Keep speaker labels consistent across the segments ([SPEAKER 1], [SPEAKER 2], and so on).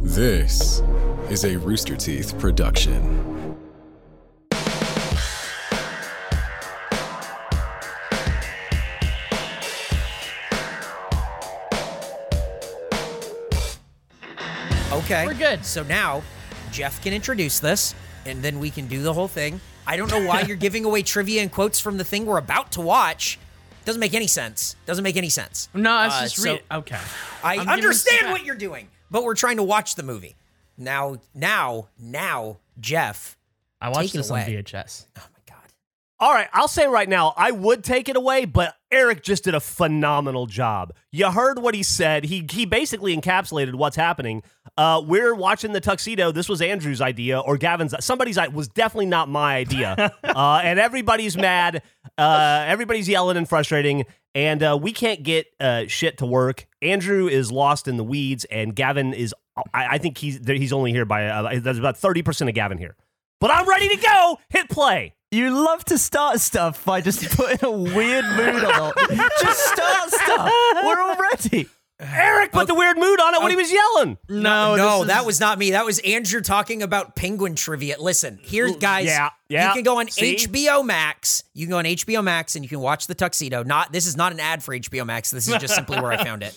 [SPEAKER 1] This is a Rooster Teeth production.
[SPEAKER 2] Okay.
[SPEAKER 3] We're good.
[SPEAKER 2] So now Jeff can introduce this and then we can do the whole thing. I don't know why you're giving away trivia and quotes from the thing we're about to watch. Doesn't make any sense. Doesn't make any sense.
[SPEAKER 3] No, it's
[SPEAKER 2] Uh,
[SPEAKER 3] just
[SPEAKER 2] so
[SPEAKER 3] read. okay.
[SPEAKER 2] I
[SPEAKER 3] I'm giving
[SPEAKER 2] understand
[SPEAKER 3] respect.
[SPEAKER 2] what you're doing, but we're trying to watch the movie. Now, now, now, Jeff.
[SPEAKER 3] I
[SPEAKER 2] Take
[SPEAKER 3] watched
[SPEAKER 2] it
[SPEAKER 3] this
[SPEAKER 2] away.
[SPEAKER 3] on VHS.
[SPEAKER 2] Oh my God.
[SPEAKER 4] All right, I'll say right now, I would take it away, but Eric just did a phenomenal job. You heard what he said. He he basically encapsulated what's happening. Uh, we're watching the tuxedo. This was Andrew's idea or Gavin's. Somebody's idea was definitely not my idea. uh, and everybody's mad. Uh, everybody's yelling and frustrating, and uh, we can't get uh, shit to work. Andrew is lost in the weeds, and Gavin is. I, I think he's he's only here by uh, there's about thirty percent of Gavin here. But I'm ready to go. Hit play.
[SPEAKER 5] You love to start stuff by just putting a weird mood on it. Just start stuff. We're all ready.
[SPEAKER 4] Eric put the weird mood on it when he was yelling. Oh,
[SPEAKER 3] No,
[SPEAKER 2] no, that was not me. That was Andrew talking about penguin trivia. Listen, here, guys.
[SPEAKER 4] yeah, yeah.
[SPEAKER 2] You can go on
[SPEAKER 4] See?
[SPEAKER 2] HBO Max. You can go on HBO Max and you can watch the tuxedo. Not this is not an ad for HBO Max. This is just simply where I found it.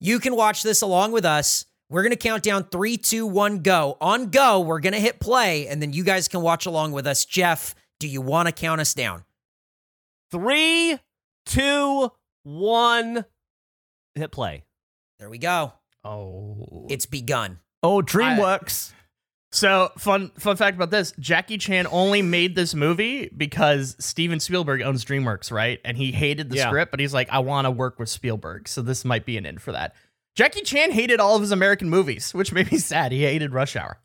[SPEAKER 2] You can watch this along with us. We're gonna count down three, two, one, go. On go, we're gonna hit play, and then you guys can watch along with us. Jeff, do you want to count us down?
[SPEAKER 4] Three, two, one, hit play.
[SPEAKER 2] There we go.
[SPEAKER 3] Oh.
[SPEAKER 2] It's begun.
[SPEAKER 5] Oh, DreamWorks.
[SPEAKER 3] so fun. Fun fact about this: Jackie Chan only made this movie because Steven Spielberg owns DreamWorks, right? And he hated the
[SPEAKER 4] Yeah.
[SPEAKER 3] script, but he's like, I want to work with Spielberg, so this might be an in for that. Jackie Chan hated all of his American movies, which made me sad. He hated Rush Hour.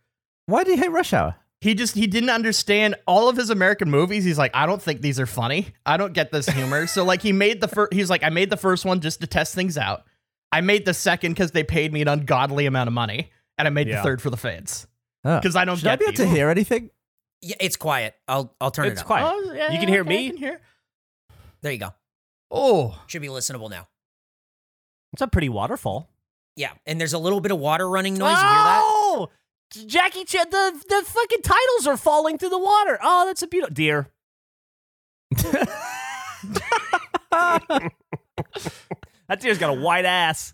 [SPEAKER 5] Why do you hate Rush Hour?
[SPEAKER 3] He just he didn't understand all of his American movies. He's like, I don't think these are funny. I don't get this humor. so like he made the first. He's like, I made the first one just to test things out. I made the second because they paid me an ungodly amount of money, and I made
[SPEAKER 4] Yeah.
[SPEAKER 3] the third for the fans.
[SPEAKER 5] Oh.
[SPEAKER 3] 'Cause I don't
[SPEAKER 5] Should I
[SPEAKER 3] get
[SPEAKER 5] be able to
[SPEAKER 3] these.
[SPEAKER 5] hear anything?
[SPEAKER 2] Yeah, it's quiet. I'll I'll turn it
[SPEAKER 4] It's
[SPEAKER 2] up.
[SPEAKER 4] quiet. You can hear me?
[SPEAKER 3] I can hear.
[SPEAKER 2] There you go.
[SPEAKER 3] Oh,
[SPEAKER 2] Should be listenable now.
[SPEAKER 4] It's a pretty waterfall.
[SPEAKER 2] Yeah, and there's a little bit of water running noise. You hear that?
[SPEAKER 4] Oh, Jackie Chan, the, the fucking titles are falling through the water. Oh, that's a beautiful deer. that deer's got a white ass.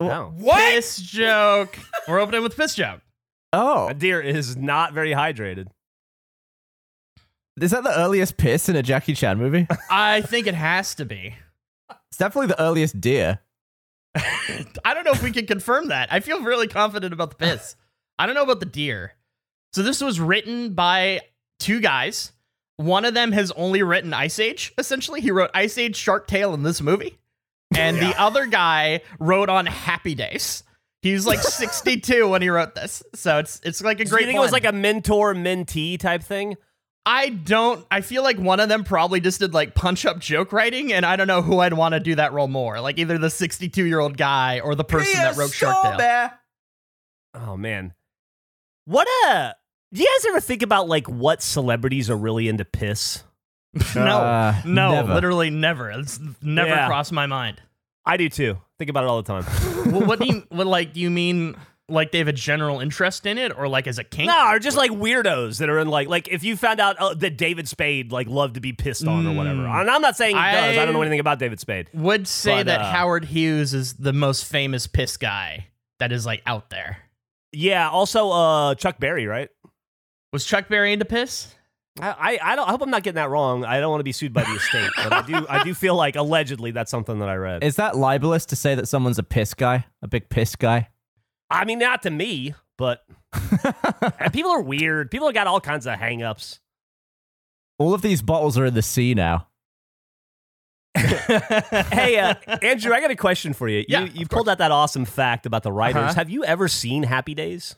[SPEAKER 4] No.
[SPEAKER 3] what? Piss joke. We're opening with piss joke.
[SPEAKER 5] Oh,
[SPEAKER 4] A deer is not very hydrated.
[SPEAKER 5] is that the earliest piss in a Jackie Chan movie?
[SPEAKER 3] I think it has to be.
[SPEAKER 5] it's definitely the earliest deer.
[SPEAKER 3] I don't know if we can confirm that. I feel really confident about the piss. I don't know about the deer. So this was written by two guys. One of them has only written Ice Age. Essentially, he wrote Ice Age, Shark Tale in this movie, and the other guy wrote on Happy Days. He was like 62 when he wrote this, so it's it's like a
[SPEAKER 4] Do you
[SPEAKER 3] great.
[SPEAKER 4] think it was
[SPEAKER 3] blend.
[SPEAKER 4] like a mentor mentee type thing?
[SPEAKER 3] I don't. I feel like one of them probably just did like punch up joke writing, and I don't know who I'd want to do that role more. Like either the 62 year old guy or the person that wrote Shark Tale.
[SPEAKER 4] Oh man. What a do you guys ever think about like what celebrities are really into piss?
[SPEAKER 3] No,
[SPEAKER 5] Uh,
[SPEAKER 3] no,
[SPEAKER 5] never.
[SPEAKER 3] literally never. It's never
[SPEAKER 4] Yeah.
[SPEAKER 3] crossed my mind.
[SPEAKER 4] I do too. Think about it all the time.
[SPEAKER 3] well, what do you what, like? Do you mean like they have a general interest in it, or like as a kink?
[SPEAKER 4] no, or just like weirdos that are in like like if you found out uh, that David Spade like loved to be pissed on or whatever.
[SPEAKER 3] Mm.
[SPEAKER 4] And I'm not saying he does. I don't know
[SPEAKER 3] I-
[SPEAKER 4] anything about David Spade.
[SPEAKER 3] Would say
[SPEAKER 4] But,
[SPEAKER 3] that
[SPEAKER 4] uh,
[SPEAKER 3] Howard Hughes is the most famous piss guy that is like out there.
[SPEAKER 4] Yeah. Also, uh, Chuck Berry, right?
[SPEAKER 3] Was Chuck Berry into piss?
[SPEAKER 4] I, I I don't. I hope I'm not getting that wrong. I don't want to be sued by the estate, but I do. I do feel like allegedly that's something that I read.
[SPEAKER 5] Is that libelous to say that someone's a piss guy, a big piss guy?
[SPEAKER 4] I mean, not to me, but and people are weird. People have got all kinds of hangups.
[SPEAKER 5] All of these bottles are in the sea now.
[SPEAKER 4] hey, uh, Andrew, I got a question for you.
[SPEAKER 3] Yeah,
[SPEAKER 4] you
[SPEAKER 3] of
[SPEAKER 4] you've pulled out that awesome fact about the writers.
[SPEAKER 5] Uh-huh.
[SPEAKER 4] Have you ever seen Happy Days?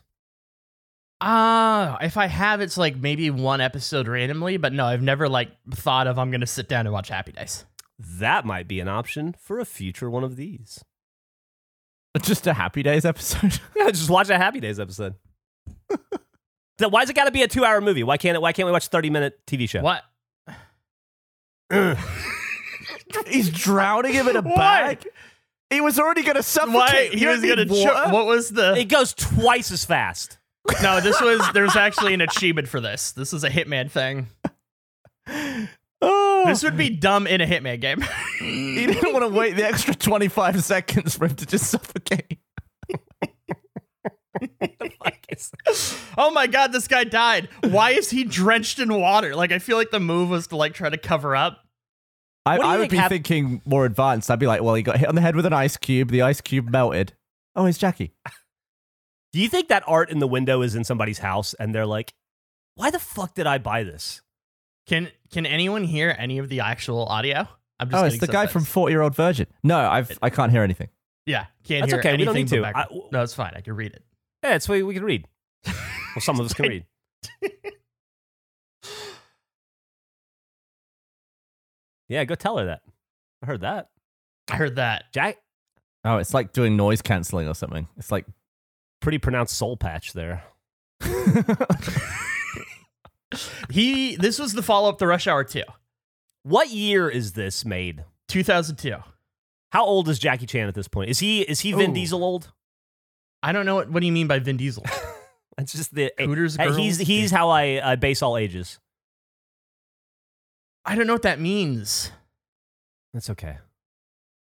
[SPEAKER 3] Ah, if I have, it's like maybe one episode randomly, but no, I've never like thought of I'm gonna sit down and watch Happy Days.
[SPEAKER 4] That might be an option for a future one of these.
[SPEAKER 5] Just a Happy Days episode.
[SPEAKER 4] Yeah, just watch a Happy Days episode. so why's it got to be a two-hour movie? Why can't it? Why can't we watch thirty-minute TV show?
[SPEAKER 3] What?
[SPEAKER 5] He's drowning him in a
[SPEAKER 3] What?
[SPEAKER 5] bag. He was already going to
[SPEAKER 3] Why
[SPEAKER 5] suffocate.
[SPEAKER 3] he
[SPEAKER 5] You
[SPEAKER 3] was
[SPEAKER 5] don't
[SPEAKER 3] gonna?
[SPEAKER 5] need
[SPEAKER 3] Cho-
[SPEAKER 5] water.
[SPEAKER 3] what was
[SPEAKER 4] It
[SPEAKER 3] the?
[SPEAKER 4] goes twice as fast.
[SPEAKER 3] No, this was. There's actually an achievement for this. This is a Hitman thing.
[SPEAKER 5] Oh,
[SPEAKER 3] This would be dumb in a Hitman game.
[SPEAKER 5] he didn't want to wait the extra 25 seconds for him to just suffocate.
[SPEAKER 3] oh my god, this guy died. Why is he drenched in water? Like I feel like the move was to like try to cover up.
[SPEAKER 5] I,
[SPEAKER 4] What do you
[SPEAKER 5] I would
[SPEAKER 4] think
[SPEAKER 5] be
[SPEAKER 4] hap-
[SPEAKER 5] thinking more advanced. I'd be like, well, he got hit on the head with an ice cube. The ice cube melted. Oh, it's Jackie.
[SPEAKER 4] Do you think that art in the window is in somebody's house and they're like, why the fuck did I buy this?
[SPEAKER 3] Can Can anyone hear any of the actual audio? I'm
[SPEAKER 5] oh, it's
[SPEAKER 3] getting
[SPEAKER 5] the guy from
[SPEAKER 3] sometimes.
[SPEAKER 5] 40 Year Old Virgin. No, I've, I can't hear anything.
[SPEAKER 3] Yeah, can't
[SPEAKER 4] That's
[SPEAKER 3] hear
[SPEAKER 4] okay, we
[SPEAKER 3] anything
[SPEAKER 4] don't need
[SPEAKER 3] but
[SPEAKER 4] to.
[SPEAKER 3] back-
[SPEAKER 4] I-
[SPEAKER 3] no, it's fine. I can read it.
[SPEAKER 4] Yeah, it's we, we can read. Well, some of us can read. yeah, go tell her that. I heard that.
[SPEAKER 3] I heard that.
[SPEAKER 4] Jack,
[SPEAKER 5] Oh, it's like doing noise cancelling or something. It's like,
[SPEAKER 4] pretty pronounced soul patch there.
[SPEAKER 5] uh,
[SPEAKER 3] He. This was the follow up to Rush Hour Two,
[SPEAKER 4] What year is this made?
[SPEAKER 3] 2002.
[SPEAKER 4] How old is Jackie Chan at this point? Is he is he Vin
[SPEAKER 3] Ooh.
[SPEAKER 4] Diesel old?
[SPEAKER 3] I don't know what. What do you mean by Vin Diesel?
[SPEAKER 4] It's just the
[SPEAKER 3] Hooters
[SPEAKER 4] uh,
[SPEAKER 3] girl?
[SPEAKER 4] he's he's how I uh, base all ages.
[SPEAKER 3] I don't know what that means.
[SPEAKER 4] That's okay.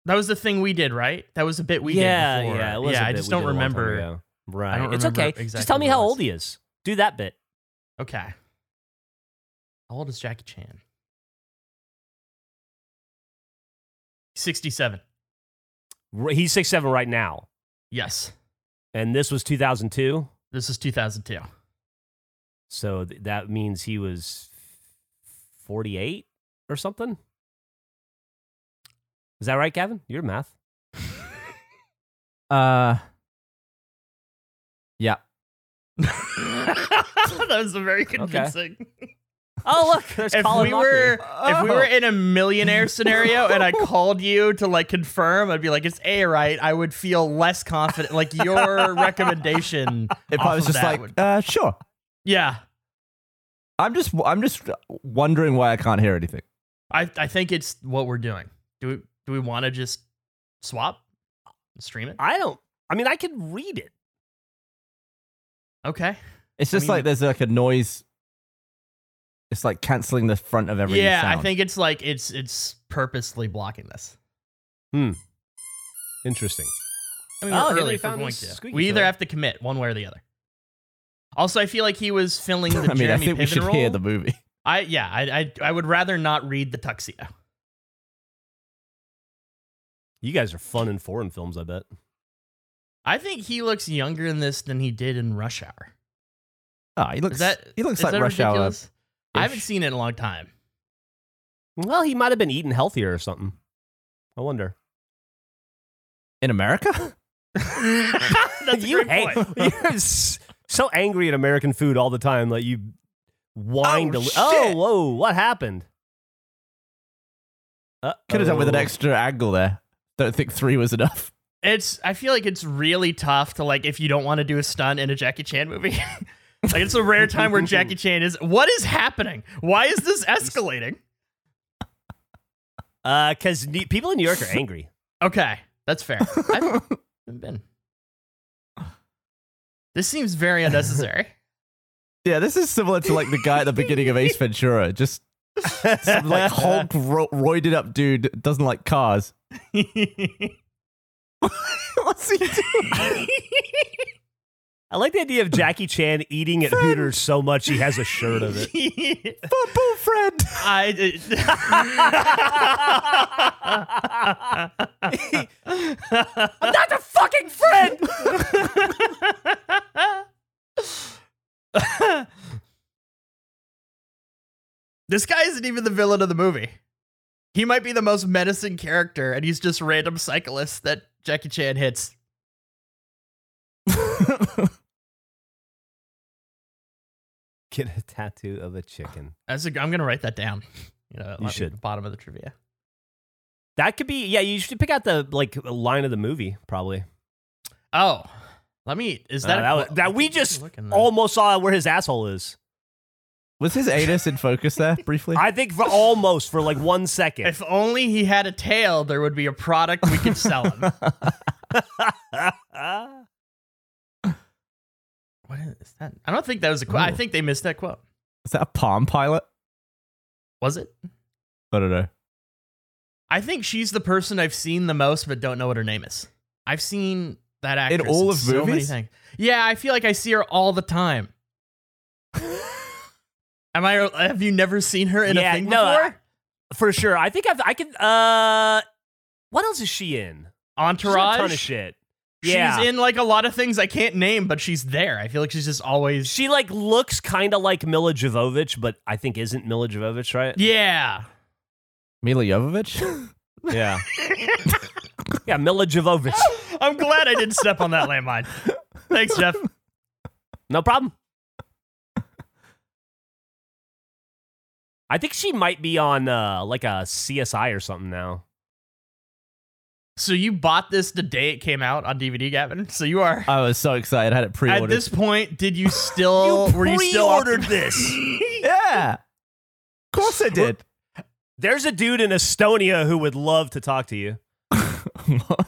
[SPEAKER 3] That was the thing we did, right? That was a bit we
[SPEAKER 4] yeah,
[SPEAKER 3] did. before.
[SPEAKER 4] yeah, it was a
[SPEAKER 3] yeah. I
[SPEAKER 4] bit
[SPEAKER 3] just
[SPEAKER 4] we
[SPEAKER 3] don't
[SPEAKER 4] did a long time
[SPEAKER 3] remember.
[SPEAKER 4] ago. Right,
[SPEAKER 3] don't
[SPEAKER 4] it's
[SPEAKER 3] remember
[SPEAKER 4] okay.
[SPEAKER 3] exactly
[SPEAKER 4] just tell me
[SPEAKER 3] what it
[SPEAKER 4] how
[SPEAKER 3] was.
[SPEAKER 4] old he is. Do that bit.
[SPEAKER 3] Okay. How old is Jackie Chan? 67.
[SPEAKER 4] R- He's six seven right now,
[SPEAKER 3] Yes.
[SPEAKER 4] and this was two thousand two.
[SPEAKER 3] This is 2002.
[SPEAKER 4] So th- that means he was 48 or something. Is that right, Gavin? Your math.
[SPEAKER 5] uh, yeah.
[SPEAKER 3] that was very convincing.
[SPEAKER 4] Oh, look, there's
[SPEAKER 3] If
[SPEAKER 4] Colin
[SPEAKER 3] we were if we were
[SPEAKER 5] Oh.
[SPEAKER 3] in a millionaire scenario and I called you to like confirm, I'd be like, it's A right, I would feel less confident. Like your recommendation.
[SPEAKER 5] If
[SPEAKER 3] off
[SPEAKER 5] I was
[SPEAKER 3] of
[SPEAKER 5] just
[SPEAKER 3] that
[SPEAKER 5] like,
[SPEAKER 3] would-
[SPEAKER 5] uh, sure.
[SPEAKER 3] Yeah.
[SPEAKER 5] I'm just, I'm just wondering why I can't hear anything.
[SPEAKER 3] I I think it's what we're doing. Do we do we want to just swap? Stream it?
[SPEAKER 4] I don't. I mean, I can read it.
[SPEAKER 3] Okay.
[SPEAKER 5] It's just
[SPEAKER 3] mean,
[SPEAKER 5] like there's like a noise. It's like canceling the front of every
[SPEAKER 3] yeah,
[SPEAKER 5] sound.
[SPEAKER 3] I think it's like it's it's purposely blocking this.
[SPEAKER 4] Interesting.
[SPEAKER 3] I mean,
[SPEAKER 4] Oh,
[SPEAKER 3] we're
[SPEAKER 4] Hillary
[SPEAKER 3] early if we're
[SPEAKER 4] found
[SPEAKER 3] going
[SPEAKER 4] this
[SPEAKER 3] to.
[SPEAKER 4] squeaky
[SPEAKER 3] We either
[SPEAKER 4] toy.
[SPEAKER 3] have to commit one way or the other. Also, I feel like he was filling the
[SPEAKER 5] I mean, I
[SPEAKER 3] Jeremy
[SPEAKER 5] think we
[SPEAKER 3] Piven
[SPEAKER 5] should
[SPEAKER 3] role.
[SPEAKER 5] hear the movie.
[SPEAKER 3] I yeah, I, I I would rather not read the tuxedo.
[SPEAKER 4] You guys are fun in foreign films, I bet.
[SPEAKER 3] I think he looks younger in this than he did in Rush Hour.
[SPEAKER 5] Ah, he looks.
[SPEAKER 3] Is that
[SPEAKER 5] he looks
[SPEAKER 3] is
[SPEAKER 5] like
[SPEAKER 3] that
[SPEAKER 5] Rush
[SPEAKER 3] ridiculous? I haven't
[SPEAKER 5] Hour-ish.
[SPEAKER 3] seen it in a long time.
[SPEAKER 4] Well, he might have been eating healthier or something. I wonder.
[SPEAKER 5] Hour in America.
[SPEAKER 3] That's a
[SPEAKER 4] you
[SPEAKER 3] great
[SPEAKER 4] hate-
[SPEAKER 3] point.
[SPEAKER 4] You're s- so angry at American food all the time. Like you whined.
[SPEAKER 5] Oh,
[SPEAKER 4] a li-
[SPEAKER 5] shit.
[SPEAKER 4] oh whoa! What happened?
[SPEAKER 5] Could have done with an
[SPEAKER 3] Oh.
[SPEAKER 4] Uh-oh.
[SPEAKER 5] extra angle there. Don't think three was enough.
[SPEAKER 3] It's I feel like it's really tough to like if you don't want to do a stunt in a Jackie Chan movie. like it's a rare time where Jackie Chan is what is happening? Why is this escalating?
[SPEAKER 4] Uh, because people in New York are angry.
[SPEAKER 3] Okay, that's fair. I haven't been. This seems very unnecessary.
[SPEAKER 5] Yeah, this is similar to like the guy at the beginning of Ace Ventura. Just some like Hulk ro- roided up dude that doesn't like cars. What's he doing?
[SPEAKER 4] I like the idea of Jackie Chan eating at Hooters so much he has a shirt of it.
[SPEAKER 5] Football friend.
[SPEAKER 3] I.
[SPEAKER 4] I'm not a fucking friend.
[SPEAKER 3] this guy isn't even the villain of the movie. He might be the most menacing character, and he's just random cyclist that Jackie Chan hits.
[SPEAKER 4] Get a tattoo of a chicken.
[SPEAKER 3] That's a, I'm gonna write that down. You know,
[SPEAKER 4] You
[SPEAKER 3] at
[SPEAKER 4] should.
[SPEAKER 3] the bottom of the trivia.
[SPEAKER 4] That could be. Yeah, you should pick out the like line of the movie probably.
[SPEAKER 3] Oh, let me. Is
[SPEAKER 4] Uh,
[SPEAKER 3] that a
[SPEAKER 4] that,
[SPEAKER 3] qu-
[SPEAKER 4] was- that we
[SPEAKER 3] Let me
[SPEAKER 4] just
[SPEAKER 3] look in there.
[SPEAKER 4] almost saw where his asshole is.
[SPEAKER 5] Was his anus in focus there briefly?
[SPEAKER 4] I think for almost for like one second.
[SPEAKER 3] If only he had a tail, there would be a product we could sell him. what is that? I don't think that was a quote. I
[SPEAKER 5] Ooh.
[SPEAKER 3] think they missed that quote.
[SPEAKER 5] Is that a Palm Pilot?
[SPEAKER 3] Was it?
[SPEAKER 5] I don't know.
[SPEAKER 3] I think she's the person I've seen the most, but don't know what her name is. I've seen that actress
[SPEAKER 5] all of
[SPEAKER 3] so many
[SPEAKER 5] movies?
[SPEAKER 3] things. Yeah, I feel like I see her all the time. Am I? Have you never seen her in
[SPEAKER 4] Yeah,
[SPEAKER 3] a thing
[SPEAKER 4] no, I-
[SPEAKER 3] before?
[SPEAKER 4] for sure. I think I've, I can. Uh, what else is she in? She's in
[SPEAKER 3] Entourage.
[SPEAKER 4] a ton of shit. Yeah,
[SPEAKER 3] She's in like a lot of things I can't name, but she's there. I feel like she's just always.
[SPEAKER 4] she like looks kind of like Mila Jovovich, but I think isn't Mila Jovovich, right?
[SPEAKER 3] Yeah.
[SPEAKER 5] Mila Jovovich?
[SPEAKER 4] Yeah, yeah, Mila Jovovich.
[SPEAKER 3] I'm glad I didn't step on that landmine. Thanks, Jeff.
[SPEAKER 4] No problem. I think she might be on uh, like a CSI or something now.
[SPEAKER 3] So you bought this the day it came out on DVD, Gavin. So you are
[SPEAKER 5] I was so excited. I had it pre-ordered.
[SPEAKER 3] at this point. Did you still? were you still off the-
[SPEAKER 4] pre-ordered this?
[SPEAKER 5] yeah. Of course I did.
[SPEAKER 4] There's a dude in Estonia who would love to talk to you.
[SPEAKER 5] What?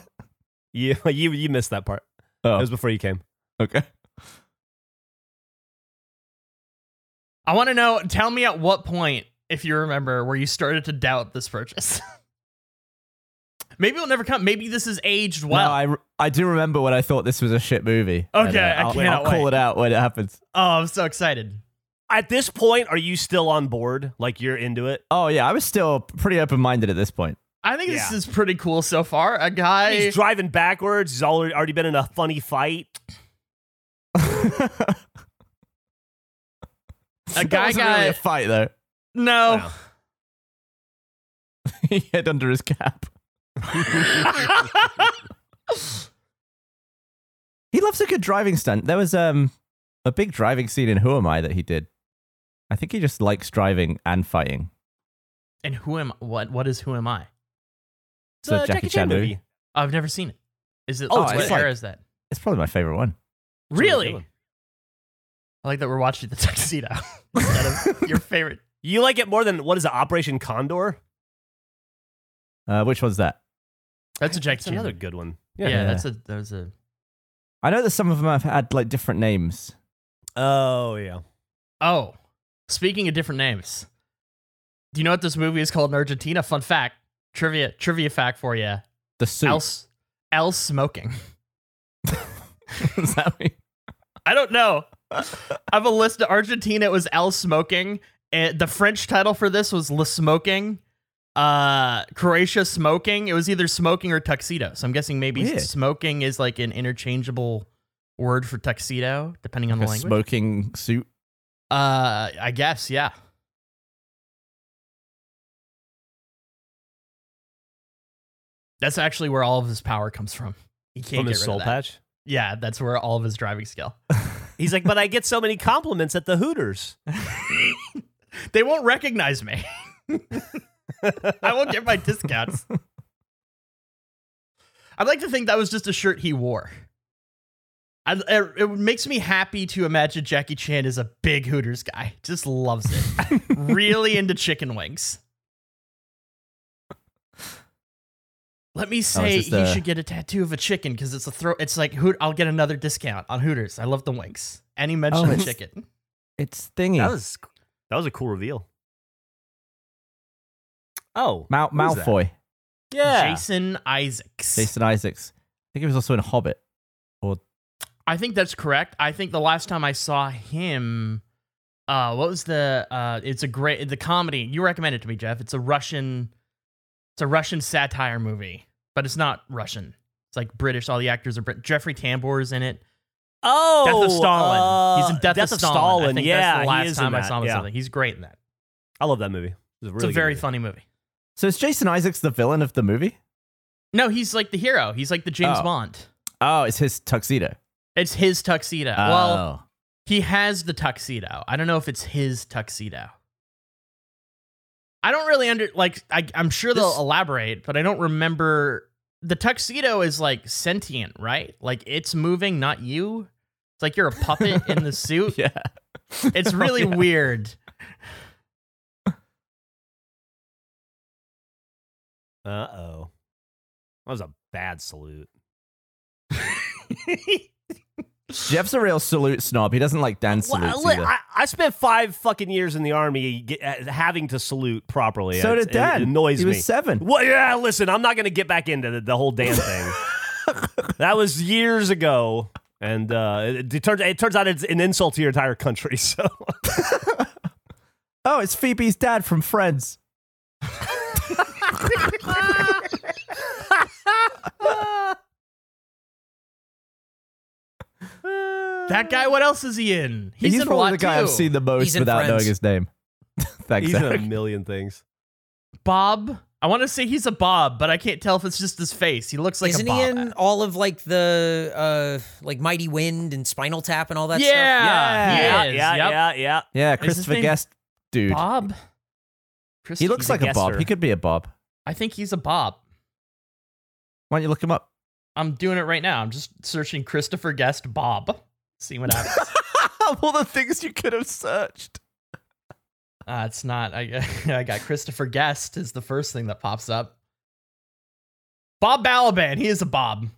[SPEAKER 4] You you you missed that part. It
[SPEAKER 5] oh,
[SPEAKER 4] was before you came.
[SPEAKER 5] okay.
[SPEAKER 3] I want to know. Tell me at what point, if you remember, where you started to doubt this purchase. Maybe it'll never come. Maybe this is aged well.
[SPEAKER 5] no, I, re- I do remember when I thought this was a shit movie. And, uh,
[SPEAKER 3] Okay, I
[SPEAKER 5] I'll,
[SPEAKER 3] cannot
[SPEAKER 5] I'll call
[SPEAKER 3] wait.
[SPEAKER 5] it out when it happens.
[SPEAKER 3] oh, I'm so excited.
[SPEAKER 4] At this point, are you still on board? Like you're into it?
[SPEAKER 5] Oh yeah, I was still pretty open-minded at this point.
[SPEAKER 3] I think this
[SPEAKER 4] Yeah.
[SPEAKER 3] is pretty cool so far. A guy.
[SPEAKER 4] He's driving backwards. He's already already been in a funny fight.
[SPEAKER 3] A
[SPEAKER 5] That
[SPEAKER 3] guy
[SPEAKER 5] wasn't really
[SPEAKER 3] got-
[SPEAKER 5] a fight though.
[SPEAKER 3] no.
[SPEAKER 4] Wow.
[SPEAKER 5] he hid under his cap. He loves a good driving stunt. There was um a big driving scene in Who Am I that he did. I think he just likes driving and fighting.
[SPEAKER 3] And who am what? What is who am I?
[SPEAKER 5] It's a Jackie Chan movie.
[SPEAKER 3] I've never seen it. Is it?
[SPEAKER 5] Oh,
[SPEAKER 3] what
[SPEAKER 5] it's
[SPEAKER 3] era
[SPEAKER 5] like-
[SPEAKER 3] is that?
[SPEAKER 5] It's probably my favorite one.
[SPEAKER 4] a really good
[SPEAKER 3] Really?
[SPEAKER 4] one.
[SPEAKER 3] I like that we're watching the tuxedo instead of your favorite.
[SPEAKER 4] You like it more than what is it? Operation Condor.
[SPEAKER 5] Uh, which one's that?
[SPEAKER 3] That's a Jackie
[SPEAKER 4] That's
[SPEAKER 3] Chan.
[SPEAKER 4] another
[SPEAKER 3] movie.
[SPEAKER 4] good one.
[SPEAKER 3] Yeah,
[SPEAKER 5] Yeah.
[SPEAKER 3] that's a that was a.
[SPEAKER 5] I know that some of them have had like different names.
[SPEAKER 4] Oh yeah.
[SPEAKER 3] Oh, speaking of different names, do you know what this movie is called in Argentina? Fun fact, trivia, trivia fact for you.
[SPEAKER 5] The suit.
[SPEAKER 3] Else, else smoking.
[SPEAKER 5] Is that what you-
[SPEAKER 3] I don't know. I have a list of Argentina. It was El Smoking. And the French title for this was Le Smoking. Uh, Croatia Smoking. It was either smoking or tuxedo. So I'm guessing maybe
[SPEAKER 5] Weird.
[SPEAKER 3] smoking is like an interchangeable word for tuxedo, depending on
[SPEAKER 5] a
[SPEAKER 3] the language.
[SPEAKER 5] smoking suit.
[SPEAKER 3] Uh, I guess, yeah. That's actually where all of his power comes from. He can't
[SPEAKER 4] From
[SPEAKER 3] get
[SPEAKER 4] his
[SPEAKER 3] rid
[SPEAKER 4] soul
[SPEAKER 3] of that.
[SPEAKER 4] patch.
[SPEAKER 3] Yeah, that's where all of his driving skill.
[SPEAKER 4] He's like, but I get so many compliments at the Hooters.
[SPEAKER 3] They won't recognize me. I won't get my discounts. I'd like to think that was just a shirt he wore. I, it, it makes me happy to imagine Jackie Chan is a big Hooters guy. Just loves it. really into chicken wings. Let me say
[SPEAKER 5] just,
[SPEAKER 3] he
[SPEAKER 5] uh,
[SPEAKER 3] should get a tattoo of a chicken because it's a throw. It's like Hoot. I'll get another discount on Hooters. I love the wings. Any mention of
[SPEAKER 5] it's-
[SPEAKER 3] chicken?
[SPEAKER 5] It's thingy.
[SPEAKER 4] That was that was a cool reveal. Oh
[SPEAKER 5] Mal-
[SPEAKER 4] who's that?
[SPEAKER 5] Malfoy,
[SPEAKER 4] yeah.
[SPEAKER 3] Jason Isaacs.
[SPEAKER 5] Jason Isaacs. I think he was also in Hobbit.
[SPEAKER 3] I think that's correct. I think the last time I saw him, uh, what was the? Uh, it's a great the comedy you recommended to me, Jeff. It's a Russian, it's a Russian satire movie, but it's not Russian. It's like British. All the actors are Brit. Jeffrey Tambor is in it.
[SPEAKER 4] Oh,
[SPEAKER 3] Death of Stalin. He's in
[SPEAKER 4] uh,
[SPEAKER 3] Death, of Stalin. I think
[SPEAKER 4] yeah,
[SPEAKER 3] that's the
[SPEAKER 4] he
[SPEAKER 3] last
[SPEAKER 4] is in
[SPEAKER 3] time I
[SPEAKER 4] that,
[SPEAKER 3] saw him. in
[SPEAKER 4] yeah.
[SPEAKER 3] Something. He's great in that.
[SPEAKER 4] I love that movie. It's a, really
[SPEAKER 3] it's a
[SPEAKER 4] good
[SPEAKER 3] very
[SPEAKER 4] movie.
[SPEAKER 3] funny movie.
[SPEAKER 5] So is Jason Isaacs the villain of the movie?
[SPEAKER 3] No, he's like the hero. He's like the James
[SPEAKER 5] Oh.
[SPEAKER 3] Bond.
[SPEAKER 5] Oh, it's his tuxedo. Oh.
[SPEAKER 3] It's his tuxedo.
[SPEAKER 4] Oh.
[SPEAKER 3] Well, He has the tuxedo. I don't know if it's his tuxedo. I don't really under like. I, I'm sure
[SPEAKER 5] This-
[SPEAKER 3] they'll elaborate, but I don't remember. The tuxedo is like sentient, right? Like it's moving, not you. It's like you're a puppet in the
[SPEAKER 5] Oh,
[SPEAKER 3] suit.
[SPEAKER 5] yeah.
[SPEAKER 3] It's really
[SPEAKER 5] Oh, yeah.
[SPEAKER 3] weird.
[SPEAKER 4] Uh oh. That was a bad salute.
[SPEAKER 5] Jeff's a real salute snob. He doesn't like dance salutes
[SPEAKER 4] Well, uh,
[SPEAKER 5] either.
[SPEAKER 4] I, I spent five fucking years in the army get, uh, having to salute properly.
[SPEAKER 5] so
[SPEAKER 4] It's-
[SPEAKER 5] did
[SPEAKER 4] it-
[SPEAKER 5] Dan.
[SPEAKER 4] It annoys
[SPEAKER 5] he
[SPEAKER 4] me.
[SPEAKER 5] was seven.
[SPEAKER 4] Well, yeah, listen, I'm not going to get back into the, the whole damn thing. that was years ago. And uh, it, it, turns, it turns out it's an insult to your entire country. So
[SPEAKER 5] Oh, it's Phoebe's dad from Friends.
[SPEAKER 3] That guy, what else is he in?
[SPEAKER 5] He's,
[SPEAKER 3] He's, in a
[SPEAKER 5] probably
[SPEAKER 3] lot
[SPEAKER 5] the guy
[SPEAKER 3] too.
[SPEAKER 5] I've seen the most
[SPEAKER 2] He's in
[SPEAKER 5] without knowing
[SPEAKER 2] Friends.
[SPEAKER 5] his name. Thanks,
[SPEAKER 4] he's in a
[SPEAKER 5] Eric.
[SPEAKER 4] million things.
[SPEAKER 3] Bob. I want to say he's a Bob, but I can't tell if it's just his face. He looks like
[SPEAKER 2] Isn't
[SPEAKER 3] a Bob.
[SPEAKER 2] he in all of like the uh like Mighty Wind and Spinal Tap and all that
[SPEAKER 3] yeah,
[SPEAKER 2] stuff?
[SPEAKER 3] he
[SPEAKER 4] yeah,
[SPEAKER 3] is,
[SPEAKER 4] yeah,
[SPEAKER 3] yep.
[SPEAKER 4] yeah, yeah.
[SPEAKER 5] Yeah,
[SPEAKER 3] his
[SPEAKER 5] Christopher
[SPEAKER 3] name
[SPEAKER 5] Guest, dude.
[SPEAKER 3] Bob.
[SPEAKER 5] He looks
[SPEAKER 4] He's a
[SPEAKER 5] like a, Bob.
[SPEAKER 4] guesser.
[SPEAKER 5] He could be a Bob.
[SPEAKER 3] I think he's a Bob.
[SPEAKER 5] Why don't you look him up?
[SPEAKER 3] I'm doing it right now. I'm just searching Christopher Guest Bob. See what happens.
[SPEAKER 5] of all the things you could have searched.
[SPEAKER 3] uh, it's not. I, I got Christopher Guest is the first thing that pops up. Bob Balaban. He is a Bob.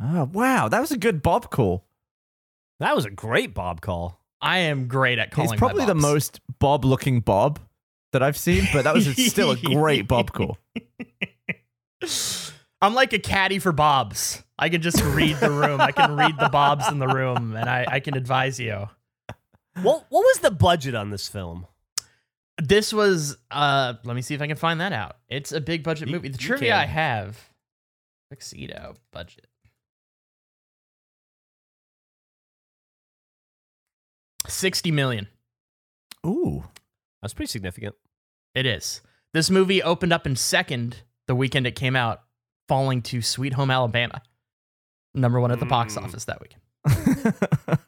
[SPEAKER 5] Oh, wow. That was a good Bob call.
[SPEAKER 4] That was a great Bob call.
[SPEAKER 3] I am great at calling.
[SPEAKER 5] He's
[SPEAKER 3] my
[SPEAKER 5] probably the
[SPEAKER 3] Bobs.
[SPEAKER 5] most Bob looking Bob that I've seen, but that was a- still a great Bob call.
[SPEAKER 3] I'm like a caddy for Bobs. I can just read the room. I can read the Bobs in the room, and I, I can advise you.
[SPEAKER 4] What what was the budget on this film?
[SPEAKER 3] This was. Uh, let me see if I can find that out. It's a big budget
[SPEAKER 4] You-
[SPEAKER 3] movie. The
[SPEAKER 4] you
[SPEAKER 3] trivia
[SPEAKER 4] can.
[SPEAKER 3] I have. Tuxedo budget. Sixty million.
[SPEAKER 5] Ooh.
[SPEAKER 4] That's pretty significant.
[SPEAKER 3] It is. This movie opened up in second the weekend it came out, falling to Sweet Home Alabama, number one at the box
[SPEAKER 4] Mm.
[SPEAKER 3] office that weekend.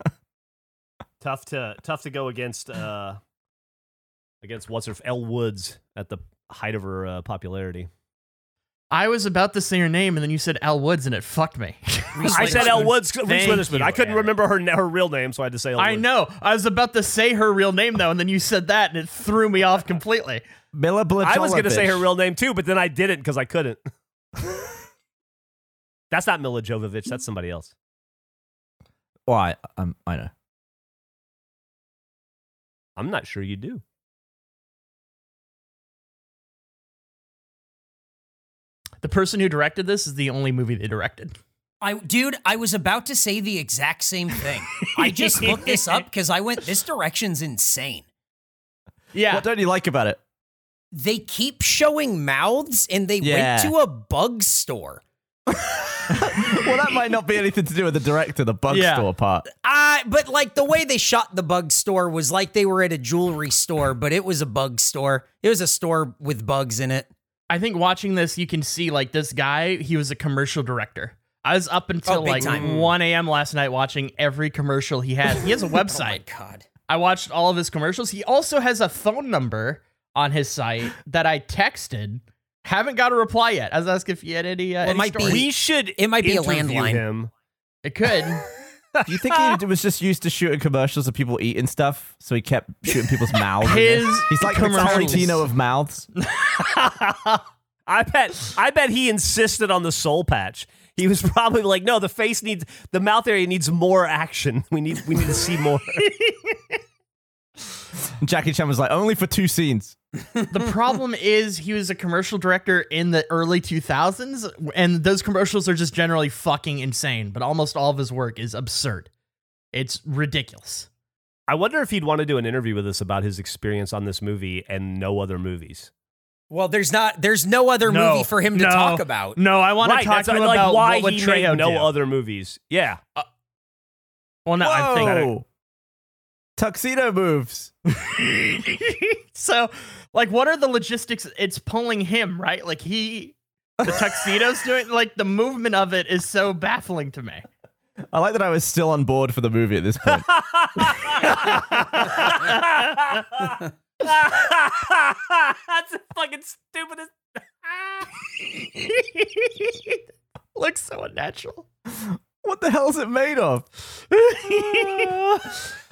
[SPEAKER 4] Tough to tough to go against uh against what's her Elle Woods at the height of her uh, popularity.
[SPEAKER 3] I was about to say her name, and then you said Al Woods, and it fucked me.
[SPEAKER 2] Reese
[SPEAKER 4] I said
[SPEAKER 2] Witherspoon.
[SPEAKER 4] Elle Woods. Reese
[SPEAKER 3] Thank
[SPEAKER 4] Witherspoon.
[SPEAKER 3] you,
[SPEAKER 4] I couldn't
[SPEAKER 3] Eric.
[SPEAKER 4] remember her her real name, so I had to say. Elle
[SPEAKER 3] I
[SPEAKER 4] Woods.
[SPEAKER 3] know. I was about to say her real name though, and then you said that, and it threw me off completely.
[SPEAKER 5] Mila
[SPEAKER 4] I was going to say her
[SPEAKER 5] Blatolovich.
[SPEAKER 4] real name too, but then I didn't because I couldn't. That's not Mila Jovovich. That's somebody else.
[SPEAKER 5] Why? Um, I know.
[SPEAKER 4] I'm not sure you do.
[SPEAKER 3] The person who directed this is the only movie they directed.
[SPEAKER 2] I dude, I was about to say the exact same thing. I just looked this up because I went, this direction's insane.
[SPEAKER 3] Yeah,
[SPEAKER 5] What don't you like about it?
[SPEAKER 2] They keep showing mouths and they
[SPEAKER 5] Yeah.
[SPEAKER 2] went to a bug store.
[SPEAKER 5] well, that might not be anything to do with the director, the bug
[SPEAKER 3] Yeah.
[SPEAKER 5] store part.
[SPEAKER 2] I Uh, but like the way they shot the bug store was like they were at a jewelry store, but it was a bug store. It was a store with bugs in it.
[SPEAKER 3] I think watching this, you can see like this guy. He was a commercial director. I was up until
[SPEAKER 2] Oh, big
[SPEAKER 3] like
[SPEAKER 2] time.
[SPEAKER 3] 1 a.m. last night watching every commercial he has. He has a website.
[SPEAKER 2] Oh my god.
[SPEAKER 3] I watched all of his commercials. He also has a phone number on his site that I texted. Haven't got a reply yet. I was asking if he had any. Uh,
[SPEAKER 2] Well, it
[SPEAKER 3] any
[SPEAKER 2] might be-
[SPEAKER 3] stories.
[SPEAKER 4] We should.
[SPEAKER 2] It might be a
[SPEAKER 4] interview
[SPEAKER 2] landline.
[SPEAKER 4] Him.
[SPEAKER 3] It could.
[SPEAKER 5] Do you think he was just used to shooting commercials of people eating stuff, so he kept shooting people's mouths? in there?
[SPEAKER 3] His
[SPEAKER 5] He's like the
[SPEAKER 3] commercials.
[SPEAKER 5] Tarantino of mouths.
[SPEAKER 4] I bet I bet he insisted on the soul patch. He was probably like, "No, the face needs the mouth area needs more action. We need we need to see more."
[SPEAKER 5] And Jackie Chan was like, only for two scenes.
[SPEAKER 3] the
[SPEAKER 4] Hmm.
[SPEAKER 3] problem is he was a commercial director in the early 2000s, and those commercials are just generally fucking insane. But almost all of his work is absurd. It's ridiculous.
[SPEAKER 4] I wonder if he'd want to do an interview with us about his experience on this movie and no other movies.
[SPEAKER 2] Well, there's not there's no other
[SPEAKER 3] No,
[SPEAKER 2] movie for him to
[SPEAKER 3] no,
[SPEAKER 2] talk about.
[SPEAKER 3] No, I want to talk
[SPEAKER 4] that's
[SPEAKER 3] to him
[SPEAKER 4] like
[SPEAKER 3] about
[SPEAKER 4] why
[SPEAKER 3] what would
[SPEAKER 4] he
[SPEAKER 3] Trejo
[SPEAKER 4] made no
[SPEAKER 3] do.
[SPEAKER 4] other movies. Yeah,
[SPEAKER 3] Well, no, I'm thinking.
[SPEAKER 5] Whoa. Tuxedo moves.
[SPEAKER 3] so like what are the logistics it's pulling him right like he the tuxedo's doing like the movement of it is so baffling to me
[SPEAKER 5] I like that I was still on board for the movie at this point.
[SPEAKER 4] that's the fucking stupidest.
[SPEAKER 3] looks so unnatural
[SPEAKER 5] what the hell is it made of?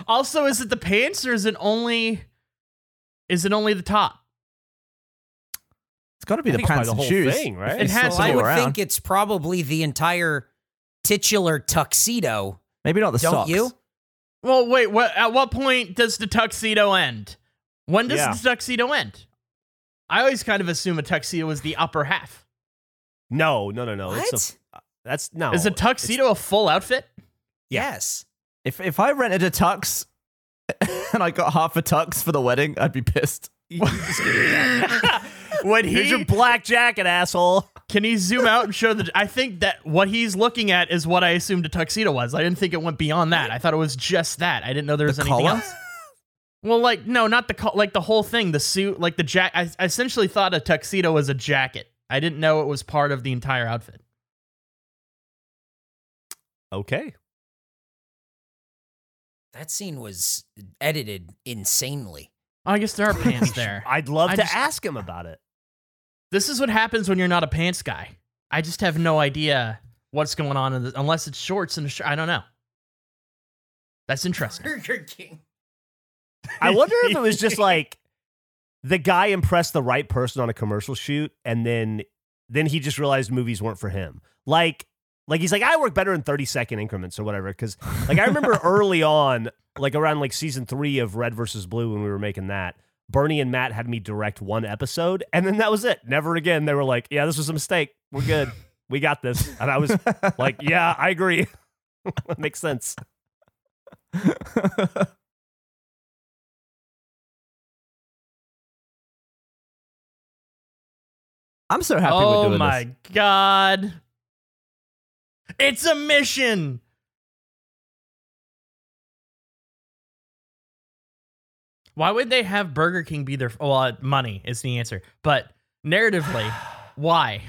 [SPEAKER 3] also is it the pants or is it only Is it only the top?
[SPEAKER 5] It's got to be
[SPEAKER 4] I
[SPEAKER 5] the
[SPEAKER 4] think it's
[SPEAKER 5] pants
[SPEAKER 4] probably the
[SPEAKER 5] and
[SPEAKER 4] whole
[SPEAKER 5] shoes.
[SPEAKER 4] thing, right?
[SPEAKER 5] If
[SPEAKER 3] It
[SPEAKER 5] they
[SPEAKER 3] has
[SPEAKER 5] still
[SPEAKER 3] to
[SPEAKER 2] I
[SPEAKER 3] be.
[SPEAKER 5] go
[SPEAKER 2] would
[SPEAKER 5] around.
[SPEAKER 2] think it's probably the entire titular tuxedo.
[SPEAKER 5] Maybe not the
[SPEAKER 2] Don't
[SPEAKER 5] socks.
[SPEAKER 2] you?
[SPEAKER 3] Well, wait. What? At what point does the tuxedo end? When does
[SPEAKER 4] Yeah.
[SPEAKER 3] the tuxedo end? I always kind of assume a tuxedo is the upper half.
[SPEAKER 4] No, no, no, no. Oh, It's
[SPEAKER 2] What?
[SPEAKER 4] a, that's no.
[SPEAKER 3] is a tuxedo a full outfit?
[SPEAKER 2] Yes.
[SPEAKER 5] If if I rented a tux and I got half a tux for the wedding, I'd be pissed.
[SPEAKER 3] When
[SPEAKER 4] Here's
[SPEAKER 3] he
[SPEAKER 4] your black jacket, asshole.
[SPEAKER 3] can he zoom out and show the? I think that what he's looking at is what I assumed a tuxedo was. I didn't think it went beyond that. I thought it was just that. I didn't know there was anything
[SPEAKER 5] collar?
[SPEAKER 3] else. Well, like no, not the col- like the whole thing, the suit, like the jack. I, I essentially thought a tuxedo was a jacket. I didn't know it was part of the entire outfit.
[SPEAKER 4] Okay.
[SPEAKER 2] That scene was edited insanely.
[SPEAKER 3] I guess there are pants there.
[SPEAKER 4] I'd love
[SPEAKER 3] I
[SPEAKER 4] to
[SPEAKER 3] just-
[SPEAKER 4] ask him about it.
[SPEAKER 3] This is what happens when you're not a pants guy. I just have no idea what's going on in this, unless it's shorts and a shirt. I don't know. That's interesting.
[SPEAKER 2] Burger King.
[SPEAKER 4] I wonder if it was just like the guy impressed the right person on a commercial shoot, and then then he just realized movies weren't for him. Like like he's like I work better in thirty second increments or whatever. Because like I remember early on, like around like season three of Red versus Blue when we were making that. Bernie and Matt had me direct one episode, and then that was it. Never again. They were like, "Yeah, this was a mistake. We're good. We got this." And I was like, "Yeah, I agree. Makes sense."
[SPEAKER 5] I'm so happy we're
[SPEAKER 3] oh
[SPEAKER 5] doing
[SPEAKER 3] my
[SPEAKER 5] this.
[SPEAKER 3] god. It's a mission. Why would they have Burger King be their well, uh, money is the answer. But narratively, why?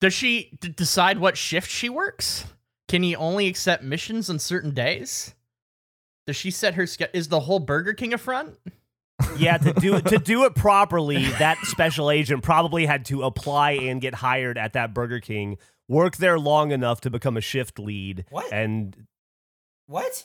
[SPEAKER 3] Does she d- decide what shift she works? Can he only accept missions on certain days? Does she set her sch- is the whole Burger King a front?
[SPEAKER 4] Yeah, to do to do it properly, that special agent probably had to apply and get hired at that Burger King, work there long enough to become a shift lead.
[SPEAKER 2] What?
[SPEAKER 4] And
[SPEAKER 2] What?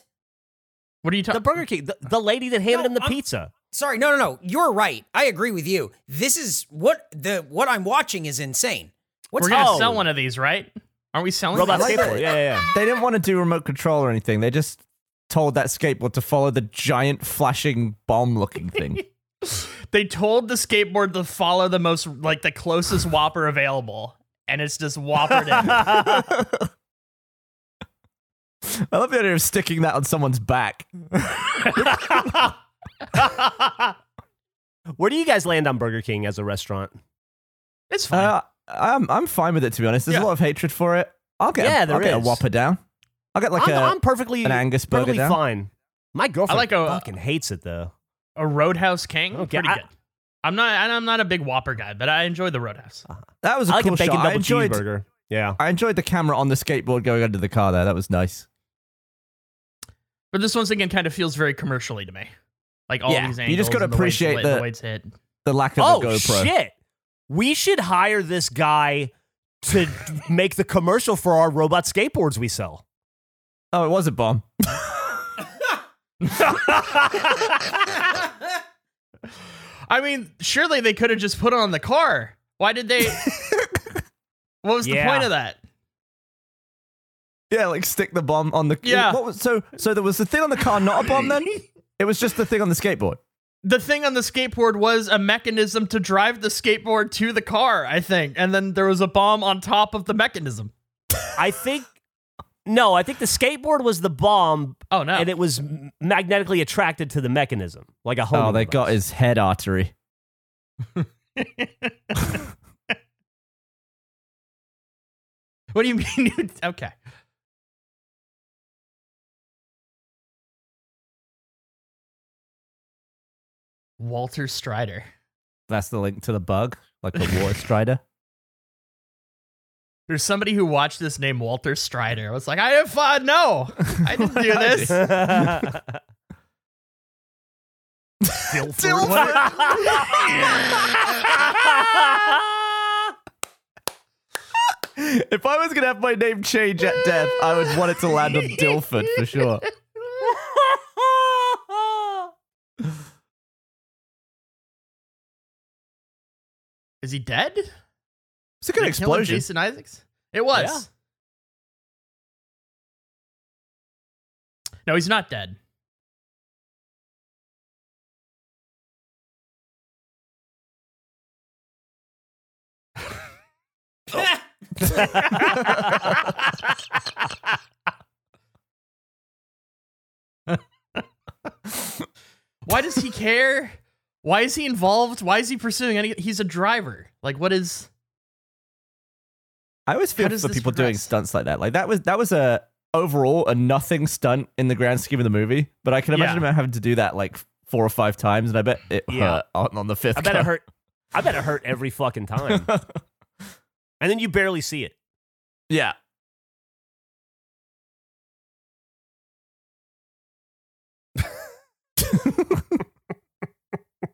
[SPEAKER 3] What are you talking?
[SPEAKER 4] the Burger King, the, the lady that handed
[SPEAKER 2] No,
[SPEAKER 4] him the
[SPEAKER 2] I'm-
[SPEAKER 4] pizza.
[SPEAKER 2] Sorry, no, no, no. You're right. I agree with you. This is what the what I'm watching is insane. What's
[SPEAKER 3] We're gonna
[SPEAKER 4] Oh.
[SPEAKER 3] sell one of these, right? Aren't we selling?
[SPEAKER 4] Robot
[SPEAKER 3] these?
[SPEAKER 4] skateboard. Yeah, yeah,
[SPEAKER 5] They didn't want to do remote control or anything. They just told that skateboard to follow the giant flashing bomb looking thing.
[SPEAKER 3] They told the skateboard to follow the most, like the closest whopper available, and it's just whoppered in.
[SPEAKER 4] yeah.
[SPEAKER 5] I love the idea of sticking that on someone's back.
[SPEAKER 4] Where do you guys land on Burger King as a restaurant?
[SPEAKER 3] It's fine.
[SPEAKER 5] Uh, I'm I'm fine with it to be honest. There's
[SPEAKER 3] Yeah.
[SPEAKER 5] a lot of hatred for it. I'll get
[SPEAKER 4] Yeah,
[SPEAKER 5] a,
[SPEAKER 4] there
[SPEAKER 5] I'll get a
[SPEAKER 4] is.
[SPEAKER 5] whopper down. I'll get like
[SPEAKER 4] I'm,
[SPEAKER 5] a
[SPEAKER 4] I'm perfectly
[SPEAKER 5] an Angus burger
[SPEAKER 4] perfectly
[SPEAKER 5] down.
[SPEAKER 4] fine. My girlfriend
[SPEAKER 3] like a- uh,
[SPEAKER 4] fucking hates it though.
[SPEAKER 3] a Roadhouse King,
[SPEAKER 4] Okay,
[SPEAKER 3] pretty
[SPEAKER 4] I-
[SPEAKER 3] good. I'm not, and I'm not a big Whopper guy, but I enjoy the Roadhouse.
[SPEAKER 5] that was a
[SPEAKER 4] I like
[SPEAKER 5] cool
[SPEAKER 4] a bacon
[SPEAKER 5] shot. I
[SPEAKER 4] double
[SPEAKER 5] enjoyed
[SPEAKER 4] cheeseburger. Yeah.
[SPEAKER 5] I enjoyed the camera on the skateboard going under the car there. That was nice.
[SPEAKER 3] But this once again kind of feels very commercially to me, like all
[SPEAKER 5] Yeah,
[SPEAKER 3] these angles.
[SPEAKER 5] you just gotta
[SPEAKER 3] and the way it's
[SPEAKER 5] appreciate
[SPEAKER 3] lit,
[SPEAKER 5] the-
[SPEAKER 3] the way it's hit.
[SPEAKER 5] The lack of
[SPEAKER 4] Oh
[SPEAKER 5] a GoPro.
[SPEAKER 4] shit! We should hire this guy to make the commercial for our robot skateboards we sell.
[SPEAKER 5] Oh, it was a bomb.
[SPEAKER 3] I mean, surely they could have just put it on the car. Why did they? what was
[SPEAKER 4] Yeah.
[SPEAKER 3] the point of that?
[SPEAKER 5] Yeah, like stick the bomb on the.
[SPEAKER 3] Yeah.
[SPEAKER 5] What was, so so there was the thing on the car, not a bomb. Then it was just the thing on the skateboard.
[SPEAKER 3] the thing on the skateboard was a mechanism to drive the skateboard to the car, I think. And then there was a bomb on top of the mechanism.
[SPEAKER 4] I think no, I think the skateboard was the bomb,
[SPEAKER 3] Oh no.
[SPEAKER 4] and it was m- magnetically attracted to the mechanism, like a home.
[SPEAKER 5] Oh, they got his head artery.
[SPEAKER 3] what do you mean? you- okay. Walter Strider.
[SPEAKER 5] That's the link to the bug, like the water strider.
[SPEAKER 3] There's somebody who watched this name Walter Strider. I was like, I have uh, no. I didn't do this.
[SPEAKER 4] Dilford.
[SPEAKER 5] if I was gonna have my name change at death, I would want it to land on Dilford for sure.
[SPEAKER 3] Is he dead?
[SPEAKER 5] It's a good
[SPEAKER 3] They killing
[SPEAKER 5] explosion.
[SPEAKER 3] Jason Isaacs. It was. No, he's not dead. Why does he care? Why is he involved? Why is he pursuing any? He's a driver. Like, what is?
[SPEAKER 5] I always feel
[SPEAKER 3] does
[SPEAKER 5] for
[SPEAKER 3] this
[SPEAKER 5] people doing
[SPEAKER 3] progress?
[SPEAKER 5] stunts like that. Like that was that was a overall a nothing stunt in the grand scheme of the movie. But I can imagine
[SPEAKER 3] Yeah.
[SPEAKER 5] him having to do that like four or five times, and I bet it
[SPEAKER 4] Yeah.
[SPEAKER 5] hurt on, on the fifth.
[SPEAKER 4] I bet
[SPEAKER 5] go.
[SPEAKER 4] it hurt. I bet it hurt every fucking time. and then you barely see it.
[SPEAKER 5] Yeah.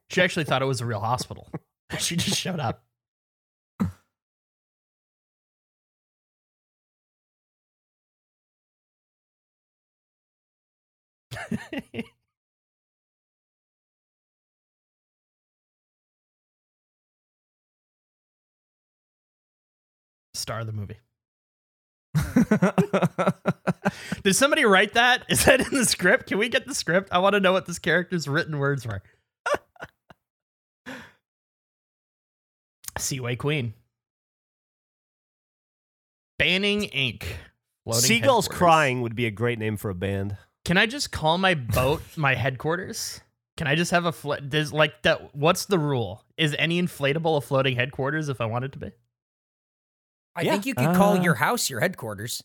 [SPEAKER 3] She actually thought it was a real hospital. she just showed up. Star of the movie. Did somebody write that? Is that in the script? Can we get the script? I want to know what this character's written words were. Seaway Queen. Banning Inc. Floating
[SPEAKER 4] Seagulls
[SPEAKER 3] headquarters.
[SPEAKER 4] Crying would be a great name for a band.
[SPEAKER 3] Can I just call my boat my headquarters? Can I just have a float? Does like that? What's the rule? Is any inflatable a floating headquarters if I want it to be?
[SPEAKER 2] I
[SPEAKER 4] Yeah.
[SPEAKER 2] think you could call
[SPEAKER 5] Uh.
[SPEAKER 2] your house your headquarters,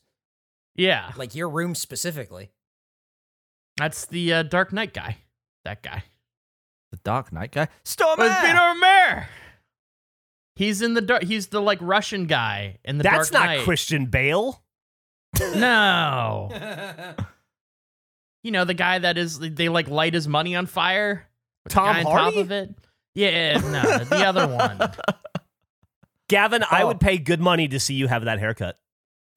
[SPEAKER 3] Yeah,
[SPEAKER 2] like your room specifically.
[SPEAKER 3] that's the uh, Dark Knight guy. That guy.
[SPEAKER 5] The Dark Knight guy. Storm.
[SPEAKER 3] With Peter Mayer. He's in the dark. He's the like Russian guy in the
[SPEAKER 4] That's
[SPEAKER 3] Dark
[SPEAKER 4] not
[SPEAKER 3] Knight.
[SPEAKER 4] Christian Bale.
[SPEAKER 3] No.
[SPEAKER 2] Tom
[SPEAKER 3] you know the guy that is they like light his money on fire. with the
[SPEAKER 4] Tom
[SPEAKER 3] guy on
[SPEAKER 4] Hardy?
[SPEAKER 3] top of it. Yeah, no, the other one.
[SPEAKER 4] Gavin, I
[SPEAKER 5] Oh.
[SPEAKER 4] would pay good money to see you have that haircut.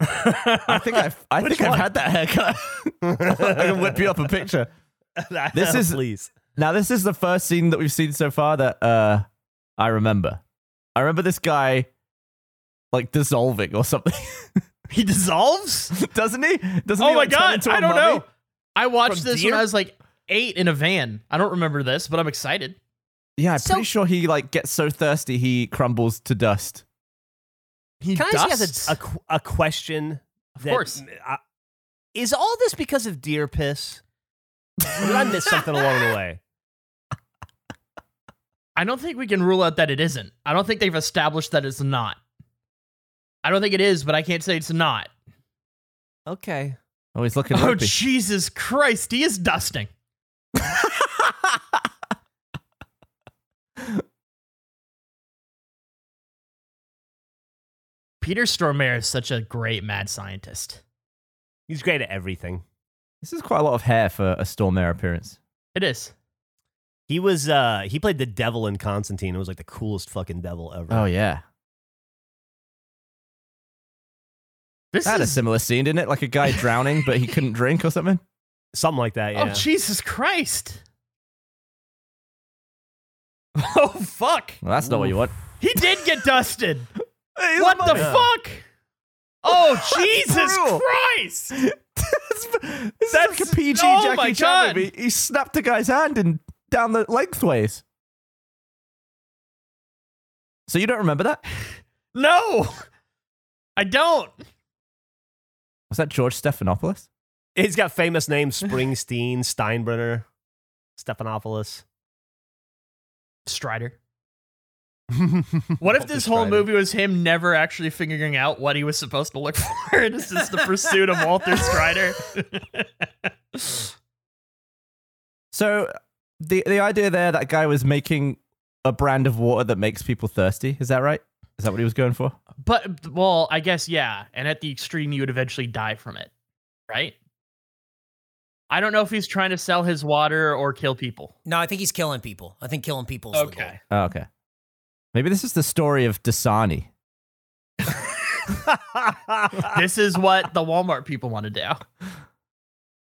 [SPEAKER 5] I think I've I think I've had that haircut. I can whip you up a picture. This is-
[SPEAKER 4] Oh, please.
[SPEAKER 5] Now this is the first scene that we've seen so far that uh I remember. I remember this guy like dissolving or something.
[SPEAKER 3] He dissolves.
[SPEAKER 5] Doesn't he? Doesn't
[SPEAKER 3] Oh
[SPEAKER 5] he,
[SPEAKER 3] my
[SPEAKER 5] like, turn
[SPEAKER 3] god,
[SPEAKER 5] into a
[SPEAKER 3] I don't
[SPEAKER 5] mummy?
[SPEAKER 3] know. I watched
[SPEAKER 4] From
[SPEAKER 3] this
[SPEAKER 4] deer?
[SPEAKER 3] when I was like eight in a van. I don't remember this, but I'm excited.
[SPEAKER 5] Yeah, I'm
[SPEAKER 2] So-
[SPEAKER 5] pretty sure he like gets so thirsty he crumbles to dust.
[SPEAKER 3] He
[SPEAKER 4] Can I ask you guys
[SPEAKER 3] dusts.
[SPEAKER 4] a, qu- a question?
[SPEAKER 3] Of
[SPEAKER 4] that-
[SPEAKER 3] course.
[SPEAKER 4] I- is all this because of deer piss? Or Did I miss something along the way?
[SPEAKER 3] I don't think we can rule out that it isn't. I don't think they've established that it's not. I don't think it is, but I can't say it's not.
[SPEAKER 4] Okay.
[SPEAKER 5] Oh, he's looking
[SPEAKER 3] Oh
[SPEAKER 5] loopy.
[SPEAKER 3] Jesus Christ, he is dusting. Peter Stormare is such a great mad scientist.
[SPEAKER 4] He's great at everything.
[SPEAKER 5] This is quite a lot of hair for a Storm Air appearance.
[SPEAKER 3] It is.
[SPEAKER 4] He was uh he played the devil in Constantine. It was like the coolest fucking devil ever.
[SPEAKER 5] Oh yeah,
[SPEAKER 3] This
[SPEAKER 5] that had a
[SPEAKER 3] is
[SPEAKER 5] similar scene, didn't it? Like a guy drowning, but he couldn't drink or something.
[SPEAKER 4] Something like that, yeah.
[SPEAKER 3] Oh Jesus Christ. Oh fuck.
[SPEAKER 5] Well, that's not what you want.
[SPEAKER 3] He did get dusted. what the fuck? Oh Jesus
[SPEAKER 5] brutal.
[SPEAKER 3] Christ.
[SPEAKER 5] this
[SPEAKER 3] That's-
[SPEAKER 5] is like a PG
[SPEAKER 3] oh my
[SPEAKER 5] Jackie Chan
[SPEAKER 3] God.
[SPEAKER 5] movie. He snapped a guy's hand in down the lengthways. So you don't remember that?
[SPEAKER 3] No. I don't.
[SPEAKER 5] Was that George Stephanopoulos?
[SPEAKER 4] He's got famous names Springsteen, Steinbrenner, Stephanopoulos.
[SPEAKER 3] Strider. What if this whole
[SPEAKER 5] Strider.
[SPEAKER 3] movie was him never actually figuring out what he was supposed to look for? and it's just the pursuit of Walter Strider.
[SPEAKER 5] So the the idea there that guy was making a brand of water that makes people thirsty. Is that right? Is that what he was going for?
[SPEAKER 3] but well, I guess yeah. And at the extreme, you would eventually die from it, right? I don't know if he's trying to sell his water or kill people.
[SPEAKER 2] No, I think he's killing people. I think killing people is the goal.
[SPEAKER 5] Oh, okay. Maybe this is the story of Dasani.
[SPEAKER 3] this is what the Walmart people want to do.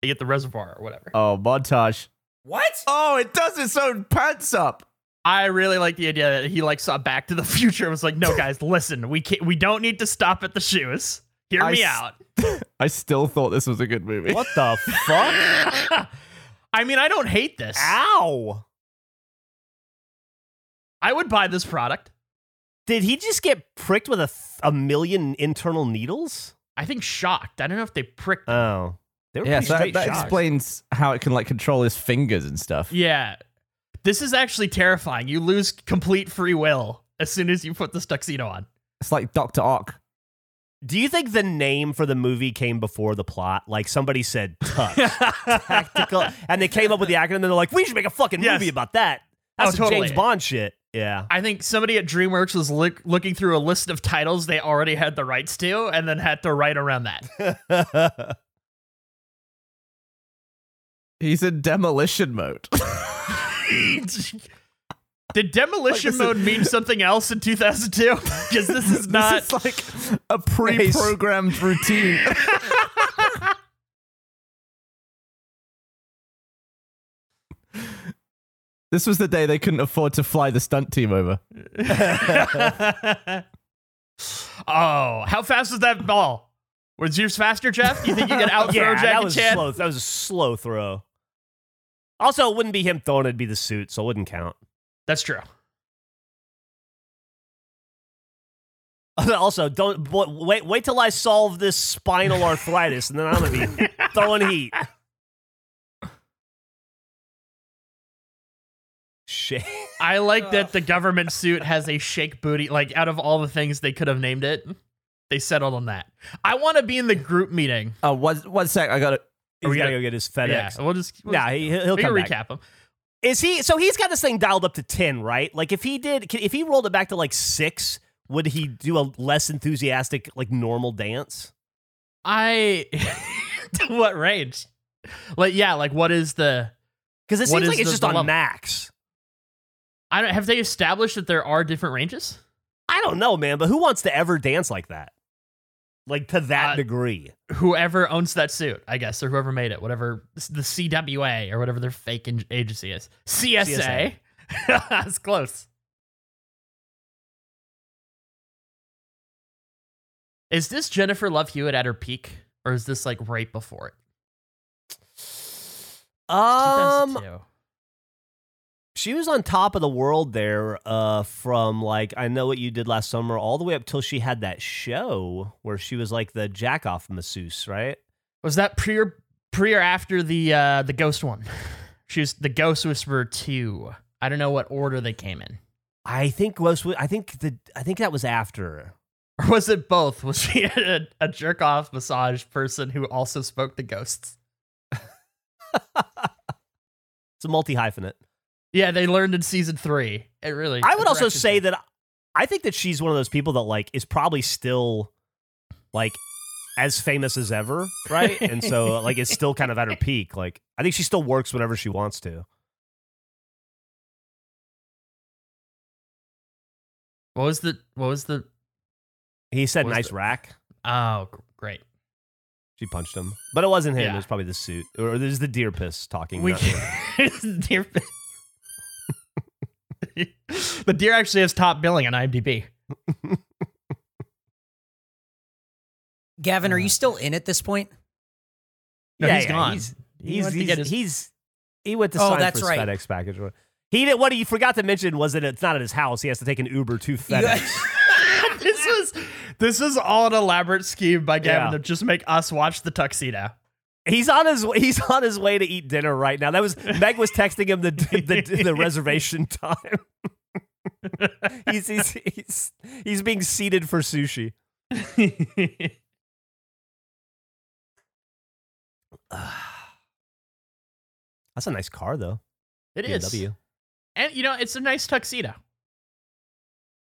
[SPEAKER 3] They get the reservoir or whatever.
[SPEAKER 5] Oh, montage.
[SPEAKER 2] What?
[SPEAKER 5] Oh, it does its own pants up.
[SPEAKER 3] I really like the idea that he like saw Back to the Future and was like, "No, guys, listen, we can't, we don't need to stop at the shoes. Hear
[SPEAKER 5] I
[SPEAKER 3] me
[SPEAKER 5] s-
[SPEAKER 3] out."
[SPEAKER 5] I still thought this was a good movie.
[SPEAKER 4] What the fuck?
[SPEAKER 3] I mean, I don't hate this.
[SPEAKER 5] Ah.
[SPEAKER 4] Ow!
[SPEAKER 3] I would buy this product.
[SPEAKER 4] Did he just get pricked with a, th- a million internal needles?
[SPEAKER 3] I think shocked. I don't know if they
[SPEAKER 5] Uh.
[SPEAKER 3] pricked.
[SPEAKER 4] Oh, they were
[SPEAKER 5] Yeah,
[SPEAKER 4] pretty
[SPEAKER 5] so that,
[SPEAKER 4] straight
[SPEAKER 5] that
[SPEAKER 4] shots.
[SPEAKER 5] explains how it can like control his fingers and stuff.
[SPEAKER 3] Yeah, this is actually terrifying. You lose complete free will as soon as you put this tuxedo on.
[SPEAKER 5] It's like Doctor Ock.
[SPEAKER 4] Do you think the name for the movie came before the plot? Like somebody said Tux, tactical, and they came up with the acronym. and They're like, we should make a fucking
[SPEAKER 3] Yes.
[SPEAKER 4] movie about that. That's
[SPEAKER 3] Oh,
[SPEAKER 4] some
[SPEAKER 3] totally.
[SPEAKER 4] James Bond shit. Yeah.
[SPEAKER 3] I think somebody at DreamWorks was look, looking through a list of titles they already had the rights to, and then had to write around that.
[SPEAKER 5] He's in demolition mode.
[SPEAKER 3] Did demolition
[SPEAKER 5] Like, this
[SPEAKER 3] mode
[SPEAKER 5] is-
[SPEAKER 3] mean something else in 2002? Because this is not.
[SPEAKER 5] this is like a pre-programmed routine. this was the day they couldn't afford to fly the stunt team over.
[SPEAKER 3] oh, how fast was that ball? Was yours faster, Jeff? You think you could outthrow
[SPEAKER 4] yeah, that
[SPEAKER 3] Jackie
[SPEAKER 4] was
[SPEAKER 3] Chan?
[SPEAKER 4] slow. That was a slow throw. Also, it wouldn't be him throwing; it'd be the suit, so it wouldn't count.
[SPEAKER 3] That's true.
[SPEAKER 4] Also, don't boy, wait. Wait till I solve this spinal arthritis, and then I'm gonna be throwing heat. Shit.
[SPEAKER 3] I like that the government suit has a shake booty. Like out of all the things they could have named it, they settled on that. I want to be in the group meeting.
[SPEAKER 5] Oh, one one sec, I got it.
[SPEAKER 4] He's
[SPEAKER 3] we
[SPEAKER 4] gotta
[SPEAKER 3] gonna-
[SPEAKER 4] go get his
[SPEAKER 3] Yeah,
[SPEAKER 4] FedEx.
[SPEAKER 3] we'll just we'll
[SPEAKER 4] Nah,
[SPEAKER 3] just-
[SPEAKER 4] he, he'll
[SPEAKER 3] we can
[SPEAKER 4] come back.
[SPEAKER 3] recap them.
[SPEAKER 4] Is he? So he's got this thing dialed up to ten, right? Like if he did, if he rolled it back to like six, would he do a less enthusiastic, like normal dance?
[SPEAKER 3] I to what range? Like yeah, like what is the
[SPEAKER 4] Because it
[SPEAKER 3] What
[SPEAKER 4] seems
[SPEAKER 3] is
[SPEAKER 4] like it's
[SPEAKER 3] the-
[SPEAKER 4] just
[SPEAKER 3] the
[SPEAKER 4] on
[SPEAKER 3] level?
[SPEAKER 4] max.
[SPEAKER 3] I don't have they established that there are different ranges?
[SPEAKER 4] I don't know, man. But who wants to ever dance like that? Like to that
[SPEAKER 3] Uh,
[SPEAKER 4] degree?
[SPEAKER 3] Whoever owns that suit, I guess, or whoever made it, whatever the CWA or whatever their fake in- agency is. CSA. That's close. Is this Jennifer Love Hewitt at her peak or is this like right before it?
[SPEAKER 4] Um,
[SPEAKER 3] 2002.
[SPEAKER 4] she was on top of the world there uh, from like I know what you did last summer all the way up till she had that show where she was like the jackoff masseuse, right?
[SPEAKER 3] Was that pre or pre or after the uh the ghost one? She was the Ghost Whisperer two. I don't know what order they came in.
[SPEAKER 4] I think Ghost. Wi- I think the I think that was after.
[SPEAKER 3] Or was it both? Was she a, a jerk off massage person who also spoke to ghosts?
[SPEAKER 4] It's a multi hyphenate.
[SPEAKER 3] Yeah, they learned in season three. It really.
[SPEAKER 4] I would also say that I think that she's one of those people that like is probably still like as famous as ever, right? and so like it's still kind of at her peak. Like I think she still works whenever she wants to.
[SPEAKER 3] What was the? What was the?
[SPEAKER 4] He said
[SPEAKER 3] What was
[SPEAKER 4] nice
[SPEAKER 3] the-
[SPEAKER 4] rack.
[SPEAKER 3] Oh, gr- great.
[SPEAKER 4] She punched him. But it wasn't him,
[SPEAKER 3] Yeah.
[SPEAKER 4] it was probably the suit. Or it was the deer piss talking.
[SPEAKER 3] We
[SPEAKER 4] not-
[SPEAKER 3] deer. the deer actually has top billing on IMDb.
[SPEAKER 2] Gavin, are
[SPEAKER 5] Uh,
[SPEAKER 2] you still in at this point?
[SPEAKER 3] No,
[SPEAKER 4] Yeah,
[SPEAKER 3] he's
[SPEAKER 4] yeah,
[SPEAKER 3] gone.
[SPEAKER 4] he's-
[SPEAKER 3] He
[SPEAKER 4] he's,
[SPEAKER 3] went to
[SPEAKER 4] he's,
[SPEAKER 3] get his-
[SPEAKER 4] he's- he went to
[SPEAKER 2] Oh,
[SPEAKER 4] sign
[SPEAKER 2] that's
[SPEAKER 4] for his
[SPEAKER 2] right.
[SPEAKER 4] FedEx package. He did what he forgot to mention was that it's not at his house. He has to take an Uber to FedEx.
[SPEAKER 3] this was this was all an elaborate scheme by Gavin
[SPEAKER 4] Yeah.
[SPEAKER 3] to just make us watch the tuxedo.
[SPEAKER 4] He's on his he's on his way to eat dinner right now. That was Meg was texting him the the, the reservation time. he's, he's he's he's being seated for sushi. That's a nice car though.
[SPEAKER 3] It is,
[SPEAKER 4] BMW.
[SPEAKER 3] and you know it's a nice tuxedo.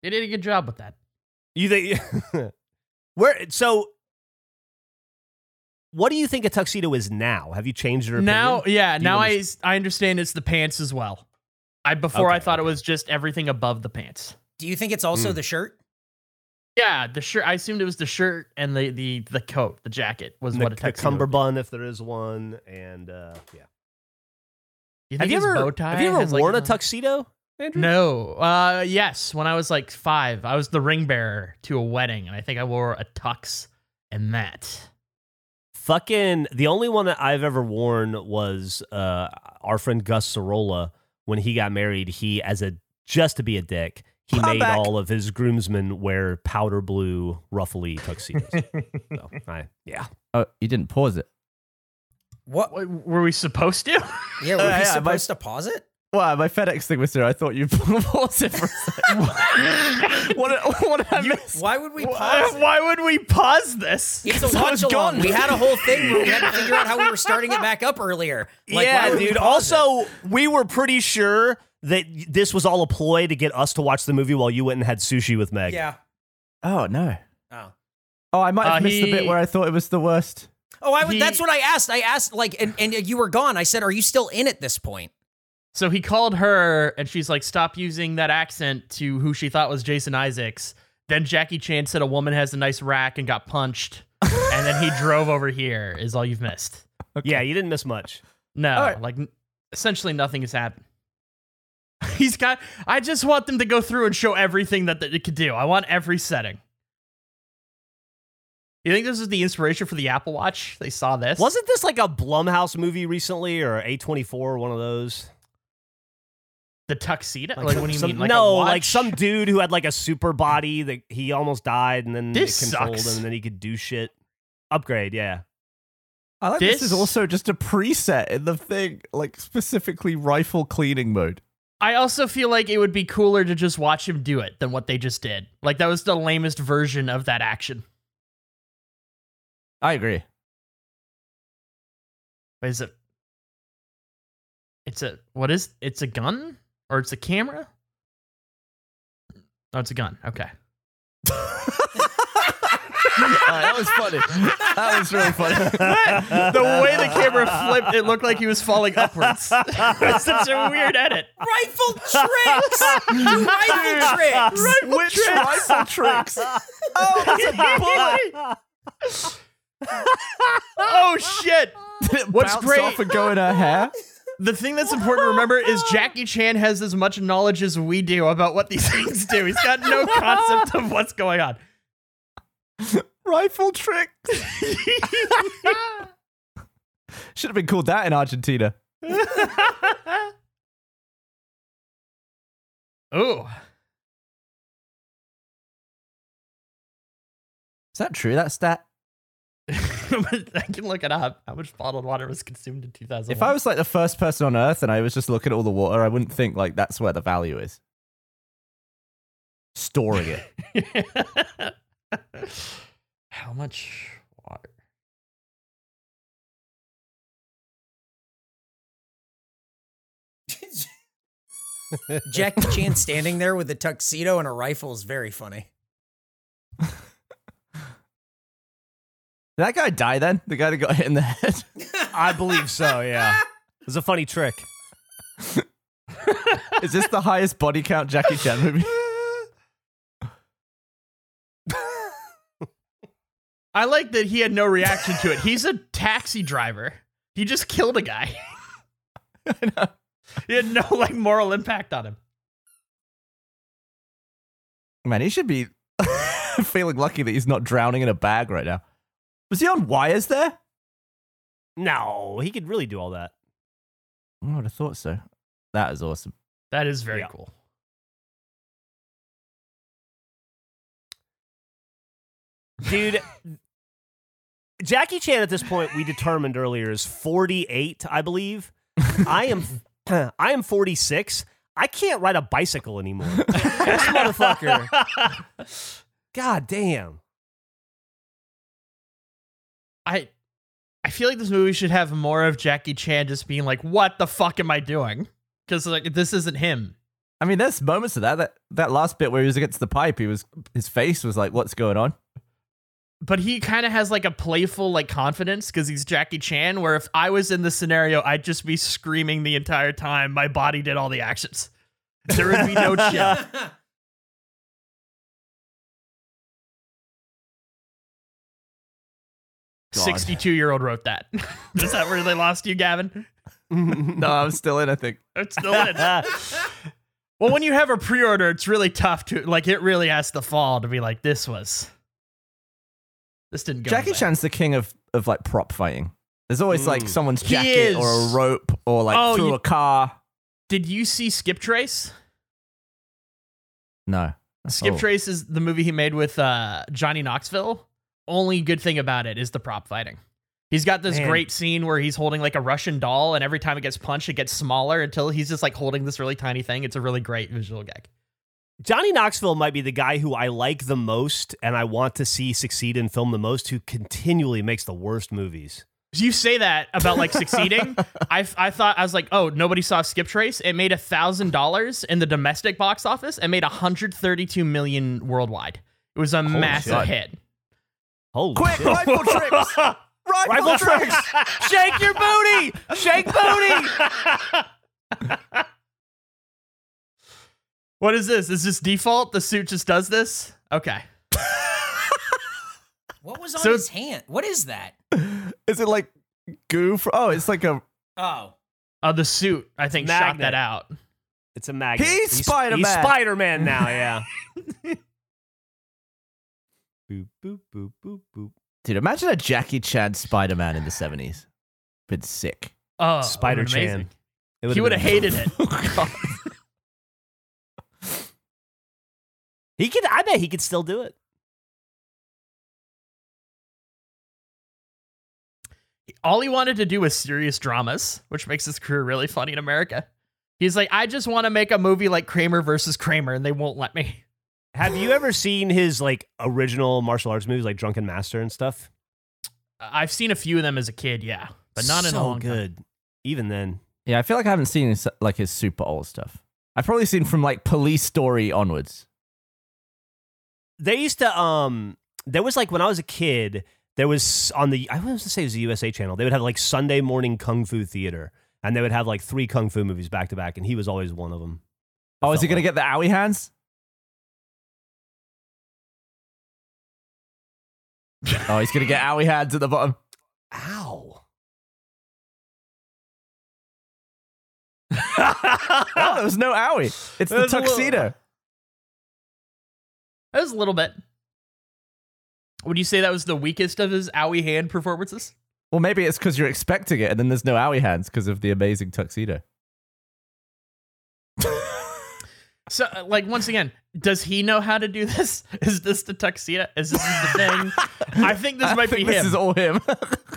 [SPEAKER 3] They did a good job with that.
[SPEAKER 4] You think where so? What do you think a tuxedo is now? Have you changed your opinion?
[SPEAKER 3] Now, yeah,
[SPEAKER 4] Do you
[SPEAKER 3] now I I understand it's the pants as well. I before I
[SPEAKER 4] Okay,
[SPEAKER 3] thought it was just everything above the pants.
[SPEAKER 2] Do you think it's also
[SPEAKER 5] Hmm.
[SPEAKER 2] the shirt?
[SPEAKER 3] Yeah, the shirt. I assumed it was the shirt and the the the coat, the jacket was
[SPEAKER 4] the,
[SPEAKER 3] what a
[SPEAKER 4] the
[SPEAKER 3] tuxedo. would be.
[SPEAKER 4] cummerbund, if there is one, and uh, yeah.
[SPEAKER 3] You
[SPEAKER 4] Have
[SPEAKER 3] think
[SPEAKER 4] you
[SPEAKER 3] his
[SPEAKER 4] ever
[SPEAKER 3] bow tie
[SPEAKER 4] have you ever
[SPEAKER 3] has, like,
[SPEAKER 4] worn a
[SPEAKER 3] the-
[SPEAKER 4] tuxedo?
[SPEAKER 5] Andrew?
[SPEAKER 3] No. Uh, yes. When I was like five, I was the ring bearer to a wedding, and I think I wore a tux and that.
[SPEAKER 4] Fucking the only one that I've ever worn was uh, our friend Gus Sorolla when he got married. He as a just to be a dick, he
[SPEAKER 2] I'm
[SPEAKER 4] made
[SPEAKER 2] back.
[SPEAKER 4] all of his groomsmen wear powder blue ruffly tuxedos. so, I, yeah,
[SPEAKER 5] Oh, you didn't pause it.
[SPEAKER 2] What?
[SPEAKER 3] What, were we supposed to?
[SPEAKER 2] Yeah, were we
[SPEAKER 5] Uh, yeah, my-
[SPEAKER 2] supposed to pause it?
[SPEAKER 5] Wow, my FedEx thing was there. I thought you paused it for a second. what, what did I miss?
[SPEAKER 2] Why would we
[SPEAKER 3] why,
[SPEAKER 2] pause it?
[SPEAKER 3] why would we pause this?
[SPEAKER 2] It's a
[SPEAKER 5] So
[SPEAKER 2] watch
[SPEAKER 5] it's
[SPEAKER 2] along.
[SPEAKER 5] gone.
[SPEAKER 2] We had a whole thing where we had to figure out how we were starting it back up earlier. Like, why
[SPEAKER 4] yeah,
[SPEAKER 2] would we
[SPEAKER 4] dude.
[SPEAKER 2] pause it?
[SPEAKER 4] Also, we were pretty sure that y- this was all a ploy to get us to watch the movie while you went and had sushi with Meg.
[SPEAKER 2] yeah.
[SPEAKER 5] Oh, no.
[SPEAKER 2] Oh.
[SPEAKER 5] Oh, I might have
[SPEAKER 3] Uh,
[SPEAKER 5] missed the bit
[SPEAKER 3] he-
[SPEAKER 5] where I thought it was the worst.
[SPEAKER 2] Oh, I would,
[SPEAKER 3] He-
[SPEAKER 2] that's what I asked. I asked like, and, and you were gone. I said, "Are you still in at this point?"
[SPEAKER 3] So he called her, and she's like, "Stop using that accent to who she thought was Jason Isaacs." Then Jackie Chan said a woman has a nice rack and got punched, and then he drove over here. Is all you've missed?
[SPEAKER 4] yeah. You didn't miss much.
[SPEAKER 3] No,
[SPEAKER 5] All right.
[SPEAKER 3] like n- essentially nothing has happened. He's got. I just want them to go through and show everything that, that it could do. I want every setting. You think this is the inspiration for the Apple Watch? They saw this.
[SPEAKER 4] Wasn't this like a Blumhouse movie recently or A twenty four one of those?
[SPEAKER 3] the tuxedo? Like, what do you
[SPEAKER 4] some-
[SPEAKER 3] mean? Like
[SPEAKER 4] no,
[SPEAKER 3] a watch?
[SPEAKER 4] like some dude who had like a super body that he almost died, and then
[SPEAKER 3] This
[SPEAKER 4] it controlled
[SPEAKER 3] sucks.
[SPEAKER 4] him, and then he could do shit. Upgrade, yeah.
[SPEAKER 5] I like this is
[SPEAKER 3] This-
[SPEAKER 5] also just a preset in the thing, like specifically rifle cleaning mode.
[SPEAKER 3] I also feel like it would be cooler to just watch him do it than what they just did. Like that was the lamest version of that action.
[SPEAKER 5] I agree.
[SPEAKER 3] What is it? It's a what is? It's a gun or it's a camera? Oh, it's a gun. Okay.
[SPEAKER 5] that was funny. That was really funny.
[SPEAKER 3] the way the camera flipped, it looked like he was falling upwards. It's such a weird edit.
[SPEAKER 2] Rifle tricks, Do rifle tricks.
[SPEAKER 5] Which rifle tricks?
[SPEAKER 3] oh shit!
[SPEAKER 5] Did it
[SPEAKER 3] What's
[SPEAKER 5] bounce
[SPEAKER 3] great-
[SPEAKER 5] off and go in her hair?
[SPEAKER 3] The thing that's important to remember is Jackie Chan has as much knowledge as we do about what these things do. He's got no concept of what's going on.
[SPEAKER 5] Rifle trick. Should have been called that in Argentina.
[SPEAKER 3] Oh,
[SPEAKER 5] Is that true? That stat?
[SPEAKER 3] I can look it up. How much bottled water was consumed in 2000?
[SPEAKER 5] If I was like the first person on Earth and I was just looking at all the water, I wouldn't think like that's where the value is. Storing it.
[SPEAKER 3] How much water?
[SPEAKER 2] Jackie Chan standing there with a tuxedo and a rifle is very funny.
[SPEAKER 5] Did that guy die then? The guy that got hit in the head?
[SPEAKER 4] I believe so. Yeah, it was a funny trick.
[SPEAKER 5] Is this the highest body count Jackie Chan movie?
[SPEAKER 3] I like that he had no reaction to it. He's a taxi driver. He just killed a guy.
[SPEAKER 5] I know.
[SPEAKER 3] He had no like moral impact on him.
[SPEAKER 5] Man, he should be feeling lucky that he's not drowning in a bag right now. Was he on wires there?
[SPEAKER 4] No, he could really do all that.
[SPEAKER 5] Oh, I would have thought so. That is awesome.
[SPEAKER 3] That is very
[SPEAKER 4] Yeah.
[SPEAKER 3] cool.
[SPEAKER 4] dude. Jackie Chan at this point we determined earlier is 48, I believe. I am I am 46. I can't ride a bicycle anymore. this motherfucker. God damn.
[SPEAKER 3] I I feel like this movie should have more of Jackie Chan just being like, "What the fuck am I doing?" Because like this isn't him.
[SPEAKER 5] I mean, there's moments of that. That that last bit where he was against the pipe, he was his face was like, "What's going on?"
[SPEAKER 3] But he kind of has like a playful like confidence because he's Jackie Chan. Where if I was in this scenario, I'd just be screaming the entire time. My body did all the actions. There would be no chill.
[SPEAKER 5] God.
[SPEAKER 3] Sixty-two year old wrote that. is that where they lost you, Gavin?
[SPEAKER 5] No, I'm still in. I think
[SPEAKER 3] It's still in. Well, when you have a pre-order, it's really tough to like. It really has to fall to be like this was. This didn't go.
[SPEAKER 5] Jackie
[SPEAKER 3] away.
[SPEAKER 5] Chan's the king of, of like prop fighting. There's always
[SPEAKER 4] Mm.
[SPEAKER 5] like someone's
[SPEAKER 3] He
[SPEAKER 5] jacket or a
[SPEAKER 3] is.
[SPEAKER 5] rope or like
[SPEAKER 3] Oh,
[SPEAKER 5] through
[SPEAKER 3] you-
[SPEAKER 5] a car.
[SPEAKER 3] Did you see Skip Trace?
[SPEAKER 5] No.
[SPEAKER 3] Skip
[SPEAKER 5] Oh.
[SPEAKER 3] Trace is the movie he made with uh, Johnny Knoxville. Only good thing about it is the prop fighting. He's got this
[SPEAKER 4] Man.
[SPEAKER 3] great scene where he's holding like a Russian doll, and every time it gets punched, it gets smaller until he's just like holding this really tiny thing. It's a really great visual gag.
[SPEAKER 4] Johnny Knoxville might be the guy who I like the most and I want to see succeed in film the most who continually makes the worst movies.
[SPEAKER 3] You say that about like succeeding. I, I thought I was like, oh, nobody saw Skip Trace. It made a thousand dollars in the domestic box office and made 132 million worldwide. It was a massive
[SPEAKER 5] shit.
[SPEAKER 3] hit.
[SPEAKER 4] Holy
[SPEAKER 5] Quick,
[SPEAKER 4] shit.
[SPEAKER 5] rifle trips! Rifle,
[SPEAKER 4] Rifle
[SPEAKER 5] trips!
[SPEAKER 4] Shake your booty! Shake booty!
[SPEAKER 3] What is this? Is this default? The suit just does this? Okay.
[SPEAKER 2] What was on
[SPEAKER 3] So-
[SPEAKER 2] his hand? What is that?
[SPEAKER 5] Is it like goo? fr- oh, it's like a.
[SPEAKER 2] Oh,
[SPEAKER 3] Uh, the suit, I think, shot
[SPEAKER 4] Magnet.
[SPEAKER 3] that out.
[SPEAKER 4] It's a magnet.
[SPEAKER 5] He's Spider-Man.
[SPEAKER 4] He's Spider Man now, yeah. boop, boop, boop, boop, boop.
[SPEAKER 5] Dude, imagine a Jackie Chan Spider Man in the 70s. Been sick.
[SPEAKER 3] Oh,
[SPEAKER 4] Spider
[SPEAKER 3] it was amazing.
[SPEAKER 4] Chan. It
[SPEAKER 3] He would
[SPEAKER 4] been- Oh,
[SPEAKER 3] have hated it.
[SPEAKER 4] He could. I bet he could still do it.
[SPEAKER 3] All he wanted to do was serious dramas, which makes his career really funny in America. He's like, I just want to make a movie like Kramer versus Kramer, and they won't let me.
[SPEAKER 4] Have you ever seen his like original martial arts movies, like Drunken Master and stuff?
[SPEAKER 3] I've seen a few of them as a kid, yeah, but not
[SPEAKER 4] so
[SPEAKER 3] in a long time.
[SPEAKER 4] good. Even then,
[SPEAKER 5] Yeah, I feel like I haven't seen his, like his super old stuff. I've probably seen from like Police Story onwards.
[SPEAKER 4] they used to. Um, there was like when I was a kid, there was on the I was to say it was the USA Channel. They would have like Sunday morning kung fu theater, and they would have like three kung fu movies back to back, and he was always one of them.
[SPEAKER 5] Oh, is he
[SPEAKER 4] felt
[SPEAKER 5] gonna get
[SPEAKER 4] like-
[SPEAKER 5] the owie hands? oh, he's gonna get owie hands at the bottom.
[SPEAKER 4] Ow.
[SPEAKER 5] Oh, there was no owie. It's the
[SPEAKER 3] There's a little-
[SPEAKER 5] tuxedo.
[SPEAKER 3] That was a little bit. Would you say that was the weakest of his owie hand performances?
[SPEAKER 5] Well, maybe it's because you're expecting it, and then there's no owie hands because of the amazing tuxedo.
[SPEAKER 3] So, uh, like, once again, does he know how to do this? Is this the tuxedo? Is this the thing? I think this
[SPEAKER 5] I
[SPEAKER 3] might
[SPEAKER 5] think
[SPEAKER 3] be
[SPEAKER 5] this
[SPEAKER 3] him.
[SPEAKER 5] is all him.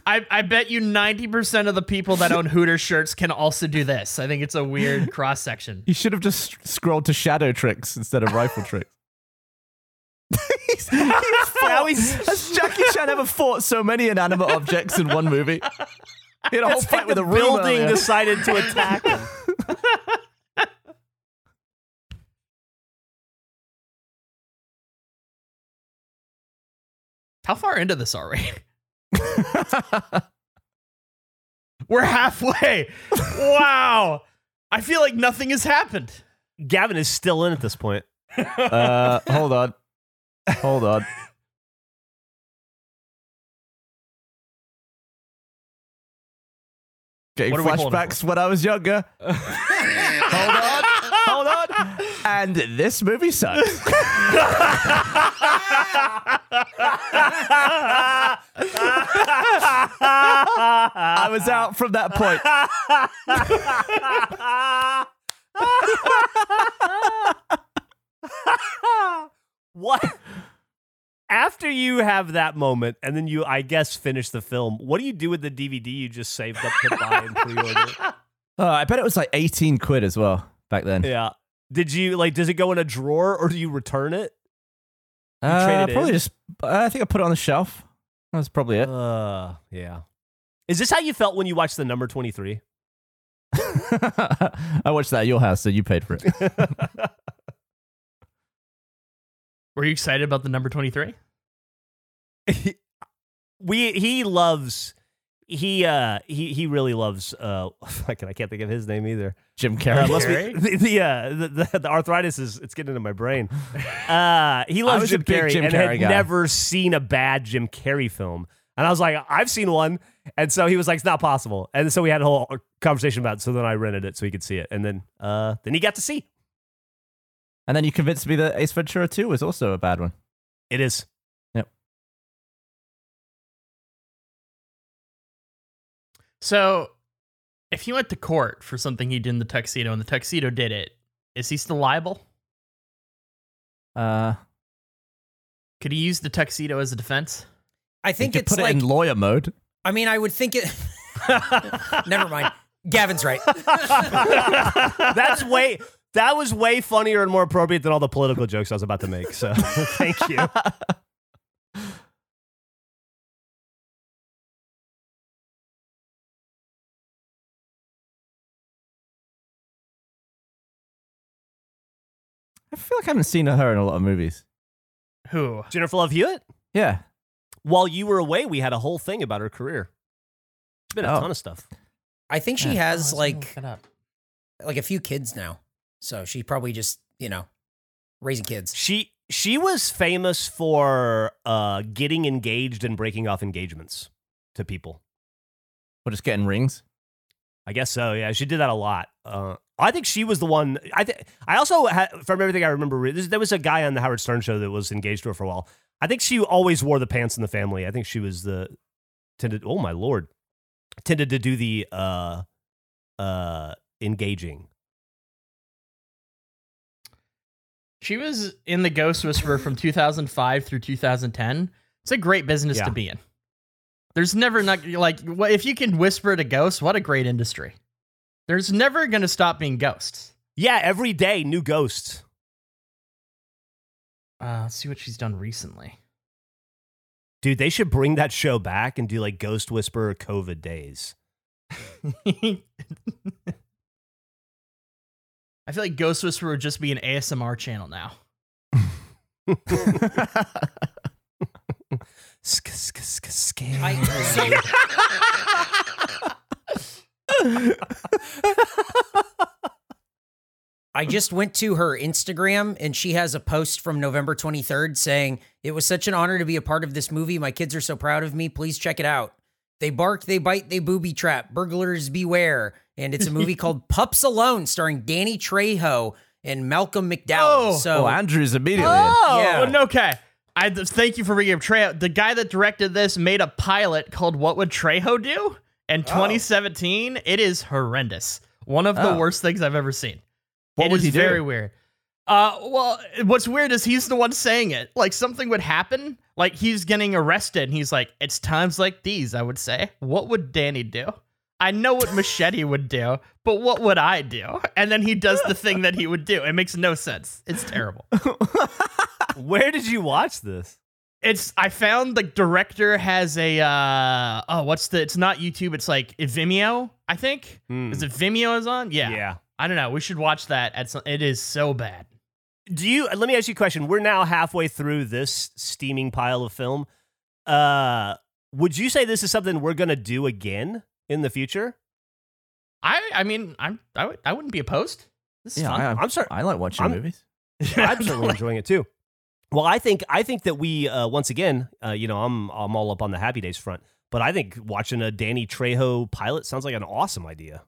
[SPEAKER 3] I, I bet you 90% of the people that own Hooters shirts can also do this. I think it's a weird cross section.
[SPEAKER 5] you should have just s- scrolled to shadow tricks instead of rifle tricks. He's- he's fought-
[SPEAKER 4] Now he's-
[SPEAKER 5] Has Jackie Chan ever fought so many inanimate objects in one movie? He had a whole
[SPEAKER 4] It's
[SPEAKER 5] fight
[SPEAKER 4] like
[SPEAKER 5] with
[SPEAKER 4] the
[SPEAKER 5] a room
[SPEAKER 4] building
[SPEAKER 5] earlier.
[SPEAKER 4] decided to attack him.
[SPEAKER 3] How far into this are we? We're halfway. Wow. I feel like nothing has happened.
[SPEAKER 4] Gavin is still in at this point.
[SPEAKER 5] uh, hold on. Hold on. Getting
[SPEAKER 3] What are we holding
[SPEAKER 5] flashbacks when I was younger. hold on. Hold on. And this movie sucks. I
[SPEAKER 4] I
[SPEAKER 5] was out from that point.
[SPEAKER 4] what? After you have that moment, and then you, I guess, finish the film. What do you do with the DVD you just saved up to buy and pre-order?
[SPEAKER 5] Uh, I bet it was like 18 quid as well back then.
[SPEAKER 4] Yeah. Did you like? Does it go in a drawer or do you return it?
[SPEAKER 5] Uh,
[SPEAKER 4] traded it
[SPEAKER 5] probably
[SPEAKER 4] in?
[SPEAKER 5] just, uh, I think I put it on the shelf. That was probably it.
[SPEAKER 4] Uh, yeah. Is this how you felt when you watched the number twenty three?
[SPEAKER 5] I watched that at your house, so you paid for it.
[SPEAKER 3] Were you excited about the number 23?
[SPEAKER 4] we he loves he uh he he really loves uh fucking I can't think of his name either.
[SPEAKER 5] Jim
[SPEAKER 4] Uh,
[SPEAKER 5] Carrey.
[SPEAKER 4] must be-
[SPEAKER 3] Carrey?
[SPEAKER 4] the the, uh, the the the arthritis is it's getting into my brain. Uh he
[SPEAKER 5] I
[SPEAKER 4] loves
[SPEAKER 5] was a
[SPEAKER 4] Jim
[SPEAKER 5] big
[SPEAKER 4] Carrey
[SPEAKER 5] Jim
[SPEAKER 4] and
[SPEAKER 5] Carrey
[SPEAKER 4] had
[SPEAKER 5] guy.
[SPEAKER 4] never seen a bad Jim Carrey film. And I was like, I've seen one. And so he was like, it's not possible. And so we had a whole conversation about it. So then I rented it so he could see it. And then uh then he got to see.
[SPEAKER 5] And then you convinced me that Ace Ventura 2 was also a bad one.
[SPEAKER 4] It is.
[SPEAKER 3] So, if he went to court for something he did in the tuxedo and the tuxedo did it, is he still liable?
[SPEAKER 5] Uh,
[SPEAKER 3] Could he use the tuxedo as a defense?
[SPEAKER 2] I think
[SPEAKER 5] you could
[SPEAKER 2] it's
[SPEAKER 5] put
[SPEAKER 2] like
[SPEAKER 5] it in lawyer mode.
[SPEAKER 2] I mean, I would think it. Never mind. Gavin's right.
[SPEAKER 4] That's way. That was way funnier and more appropriate than all the political jokes I was about to make. So thank you.
[SPEAKER 5] I feel like I haven't seen her in a lot of movies.
[SPEAKER 3] Who?
[SPEAKER 4] Jennifer Love Hewitt.
[SPEAKER 5] Yeah.
[SPEAKER 4] While you were away, we had a whole thing about her career. It's been a
[SPEAKER 5] Oh.
[SPEAKER 4] ton of stuff.
[SPEAKER 2] I think she
[SPEAKER 5] Yeah.
[SPEAKER 2] has like
[SPEAKER 3] Shut up.
[SPEAKER 2] like a few kids now, so she probably just you know raising kids.
[SPEAKER 4] She she was famous for uh, getting engaged and breaking off engagements to people.
[SPEAKER 5] Or just getting rings.
[SPEAKER 4] I guess so. Yeah, she did that a lot. Uh, I think she was the one. I think I also had, from everything I remember, re- there was a guy on the Howard Stern show that was engaged to her for a while. I think she always wore the pants in the family. I think she was the tended. Oh my lord, tended to do the uh, uh, engaging.
[SPEAKER 3] She was in the Ghost Whisperer from 2005 through 2010. It's a great business
[SPEAKER 4] Yeah.
[SPEAKER 3] to be in. There's never not like wh- if you can whisper to ghosts, what a great industry. There's never going to stop being ghosts.
[SPEAKER 4] Yeah, every day new ghosts.
[SPEAKER 3] Uh, let's see what she's done recently.
[SPEAKER 4] Dude, they should bring that show back and do like Ghost Whisperer COVID days.
[SPEAKER 3] I feel like Ghost Whisperer would just be an ASMR channel now.
[SPEAKER 4] Sk- sk- sk- scary.
[SPEAKER 2] I, so, I just went to her Instagram and she has a post from November 23rd saying, It was such an honor to be a part of this movie. My kids are so proud of me. Please check it out. They bark, they bite, they booby trap. Burglars beware. And it's a movie called Pups Alone starring Danny Trejo and Malcolm McDowell.
[SPEAKER 3] Oh.
[SPEAKER 2] so
[SPEAKER 5] Oh, Andrew's immediately.
[SPEAKER 4] Oh!
[SPEAKER 2] Yeah.
[SPEAKER 3] Well, no, okay. I th- thank you for bringing up Trejo. The guy that directed this made a pilot called "What Would Trejo Do?" in
[SPEAKER 5] Oh.
[SPEAKER 3] 2017. It is horrendous. One of the
[SPEAKER 5] Oh.
[SPEAKER 3] worst things I've ever seen.
[SPEAKER 5] What
[SPEAKER 3] It
[SPEAKER 5] would
[SPEAKER 3] is
[SPEAKER 5] he do?
[SPEAKER 3] Very weird. Uh, well, what's weird is he's the one saying it. Like something would happen. Like he's getting arrested, and he's like, "It's times like these." I would say, "What would Danny do?" I know what Machete would do, but what would I do? And then he does the thing that he would do. It makes no sense. It's terrible.
[SPEAKER 4] Where did you watch this?
[SPEAKER 3] It's I found the director has a uh oh what's the it's not YouTube it's like Vimeo I think
[SPEAKER 4] Hmm.
[SPEAKER 3] is it Vimeo is on yeah. I don't know we should watch that at some it is so bad
[SPEAKER 4] Do you uh, let me ask you a question. We're now halfway through this steaming pile of film. Uh would you say this is something we're gonna do again in the future?
[SPEAKER 3] I I mean I'm I would I wouldn't be opposed this is
[SPEAKER 5] Yeah,
[SPEAKER 3] fun
[SPEAKER 5] I,
[SPEAKER 4] I'm sorry.
[SPEAKER 5] I like watching
[SPEAKER 4] I'm-
[SPEAKER 5] movies.
[SPEAKER 4] I'm certainly enjoying it too. Well, I think I think that we uh, once again, uh, you know, I'm I'm all up on the happy days front, but I think watching a Danny Trejo pilot sounds like an awesome idea.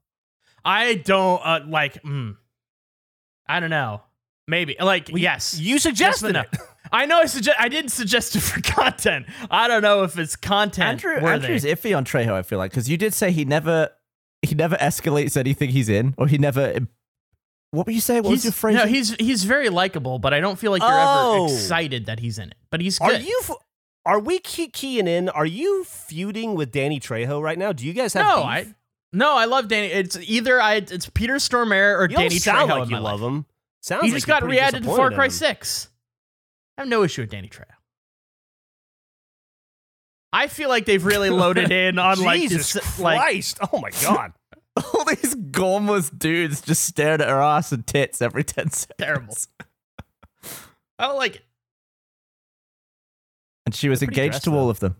[SPEAKER 3] I don't uh, like mm, I don't know maybe like yes
[SPEAKER 4] You
[SPEAKER 3] Yes, but
[SPEAKER 4] suggested
[SPEAKER 3] no.
[SPEAKER 4] it.
[SPEAKER 3] I know I suggest I didn't suggest it for content I don't know if it's content
[SPEAKER 5] Andrew,
[SPEAKER 3] worthy.
[SPEAKER 5] Andrew's iffy on Trejo, I feel like, because you did say he never he never escalates anything he's in, or he never. What were you saying? What was
[SPEAKER 3] He's-
[SPEAKER 5] your phrase?
[SPEAKER 3] No, he's he's very likable, but I don't feel like you're
[SPEAKER 4] Oh.
[SPEAKER 3] ever excited that he's in it. But he's
[SPEAKER 4] Are
[SPEAKER 3] good.
[SPEAKER 4] you? f- Are we key- keying in? Are you feuding with Danny Trejo right now? Do you guys have?
[SPEAKER 3] no,
[SPEAKER 4] beef?
[SPEAKER 3] I no, I love Danny. It's either I it's Peter Stormare or
[SPEAKER 4] You don't
[SPEAKER 3] Danny
[SPEAKER 4] sound
[SPEAKER 3] Trejo.
[SPEAKER 4] like
[SPEAKER 3] in
[SPEAKER 4] you
[SPEAKER 3] my
[SPEAKER 4] love
[SPEAKER 3] life.
[SPEAKER 4] him. Sounds
[SPEAKER 3] He
[SPEAKER 4] like
[SPEAKER 3] just
[SPEAKER 4] you're
[SPEAKER 3] got
[SPEAKER 4] pretty
[SPEAKER 3] re-added to
[SPEAKER 4] disappointed
[SPEAKER 3] Far
[SPEAKER 4] in
[SPEAKER 3] Cry
[SPEAKER 4] him.
[SPEAKER 3] Six. I have no issue with Danny Trejo. I feel like they've really loaded in on like
[SPEAKER 4] Jesus
[SPEAKER 3] this, like
[SPEAKER 4] Christ! oh my God!
[SPEAKER 5] All these gormless dudes just stared at her ass and tits every ten seconds,
[SPEAKER 3] terrible. I don't oh, like it.
[SPEAKER 5] and she was
[SPEAKER 4] pretty
[SPEAKER 5] engaged
[SPEAKER 4] dressed
[SPEAKER 5] to all of them.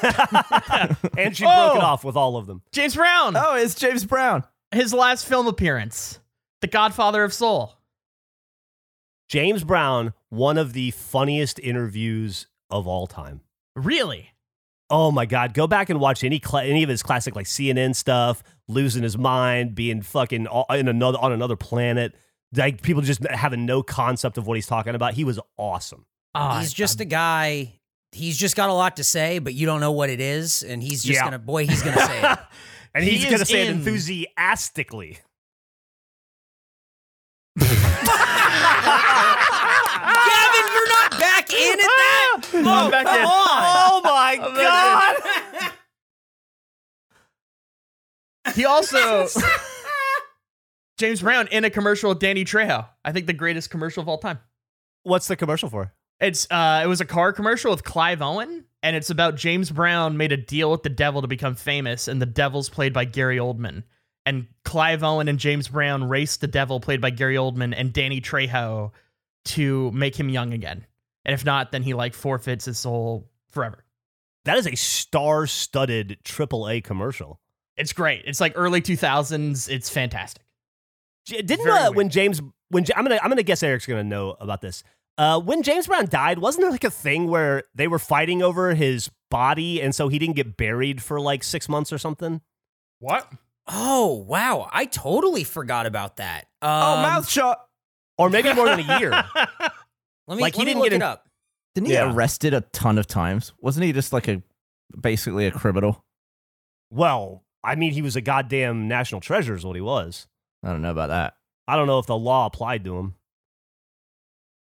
[SPEAKER 4] and she
[SPEAKER 3] Oh.
[SPEAKER 4] broke it off with all of them.
[SPEAKER 3] James Brown,
[SPEAKER 5] Oh, it's James Brown.
[SPEAKER 3] his last film appearance, The Godfather of Soul.
[SPEAKER 4] James Brown, one of the funniest interviews of all time.
[SPEAKER 3] Really?
[SPEAKER 4] Oh my God! Go back and watch any cla any of his classic like CNN stuff, losing his mind, being fucking all- in another on another planet. like people just having no concept of what he's talking about. He was awesome.
[SPEAKER 3] Ah,
[SPEAKER 2] he's just a guy. He's just got a lot to say, but you don't know what it is, and he's just
[SPEAKER 4] Yeah.
[SPEAKER 2] gonna boy, he's gonna say it.
[SPEAKER 4] And
[SPEAKER 3] He
[SPEAKER 4] he's going to
[SPEAKER 3] is
[SPEAKER 4] say it
[SPEAKER 3] in.
[SPEAKER 4] enthusiastically.
[SPEAKER 2] Gavin, you're not back in at that.
[SPEAKER 3] I'm back in.
[SPEAKER 4] Oh my God.
[SPEAKER 2] oh.
[SPEAKER 3] He also James Brown in a commercial with Danny Trejo. I think the greatest commercial of all time.
[SPEAKER 4] What's the commercial for?
[SPEAKER 3] It's uh it was a car commercial with Clive Owen and it's about James Brown made a deal with the devil to become famous and the devil's played by Gary Oldman. And Clive Owen and James Brown raced the devil played by Gary Oldman and Danny Trejo to make him young again. And if not, then he like forfeits his soul forever.
[SPEAKER 4] That is a star studded AAA commercial.
[SPEAKER 3] It's great. It's like early 2000s. It's fantastic.
[SPEAKER 4] J- Didn't
[SPEAKER 3] Very
[SPEAKER 4] uh, when
[SPEAKER 3] weird.
[SPEAKER 4] James when J- I'm gonna I'm gonna guess Eric's gonna know about this. Uh, when James Brown died, wasn't there like a thing where they were fighting over his body, and so he didn't get buried for like six months or something?
[SPEAKER 3] What?
[SPEAKER 2] Oh wow, I totally forgot about that. Um,
[SPEAKER 5] oh, mouth shot.
[SPEAKER 4] Or maybe more than a year.
[SPEAKER 2] Let me
[SPEAKER 4] like, he
[SPEAKER 2] let me
[SPEAKER 4] didn't
[SPEAKER 2] look
[SPEAKER 4] get in-
[SPEAKER 2] it up.
[SPEAKER 5] Didn't he
[SPEAKER 4] Yeah.
[SPEAKER 5] get arrested a ton of times? Wasn't he just like a basically a criminal?
[SPEAKER 4] well, I mean, he was a goddamn national treasure, is what he was.
[SPEAKER 5] I don't know about that.
[SPEAKER 4] I don't know if the law applied to him.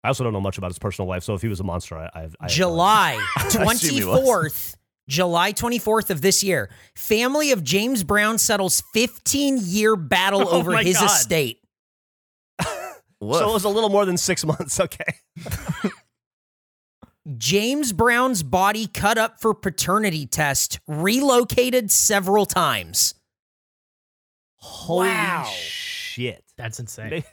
[SPEAKER 4] I also don't know much about his personal life, so if he was a monster, I, I, have- I have no
[SPEAKER 2] July
[SPEAKER 5] I assume he was.
[SPEAKER 2] 24th, July 24th of this year, family of James Brown settles 15 year battle
[SPEAKER 3] Oh
[SPEAKER 2] over
[SPEAKER 3] my
[SPEAKER 2] his
[SPEAKER 3] God.
[SPEAKER 2] estate.
[SPEAKER 4] idea. So it was a little more than six months. Okay,
[SPEAKER 2] James Brown's body cut up for paternity test, relocated several times.
[SPEAKER 4] holy
[SPEAKER 2] Wow.
[SPEAKER 4] shit!
[SPEAKER 3] That's insane.
[SPEAKER 4] They-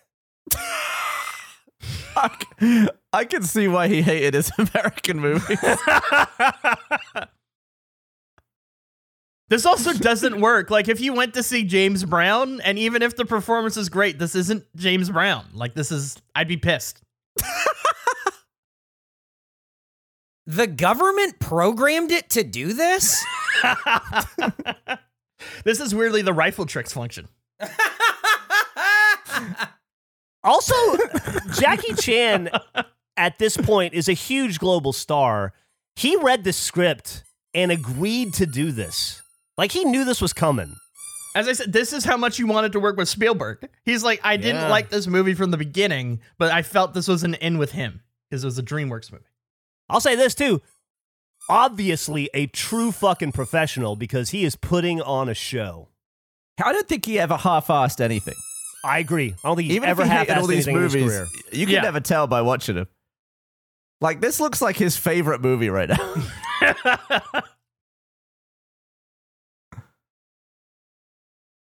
[SPEAKER 5] Fuck. I can see why he hated his American movie.
[SPEAKER 3] This also doesn't work. Like if you went to see James Brown, and even if the performance is great, this isn't James Brown. Like this is, I'd be pissed.
[SPEAKER 2] The government programmed it to do this?
[SPEAKER 3] This is weirdly the rifle tricks function.
[SPEAKER 4] Also, Jackie Chan at this point is a huge global star. He read the script and agreed to do this. Like he knew this was coming.
[SPEAKER 3] As I said, this is how much you wanted to work with Spielberg. He's like, I didn't
[SPEAKER 5] Yeah.
[SPEAKER 3] like this movie from the beginning, but I felt this was an in with him because it was a DreamWorks movie.
[SPEAKER 4] I'll say this too. Obviously, a true fucking professional because he is putting on a show.
[SPEAKER 5] I don't think he ever half-assed anything.
[SPEAKER 4] I agree. I don't think he's
[SPEAKER 5] Even
[SPEAKER 4] ever
[SPEAKER 5] if he
[SPEAKER 4] had
[SPEAKER 5] hated all these
[SPEAKER 4] In
[SPEAKER 5] movies,
[SPEAKER 4] his career.
[SPEAKER 5] you can
[SPEAKER 3] Yeah.
[SPEAKER 5] never tell by watching them. Like this looks like his favorite movie right now.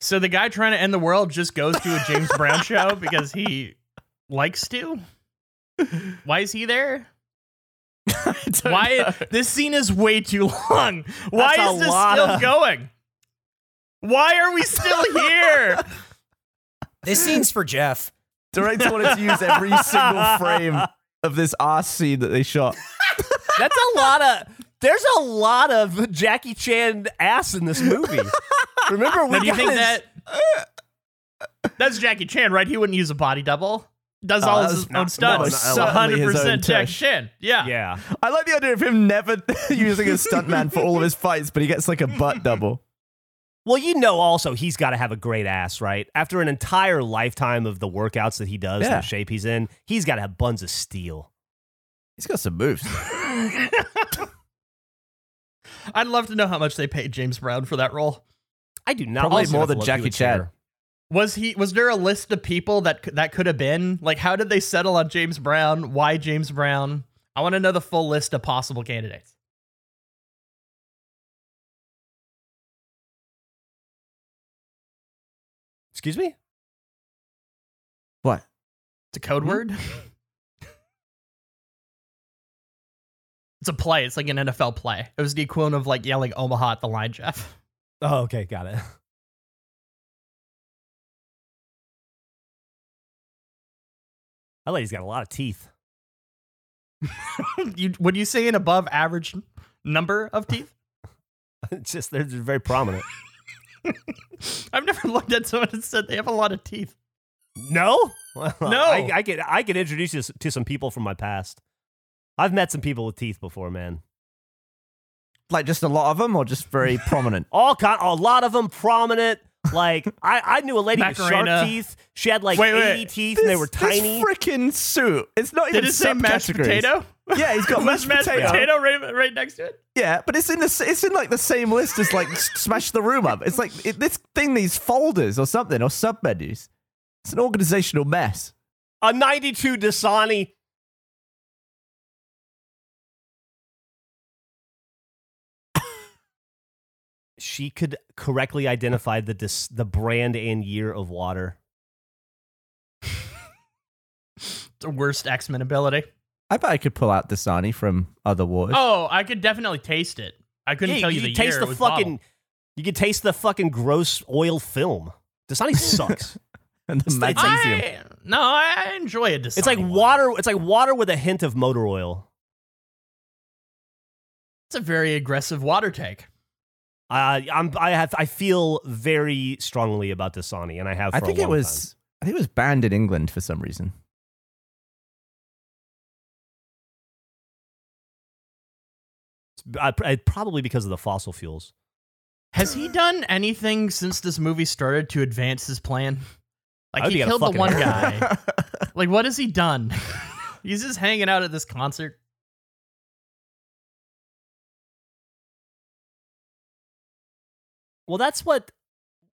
[SPEAKER 3] So the guy trying to end the world just goes to a James Brown show because he likes to. Why is he there?
[SPEAKER 5] I don't
[SPEAKER 3] Why
[SPEAKER 5] know.
[SPEAKER 3] this scene is way too long. Why
[SPEAKER 4] That's a
[SPEAKER 3] is this
[SPEAKER 4] lot
[SPEAKER 3] still
[SPEAKER 4] of-
[SPEAKER 3] going? Why are we still here?
[SPEAKER 2] this scene's for Jeff.
[SPEAKER 5] director wanted to use every single frame of this ass scene that they shot?
[SPEAKER 4] That's a lot of. There's a lot of Jackie Chan ass in this movie. Remember, we
[SPEAKER 3] Now, do you
[SPEAKER 4] got
[SPEAKER 3] think
[SPEAKER 4] his-
[SPEAKER 3] that That's Jackie Chan, right? He wouldn't use a body double. Does all
[SPEAKER 5] Oh, that
[SPEAKER 3] his
[SPEAKER 5] was-
[SPEAKER 3] own stunts.
[SPEAKER 5] no, no, certainly his own
[SPEAKER 3] 100% Jackie
[SPEAKER 5] touch.
[SPEAKER 3] Chan. Yeah.
[SPEAKER 4] Yeah.
[SPEAKER 5] I like the idea of him never using a stuntman for all of his fights, but he gets like a butt double.
[SPEAKER 4] Well, you know, also he's got to have a great ass, right? After an entire lifetime of the workouts that he does, and
[SPEAKER 5] Yeah.
[SPEAKER 4] the shape he's in, he's got to have buns of steel.
[SPEAKER 5] He's got some moves.
[SPEAKER 3] I'd love to know how much they paid James Brown for that role.
[SPEAKER 4] I do not
[SPEAKER 5] Probably
[SPEAKER 4] want to
[SPEAKER 5] more
[SPEAKER 4] have
[SPEAKER 5] than
[SPEAKER 4] to love you
[SPEAKER 5] Jackie
[SPEAKER 4] a
[SPEAKER 5] Chan.
[SPEAKER 4] chair.
[SPEAKER 3] Was he? Was there a list of people that c- that could have been? Like, how did they settle on James Brown? Why James Brown? I want to know the full list of possible candidates.
[SPEAKER 4] Excuse me.
[SPEAKER 5] What?
[SPEAKER 3] It's a
[SPEAKER 5] Hmm?
[SPEAKER 3] code word. it's a play. It's like an NFL play. It was the equivalent of like yelling Omaha at the line, Jeff.
[SPEAKER 4] Oh, okay, got it. That lady's got a lot of teeth.
[SPEAKER 3] you would you say an above average number of teeth?
[SPEAKER 4] It's just they're just very prominent.
[SPEAKER 3] I've never looked at someone and said they have a lot of teeth.
[SPEAKER 4] No,
[SPEAKER 3] No.
[SPEAKER 4] I, I can I can introduce you to some people from my past. I've met some people with teeth before, man.
[SPEAKER 5] Like just a lot of them, or just very prominent.
[SPEAKER 4] All kind, a lot of them prominent. Like I, I knew a lady with
[SPEAKER 3] Macarena.
[SPEAKER 4] sharp teeth. She had like
[SPEAKER 3] Wait, wait.
[SPEAKER 4] eighty teeth, and they were tiny.
[SPEAKER 5] freaking suit. It's not even
[SPEAKER 3] Did it say mashed
[SPEAKER 5] subcategories.
[SPEAKER 3] potato?
[SPEAKER 5] Yeah, he's got
[SPEAKER 3] Was
[SPEAKER 5] mashed,
[SPEAKER 3] mashed
[SPEAKER 5] potato.
[SPEAKER 3] potato right, right next to it?
[SPEAKER 5] Yeah, but it's in the s- it's in like the same list as like s- smash the room up. It's like it, this thing needs folders or something or submenus. It's an organizational mess.
[SPEAKER 4] a ninety-two Dasani. She could correctly identify the dis- the brand and year of water.
[SPEAKER 3] The worst X Men ability.
[SPEAKER 5] I bet I could pull out Dasani from other wars.
[SPEAKER 3] Oh, I could definitely taste it. I couldn't
[SPEAKER 4] Yeah,
[SPEAKER 3] tell you, the
[SPEAKER 4] could taste
[SPEAKER 3] year.
[SPEAKER 4] the
[SPEAKER 3] it was
[SPEAKER 4] fucking.
[SPEAKER 3] bottled.
[SPEAKER 4] You could taste the fucking gross oil film. Dasani sucks.
[SPEAKER 5] and the
[SPEAKER 4] it's-
[SPEAKER 5] magnesium.
[SPEAKER 3] I, no, I I enjoy it.
[SPEAKER 4] it's like water. It's like water with a hint of motor oil.
[SPEAKER 3] It's a very aggressive water take.
[SPEAKER 4] Uh, I'm, I have, I feel very strongly about Dasani, and I have. For
[SPEAKER 5] I
[SPEAKER 4] a
[SPEAKER 5] think it
[SPEAKER 4] long
[SPEAKER 5] was I think it was banned in England for some reason.
[SPEAKER 4] time. I, I- uh, probably because of the fossil fuels.
[SPEAKER 3] Has he done anything since this movie started to advance his plan?
[SPEAKER 4] I
[SPEAKER 3] Like
[SPEAKER 4] hope
[SPEAKER 3] he
[SPEAKER 4] he got a
[SPEAKER 3] killed the
[SPEAKER 4] fucking
[SPEAKER 3] one
[SPEAKER 4] haircut.
[SPEAKER 3] guy. like what has he done? He's just hanging out at this concert.
[SPEAKER 4] Well, that's what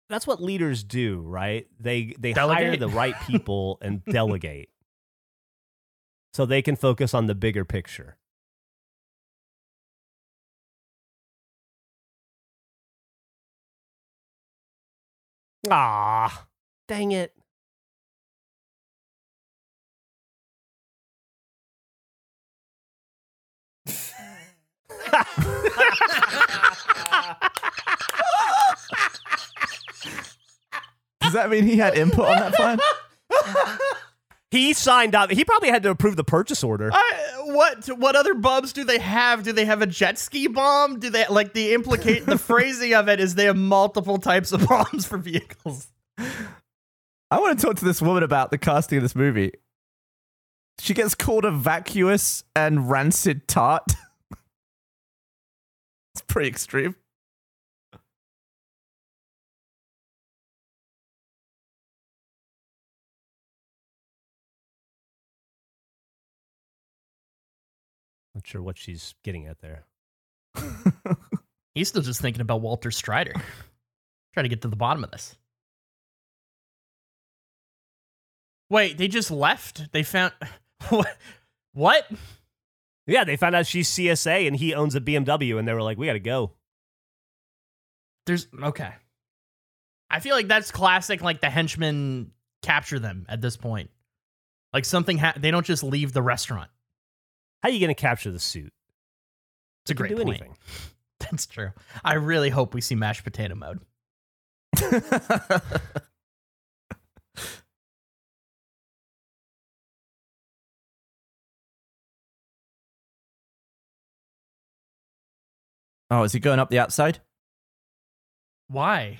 [SPEAKER 4] that's what leaders do, right? They they hire
[SPEAKER 3] Delegate?
[SPEAKER 4] the right people and delegate, so they can focus on the bigger picture. Ah, dang it!
[SPEAKER 5] Does that mean he had input on that plan?
[SPEAKER 4] He signed up. He probably had to approve the purchase order.
[SPEAKER 3] I, what what other bubs do they have? Do they have a jet ski bomb? Do they like the implicate the phrasing of it is they have multiple types of bombs for vehicles?
[SPEAKER 5] I want to talk to this woman about the casting of this movie. She gets called a vacuous and rancid tart. it's pretty extreme.
[SPEAKER 4] Not sure what she's getting at there.
[SPEAKER 3] He's still just thinking about Walter Strider. Trying to get to the bottom of this. Wait, they just left? They found what? What?
[SPEAKER 4] Yeah, they found out she's CSA and he owns a BMW, and they were like, "We got to go."
[SPEAKER 3] There's okay. I feel like that's classic. Like the henchmen capture them at this point. Like something ha- they don't just leave the restaurant.
[SPEAKER 4] How are you going to capture the suit?
[SPEAKER 3] It's a
[SPEAKER 4] They can
[SPEAKER 3] great
[SPEAKER 4] do
[SPEAKER 3] point.
[SPEAKER 4] anything.
[SPEAKER 3] That's true. I really hope we see mashed potato mode.
[SPEAKER 5] oh, is he going up the outside?
[SPEAKER 3] Why?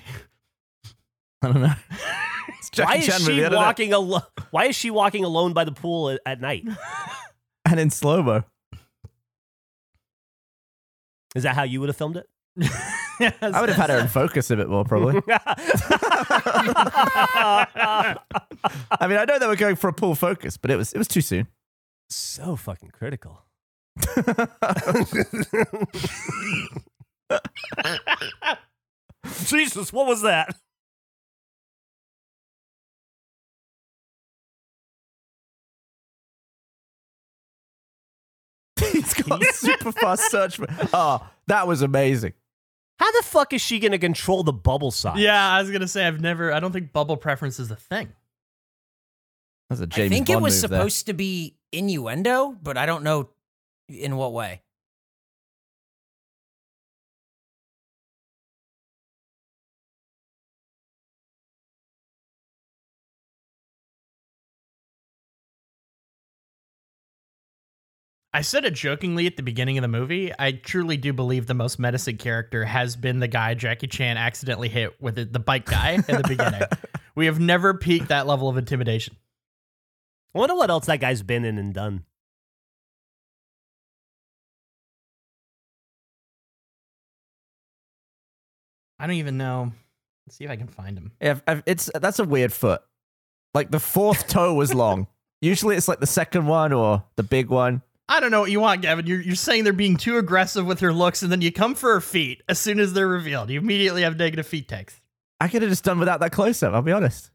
[SPEAKER 5] I don't know. It's Jackie
[SPEAKER 4] Why is
[SPEAKER 5] Chan movie,
[SPEAKER 4] she
[SPEAKER 5] I don't know.
[SPEAKER 4] walking alone? Why is she walking alone by the pool at, at night?
[SPEAKER 5] And in slow mo.
[SPEAKER 4] Is that how you would have filmed it?
[SPEAKER 5] I would have had her in focus a bit more, probably. I mean, I know they were going for a pull focus, but it was it was too soon.
[SPEAKER 4] so fucking critical. Jesus, what was that?
[SPEAKER 5] He's got super fast search. mo- Oh, that was amazing.
[SPEAKER 4] How the fuck is she going to control the bubble size?
[SPEAKER 3] Yeah, I was gonna say I've never. I don't think bubble preference is a thing.
[SPEAKER 5] That was a
[SPEAKER 2] I
[SPEAKER 5] James
[SPEAKER 2] think
[SPEAKER 5] Bond
[SPEAKER 2] it was
[SPEAKER 5] move there.
[SPEAKER 2] supposed to be innuendo, but I don't know in what way.
[SPEAKER 3] I said it jokingly at the beginning of the movie. I truly do believe the most menacing character has been the guy Jackie Chan accidentally hit with it, the bike guy in the beginning. We have never peaked that level of intimidation.
[SPEAKER 4] I wonder what else that guy's been in and done.
[SPEAKER 3] I don't even know. Let's see if I can find him.
[SPEAKER 5] If, if it's that's a weird foot. Like the fourth toe was long. Usually it's like the second one or the big one.
[SPEAKER 3] I don't know what you want, Gavin. You're, you're saying they're being too aggressive with her looks, and then you come for her feet as soon as they're revealed. You immediately have negative feet text.
[SPEAKER 5] I could have just done without that close up. I'll be honest.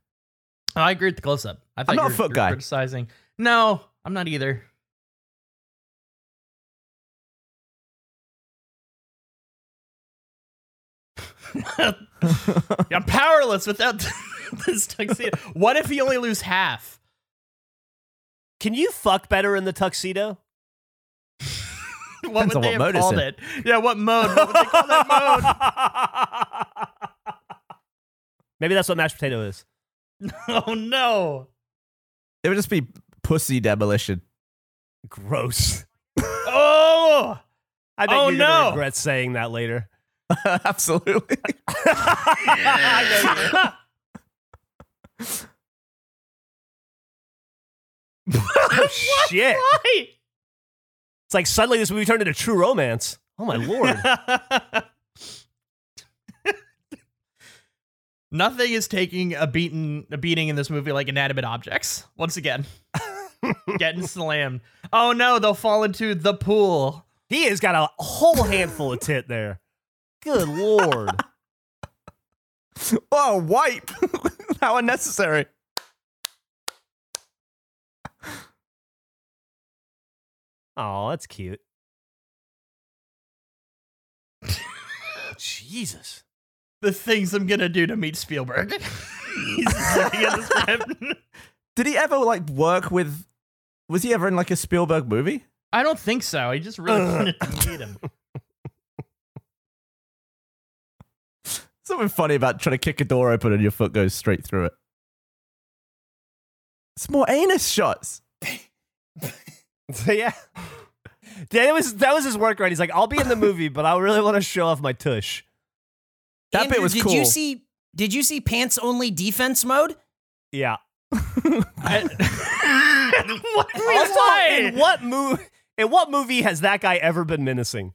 [SPEAKER 3] I agree with the close up. I thought
[SPEAKER 5] not a
[SPEAKER 3] you were-
[SPEAKER 5] foot
[SPEAKER 3] you were
[SPEAKER 5] guy.
[SPEAKER 3] Criticizing. No, I'm not either. I'm powerless without this tuxedo. What if you only lose half?
[SPEAKER 4] Can you fuck better in the tuxedo?
[SPEAKER 3] What
[SPEAKER 5] Depends
[SPEAKER 3] would
[SPEAKER 5] on
[SPEAKER 3] they
[SPEAKER 5] what mode
[SPEAKER 3] have
[SPEAKER 5] it's
[SPEAKER 3] called
[SPEAKER 5] in.
[SPEAKER 3] it? Yeah, what mode? What would they call that mode?
[SPEAKER 4] Maybe that's what mashed potato is.
[SPEAKER 3] Oh no!
[SPEAKER 5] It would just be pussy demolition.
[SPEAKER 4] Gross.
[SPEAKER 3] Oh,
[SPEAKER 4] I bet
[SPEAKER 3] Oh,
[SPEAKER 4] you're gonna
[SPEAKER 3] no.
[SPEAKER 4] regret saying that later.
[SPEAKER 5] Absolutely.
[SPEAKER 4] Oh, Shit.
[SPEAKER 3] why?
[SPEAKER 4] It's like suddenly this movie turned into true romance. Oh my lord.
[SPEAKER 3] Nothing is taking a beaten a beating in this movie like inanimate objects. Once again, getting slammed. Oh no, they'll fall into the pool.
[SPEAKER 4] he has got a whole handful of tit there. Good lord.
[SPEAKER 5] Oh, wipe. How unnecessary.
[SPEAKER 4] Oh, that's cute. Jesus.
[SPEAKER 3] The things I'm gonna do to meet Spielberg. He's just looking at the script.
[SPEAKER 5] Did he ever like work with was he ever in like a Spielberg movie?
[SPEAKER 3] I don't think so. He just really
[SPEAKER 4] Ugh.
[SPEAKER 3] wanted to meet him.
[SPEAKER 5] Something funny about trying to kick a door open and your foot goes straight through it. It's more anus shots.
[SPEAKER 4] yeah. Yeah, it was that was his work right. He's like, I'll be in the movie, but I really want to show off my tush.
[SPEAKER 5] That
[SPEAKER 2] Andrew,
[SPEAKER 5] bit was
[SPEAKER 2] did
[SPEAKER 5] cool.
[SPEAKER 2] you see? Did you see pants only defense mode?
[SPEAKER 4] Yeah.
[SPEAKER 3] I- what?
[SPEAKER 4] Also, in
[SPEAKER 3] Why?
[SPEAKER 4] what movie in what movie has that guy ever been menacing?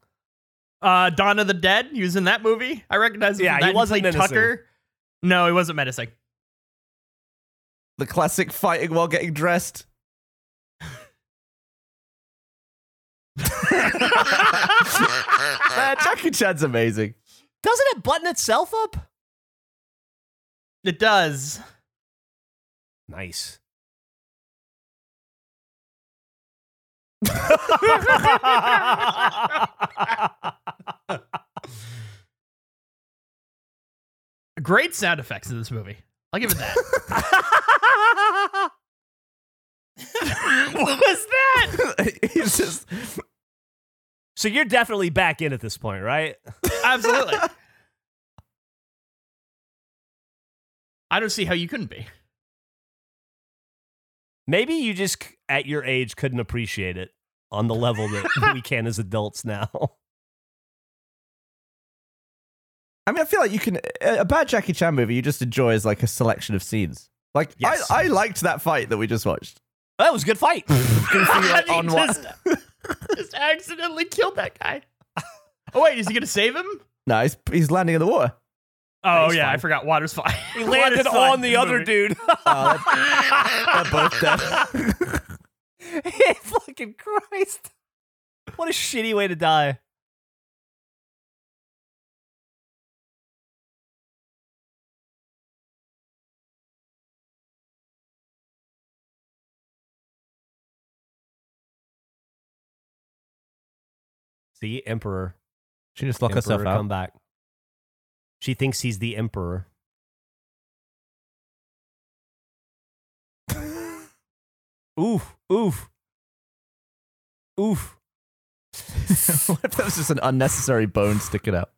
[SPEAKER 3] Uh, Dawn of the Dead. He was in that movie. I recognize him.
[SPEAKER 4] Yeah,
[SPEAKER 3] from
[SPEAKER 4] he
[SPEAKER 3] that.
[SPEAKER 4] wasn't
[SPEAKER 3] played
[SPEAKER 4] menacing.
[SPEAKER 3] Tucker. No, he wasn't menacing.
[SPEAKER 5] the classic fighting while getting dressed.
[SPEAKER 3] Uh,
[SPEAKER 5] Man, Jackie Chan's E. amazing.
[SPEAKER 4] Doesn't it button itself up?
[SPEAKER 3] It does.
[SPEAKER 4] Nice.
[SPEAKER 3] Great sound effects in this movie. I'll give it that. what was that?
[SPEAKER 5] He's just
[SPEAKER 4] so you're definitely back in at this point, right?
[SPEAKER 3] Absolutely. I don't see how you couldn't be.
[SPEAKER 4] Maybe you just c- at your age couldn't appreciate it on the level that we can as adults now.
[SPEAKER 5] I mean, I feel like you can a a bad Jackie Chan movie you just enjoy is like a selection of scenes. Like
[SPEAKER 4] Yes.
[SPEAKER 5] I, I liked that fight that we just watched.
[SPEAKER 4] That was a good fight.
[SPEAKER 5] Goofy, like,
[SPEAKER 3] He
[SPEAKER 5] on one-
[SPEAKER 3] just, just accidentally killed that guy. Oh wait, is he gonna save him?
[SPEAKER 5] No, he's, he's landing in the water.
[SPEAKER 3] Oh
[SPEAKER 4] He's
[SPEAKER 3] yeah, I
[SPEAKER 4] fine.
[SPEAKER 3] forgot. Water's fine.
[SPEAKER 4] He landed on the other dude.
[SPEAKER 5] Uh, they're both dead.
[SPEAKER 4] Fucking Christ. What a shitty way to die. The Emperor.
[SPEAKER 5] She just locked herself
[SPEAKER 4] Emperor
[SPEAKER 5] out.
[SPEAKER 4] come back. She thinks he's the Emperor. oof, oof. Oof.
[SPEAKER 5] what if that was just an unnecessary bone sticking out?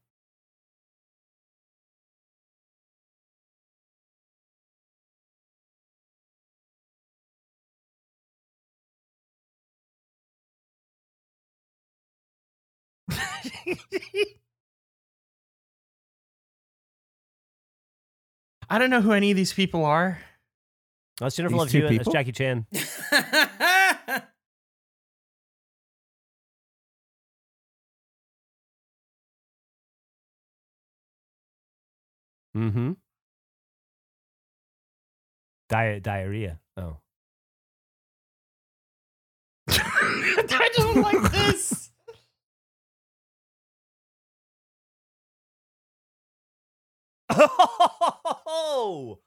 [SPEAKER 3] I don't know who any of these people are.
[SPEAKER 4] That's Jennifer
[SPEAKER 5] These
[SPEAKER 4] Love
[SPEAKER 5] two
[SPEAKER 4] Hewitt. That's
[SPEAKER 5] people?
[SPEAKER 4] Jackie Chan. Mm-hmm. Di- diarrhea. Oh.
[SPEAKER 3] I don't like this.
[SPEAKER 4] Oh!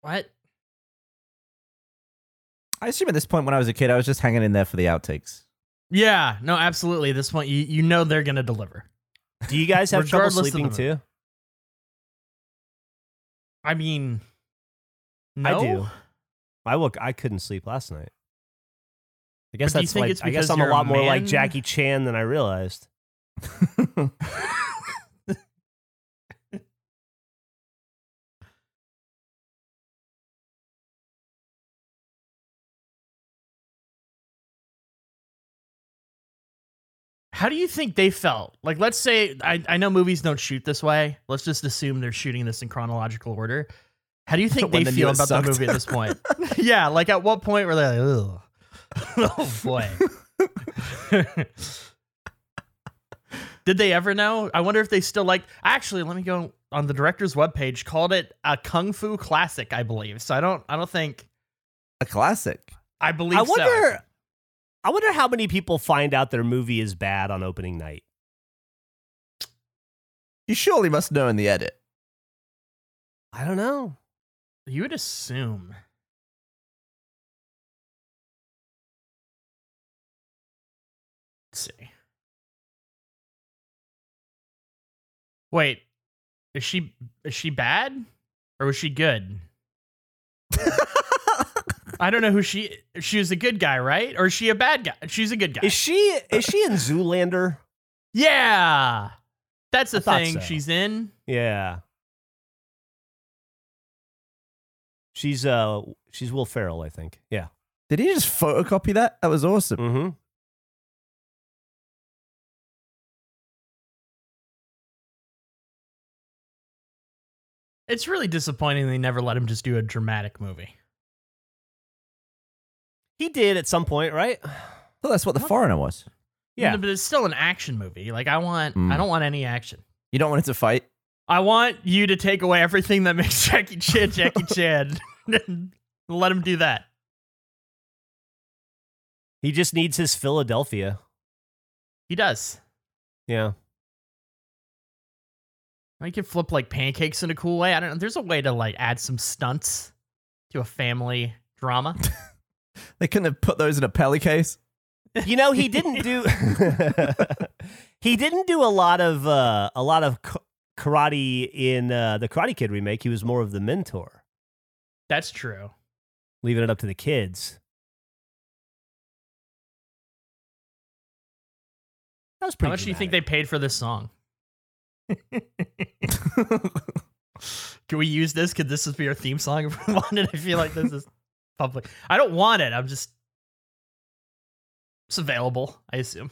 [SPEAKER 3] What?
[SPEAKER 5] I assume at this point when I was a kid, I was just hanging in there for the outtakes.
[SPEAKER 3] Yeah, no, absolutely. This one, you, you know they're gonna deliver.
[SPEAKER 4] Do you guys have trouble
[SPEAKER 3] Regardless of
[SPEAKER 4] sleeping
[SPEAKER 3] the-
[SPEAKER 4] too?
[SPEAKER 3] I mean,
[SPEAKER 4] I
[SPEAKER 3] no?
[SPEAKER 4] do. I woke. I couldn't sleep last night. I guess
[SPEAKER 3] But do you
[SPEAKER 4] that's
[SPEAKER 3] think
[SPEAKER 4] like.
[SPEAKER 3] it's
[SPEAKER 4] I
[SPEAKER 3] because
[SPEAKER 4] guess I'm a
[SPEAKER 3] you're a
[SPEAKER 4] lot more like
[SPEAKER 3] man?
[SPEAKER 4] Jackie Chan than I realized.
[SPEAKER 3] How do you think they felt? Like, let's say I, I know movies don't shoot this way. Let's just assume they're shooting this in chronological order. How do you think
[SPEAKER 5] When
[SPEAKER 3] they
[SPEAKER 5] they knew
[SPEAKER 3] feel
[SPEAKER 5] it
[SPEAKER 3] about
[SPEAKER 5] sucked.
[SPEAKER 3] the movie at this point? yeah, like at what point were they like, Ugh. oh boy? Did they ever know? I wonder if they still like. Actually, let me go on the director's webpage. Called it a kung fu classic, I believe. So I don't. I don't think.
[SPEAKER 5] A classic.
[SPEAKER 3] I believe.
[SPEAKER 4] I
[SPEAKER 3] so.
[SPEAKER 4] wonder. I wonder how many people find out their movie is bad on opening night.
[SPEAKER 5] You surely must know in the edit.
[SPEAKER 4] I don't know.
[SPEAKER 3] You would assume. Let's see. Wait, is she is she bad or was she good? I don't know who she she was a good guy, right? Or is she a bad guy? She's a good guy.
[SPEAKER 4] Is she? Is she in Zoolander?
[SPEAKER 3] yeah. That's the
[SPEAKER 4] thought
[SPEAKER 3] thing
[SPEAKER 4] so.
[SPEAKER 3] she's in.
[SPEAKER 4] Yeah. She's uh. She's Will Ferrell, I think. Yeah.
[SPEAKER 5] Did he just photocopy that? That was awesome.
[SPEAKER 4] Mm-hmm.
[SPEAKER 3] It's really disappointing they never let him just do a dramatic movie.
[SPEAKER 4] He did at some point, right?
[SPEAKER 5] Well, that's what the foreigner was.
[SPEAKER 4] Yeah.
[SPEAKER 3] But it's still an action movie. Like I want
[SPEAKER 5] Mm.
[SPEAKER 3] I don't want any action.
[SPEAKER 5] You don't want it to fight.
[SPEAKER 3] I want you to take away everything that makes Jackie Chan Jackie Chan. Let him do that.
[SPEAKER 4] He just needs his Philadelphia.
[SPEAKER 3] He does.
[SPEAKER 4] Yeah.
[SPEAKER 3] He can flip like pancakes in a cool way. I don't know. There's a way to like add some stunts to a family drama.
[SPEAKER 5] They couldn't have put those in a pelly case.
[SPEAKER 4] You know, he didn't do he didn't do a lot of uh, a lot of k- karate in uh, the Karate Kid remake. He was more of the mentor,
[SPEAKER 3] That's true.
[SPEAKER 4] leaving it up to the kids. That was pretty.
[SPEAKER 3] How much do you think they
[SPEAKER 4] dramatic.
[SPEAKER 3] paid for this song? Can we use this? Could this be our theme song if we wanted? I feel like this is public. I don't want it. I'm just. It's available, I assume.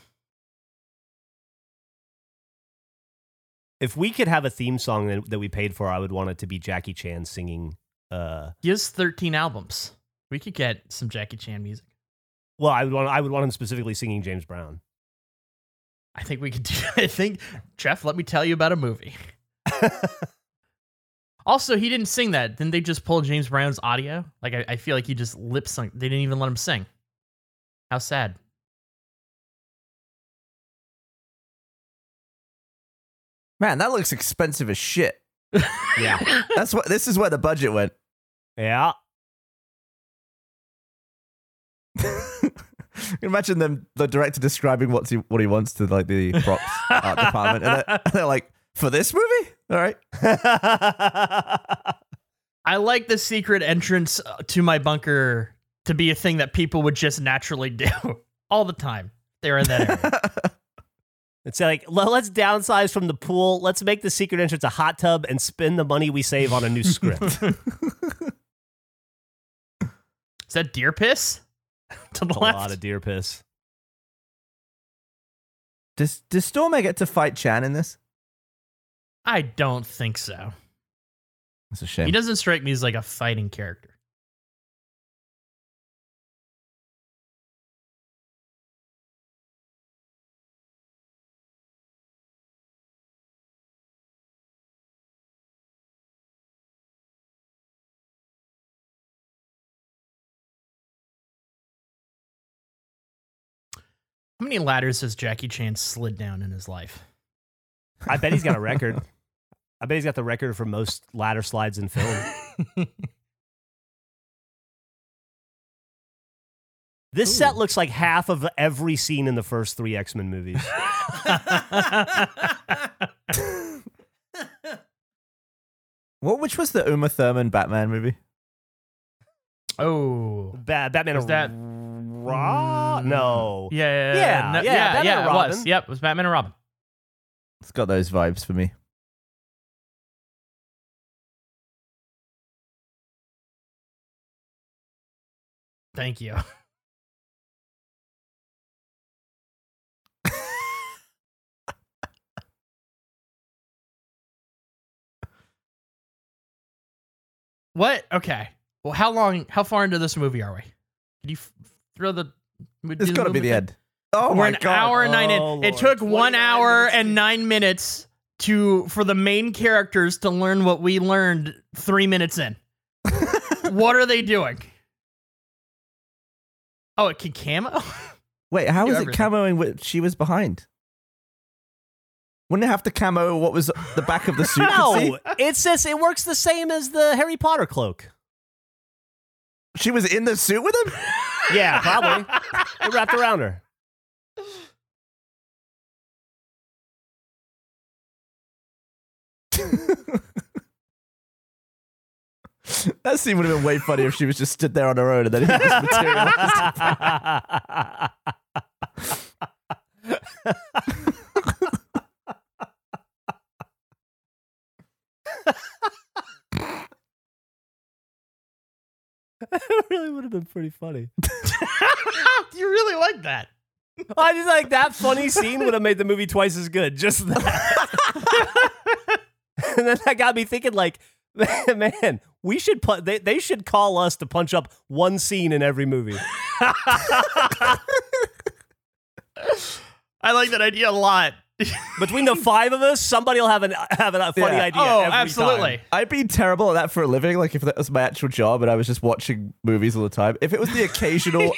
[SPEAKER 4] If we could have a theme song that, that we paid for, I would want it to be Jackie Chan singing. Uh,
[SPEAKER 3] He has 13 albums. We could get some Jackie Chan music.
[SPEAKER 4] well, I would want I would want him specifically singing James Brown.
[SPEAKER 3] I think we could do I think, Jeff, let me tell you about a movie. also, he didn't sing that. Didn't they just pull James Brown's audio? Like, I, I feel like he just lip synced. They didn't even let him sing. How sad.
[SPEAKER 5] Man, that looks expensive as shit.
[SPEAKER 4] Yeah.
[SPEAKER 5] That's what. This is where the budget went.
[SPEAKER 4] Yeah.
[SPEAKER 5] Imagine them, the director describing what's he, what he wants to like Uh, the props art department, and they're, and they're like, "For this movie, all right."
[SPEAKER 3] I like the secret entrance uh, to my bunker to be a thing that people would just naturally do all the time. They're in that area.
[SPEAKER 4] It's like le- let's downsize from the pool. Let's make the secret entrance a hot tub and spend the money we save on a new script.
[SPEAKER 3] Is that deer piss? to the
[SPEAKER 4] a
[SPEAKER 3] left.
[SPEAKER 4] lot of deer piss.
[SPEAKER 5] Does does Stormer get to fight Chan in this?
[SPEAKER 3] I don't think so.
[SPEAKER 6] That's a
[SPEAKER 3] He
[SPEAKER 6] shame.
[SPEAKER 3] doesn't strike me as like a fighting character. How many ladders has Jackie Chan slid down in his life?
[SPEAKER 4] I bet he's got a record. I bet he's got the record for most ladder slides in film. this set looks like half of every scene in the first three X Men movies.
[SPEAKER 5] What which was the Uma Thurman Batman movie?
[SPEAKER 3] oh.
[SPEAKER 4] Ba- Batman
[SPEAKER 3] Was
[SPEAKER 4] and
[SPEAKER 3] that-
[SPEAKER 4] Ra- No. Yeah,
[SPEAKER 3] Yeah, no-
[SPEAKER 4] yeah, Batman and
[SPEAKER 3] it was.
[SPEAKER 4] Robin.
[SPEAKER 3] Yep, it was Batman and Robin.
[SPEAKER 5] It's got those vibes for me.
[SPEAKER 3] Thank you. what? Okay. Well, how long? How far into this movie are we? Can you f- throw the?
[SPEAKER 5] It's got to be the end. Oh
[SPEAKER 3] We're
[SPEAKER 5] my
[SPEAKER 3] an
[SPEAKER 5] god!
[SPEAKER 3] hour and nine. in.
[SPEAKER 4] Oh,
[SPEAKER 3] It
[SPEAKER 4] Lord.
[SPEAKER 3] took one
[SPEAKER 4] 29
[SPEAKER 3] hour
[SPEAKER 4] minutes.
[SPEAKER 3] and nine minutes to for the main characters to learn what we learned three minutes in. what are they doing? Oh, it can camo.
[SPEAKER 5] Wait, how
[SPEAKER 3] Do
[SPEAKER 5] was it
[SPEAKER 3] everything.
[SPEAKER 5] camoing what she was behind? Wouldn't it have to camo what was the back of the suit? could see?
[SPEAKER 4] No, it says it works the same as the Harry Potter cloak.
[SPEAKER 5] She was in the suit with him?
[SPEAKER 4] Yeah, probably. it wrapped around her.
[SPEAKER 5] That scene would have been way funnier if she was just stood there on her own and then he just materialized.
[SPEAKER 4] It really would have been pretty funny.
[SPEAKER 3] you really like that?
[SPEAKER 4] I just like that funny scene would have made the movie twice as good. Just that. and then that got me thinking, like, man, we should put they, they should call us to punch up one scene in every movie.
[SPEAKER 3] I like that idea a lot.
[SPEAKER 4] Between the five of us, somebody will have an have a funny
[SPEAKER 5] Yeah.
[SPEAKER 4] idea.
[SPEAKER 3] oh,
[SPEAKER 4] every
[SPEAKER 3] absolutely.
[SPEAKER 5] I'd be terrible at that for a living. Like if that was my actual job and I was just watching movies all the time. If it was the occasional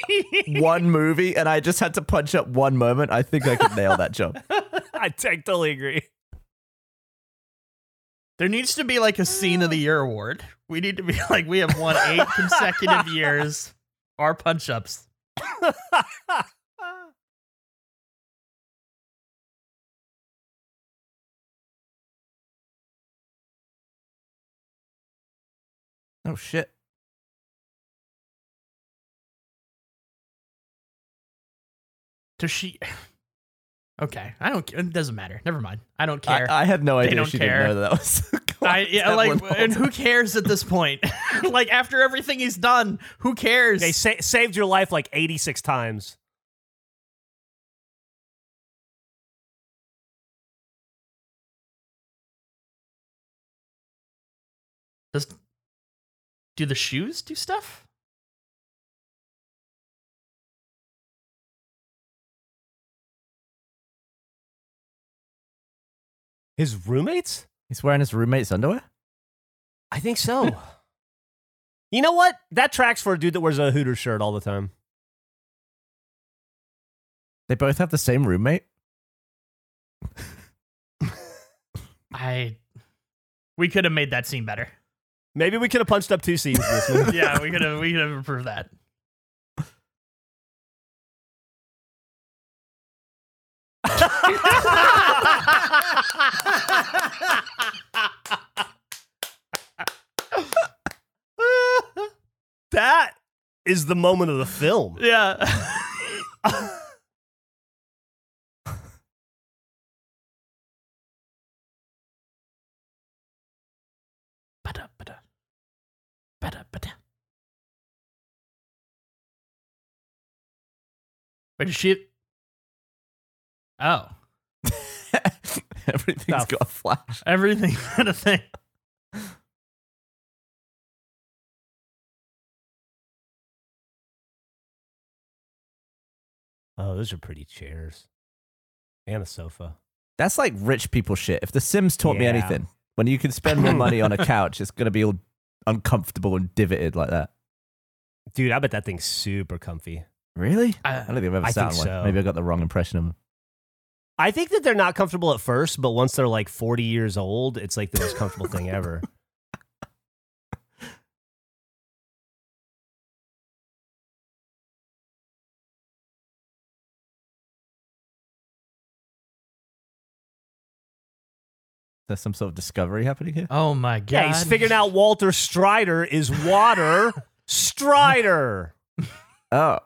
[SPEAKER 5] one movie and I just had to punch up one moment, I think I could nail that job.
[SPEAKER 4] time. I t- totally agree.
[SPEAKER 3] There needs to be like a scene of the year award. We need to be like we have won eight consecutive years. Our punch ups.
[SPEAKER 5] Oh shit.
[SPEAKER 3] Does she? Okay, I don't. ca- It doesn't matter. Never mind. I don't care.
[SPEAKER 5] I, I had no
[SPEAKER 3] They
[SPEAKER 5] idea
[SPEAKER 3] don't
[SPEAKER 5] she
[SPEAKER 3] care.
[SPEAKER 5] didn't know that, that was.
[SPEAKER 3] I yeah,
[SPEAKER 5] That
[SPEAKER 3] like,
[SPEAKER 5] was all
[SPEAKER 3] and who cares at this point? like after everything he's done, who cares?
[SPEAKER 4] They sa- saved your life like eighty six times.
[SPEAKER 3] Does do the shoes do stuff?
[SPEAKER 4] His roommates.
[SPEAKER 5] He's wearing his roommate's underwear.
[SPEAKER 4] I think so. you know what? That tracks for a dude that wears a Hooters shirt all the time.
[SPEAKER 5] They both have the same roommate.
[SPEAKER 3] I. We could have made that scene better.
[SPEAKER 4] Maybe we could have punched up two scenes in this movie.
[SPEAKER 3] yeah, we could have. We could have improved that.
[SPEAKER 4] that is the moment of the film.
[SPEAKER 3] yeah. Wait, is she? Oh,
[SPEAKER 5] Everything's
[SPEAKER 4] Stuff.
[SPEAKER 5] got a flash.
[SPEAKER 3] everything had a thing.
[SPEAKER 4] Oh, those are pretty chairs. And a sofa.
[SPEAKER 5] That's like rich people shit. If The Sims taught me
[SPEAKER 4] Yeah.
[SPEAKER 5] anything, when you can spend more money on a couch, it's gonna be all uncomfortable and divoted like that.
[SPEAKER 4] Dude, I bet that thing's super comfy.
[SPEAKER 5] Really?
[SPEAKER 3] Uh,
[SPEAKER 5] I don't think I've ever
[SPEAKER 4] I
[SPEAKER 5] sat on
[SPEAKER 4] think
[SPEAKER 5] one.
[SPEAKER 4] so.
[SPEAKER 5] Maybe I got the wrong impression of him.
[SPEAKER 4] I think that they're not comfortable at first, but once they're like 40 years old, it's like the most comfortable thing ever.
[SPEAKER 5] There's some sort of discovery happening here.
[SPEAKER 3] Oh my god!
[SPEAKER 4] Yeah, he's figuring out Walter Strider is water Strider.
[SPEAKER 5] Oh,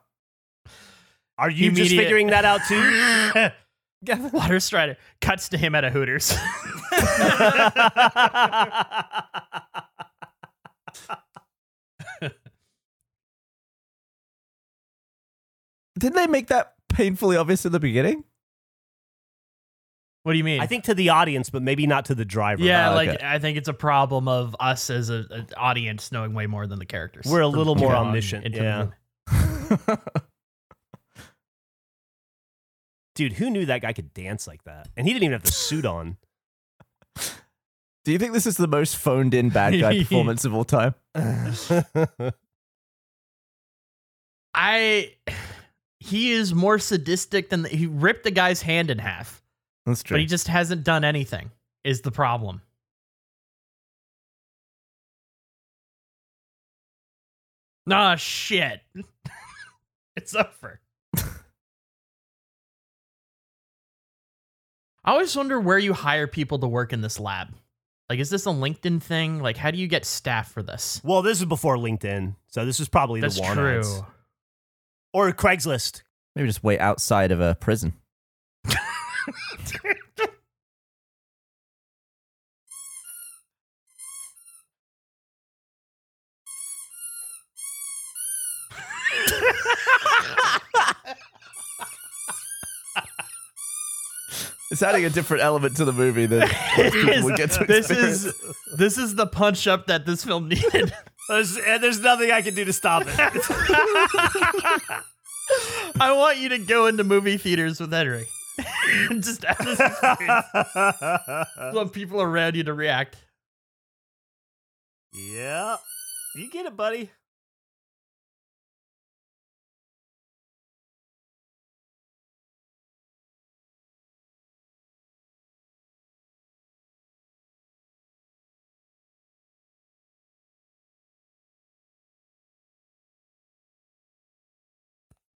[SPEAKER 4] Are you just
[SPEAKER 3] Immediate.
[SPEAKER 4] figuring that out too?
[SPEAKER 3] out. Water Strider cuts to him at a Hooters.
[SPEAKER 5] didn't they make that painfully obvious in the beginning?
[SPEAKER 3] what do you mean?
[SPEAKER 4] I think to the audience, but maybe not to the driver.
[SPEAKER 3] Yeah,
[SPEAKER 5] Oh,
[SPEAKER 3] like
[SPEAKER 5] okay.
[SPEAKER 3] I think it's a problem of us as a- an audience knowing way more than the characters.
[SPEAKER 4] We're a little
[SPEAKER 3] From
[SPEAKER 4] more
[SPEAKER 3] on
[SPEAKER 4] omniscient,
[SPEAKER 3] into the
[SPEAKER 4] yeah.
[SPEAKER 3] movie.
[SPEAKER 4] Dude, who knew that guy could dance like that? And he didn't even have the suit on.
[SPEAKER 5] Do you think this is the most phoned in bad guy performance of all time?
[SPEAKER 3] I he is more sadistic than the, he ripped the guy's hand in half,
[SPEAKER 5] That's true.
[SPEAKER 3] but he just hasn't done anything. Is the problem? Nah, shit. it's over. I always wonder where you hire people to work in this lab. Like, is this a LinkedIn thing? Like, how do you get staff for this?
[SPEAKER 4] well, this is before LinkedIn, so this is probably
[SPEAKER 3] That's
[SPEAKER 4] the
[SPEAKER 3] true.
[SPEAKER 4] one or Craigslist.
[SPEAKER 5] Maybe just wait outside of a prison. It's adding a different element to the movie than most people
[SPEAKER 3] is-
[SPEAKER 5] would get to
[SPEAKER 3] this
[SPEAKER 5] experience.
[SPEAKER 3] is this is the punch up that this film needed.
[SPEAKER 4] There's, and there's nothing I can do to stop it.
[SPEAKER 3] I want you to go into movie theaters with Henry. Just have this experience. I want people around you to react.
[SPEAKER 4] yeah, you get it, buddy.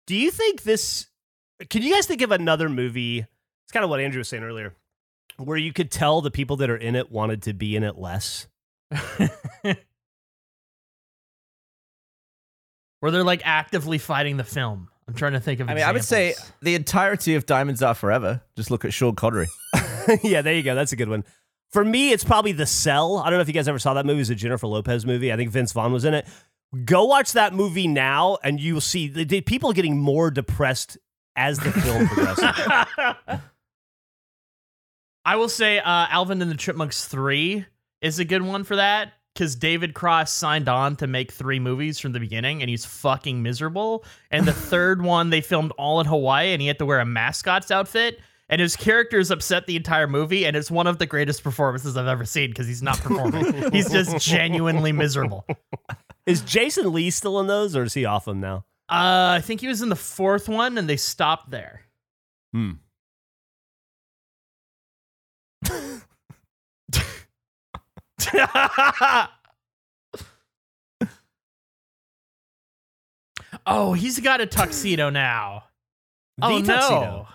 [SPEAKER 4] Do you think this? Can you guys think of another movie? It's kind of what Andrew was saying earlier, where you could tell the people that are in it wanted to be in it less.
[SPEAKER 3] Where they're like actively fighting the film. I'm trying to think of
[SPEAKER 5] I mean, I would say
[SPEAKER 3] examples.
[SPEAKER 5] the entirety of Diamonds Are Forever. Just look at Sean Connery.
[SPEAKER 4] yeah, there you go. That's a good one. For me, it's probably The Cell. I don't know if you guys ever saw that movie. It was a Jennifer Lopez movie. I think Vince Vaughn was in it. Go watch that movie now, and you will see the, the people getting more depressed as the film progresses.
[SPEAKER 3] I will say uh, Alvin and the Chipmunks 3 is a good one for that because David Cross signed on to make three movies from the beginning and he's fucking miserable. And the third one they filmed all in Hawaii and he had to wear a mascot's outfit. And his character is upset the entire movie, and it's one of the greatest performances I've ever seen because he's not performing. he's just genuinely miserable. Uh,
[SPEAKER 4] is Jason Lee still in those, or is he off them now?
[SPEAKER 3] Uh, I think he was in the fourth one, and they stopped there.
[SPEAKER 4] Hmm.
[SPEAKER 3] oh, he's got a tuxedo now.
[SPEAKER 4] The
[SPEAKER 3] oh
[SPEAKER 4] tuxedo.
[SPEAKER 3] no.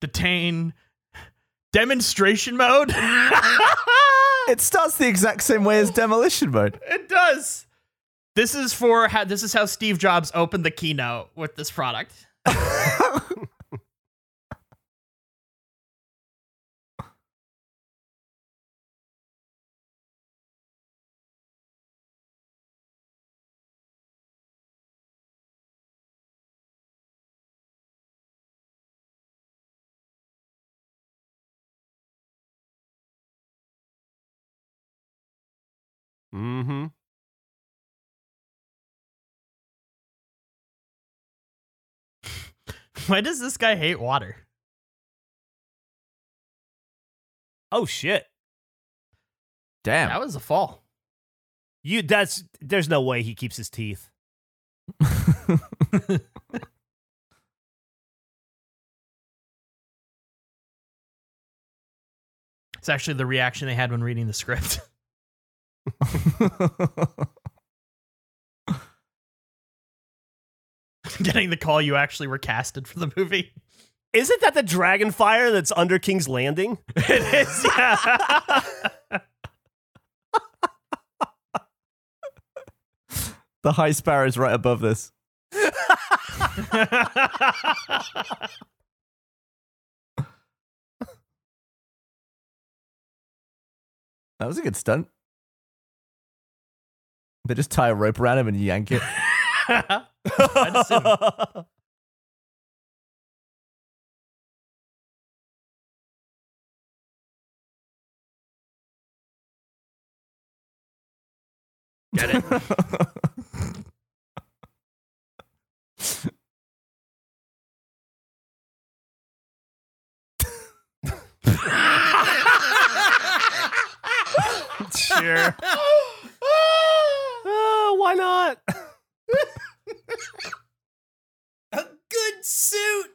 [SPEAKER 3] Detain demonstration mode.
[SPEAKER 5] It starts the exact same way as Demolition Mode.
[SPEAKER 3] It does. This is for how this is how Steve Jobs opened the keynote with this product.
[SPEAKER 4] Mm-hmm.
[SPEAKER 3] Why does this guy hate water?
[SPEAKER 4] Oh shit.
[SPEAKER 5] Damn.
[SPEAKER 3] That was a fall.
[SPEAKER 4] You that's there's no way he keeps his teeth.
[SPEAKER 3] It's actually the reaction they had when reading the script. Getting the call you actually were casted for the movie.
[SPEAKER 4] Isn't that the dragon fire that's under King's Landing?
[SPEAKER 3] It is. Yeah.
[SPEAKER 5] the high sparrow is right above this.
[SPEAKER 7] That was a good stunt. They just tie a rope around him and yank it.
[SPEAKER 3] I'd assume. Get it.
[SPEAKER 4] sure.
[SPEAKER 7] Ah,
[SPEAKER 4] Oh, why not?
[SPEAKER 2] A good suit.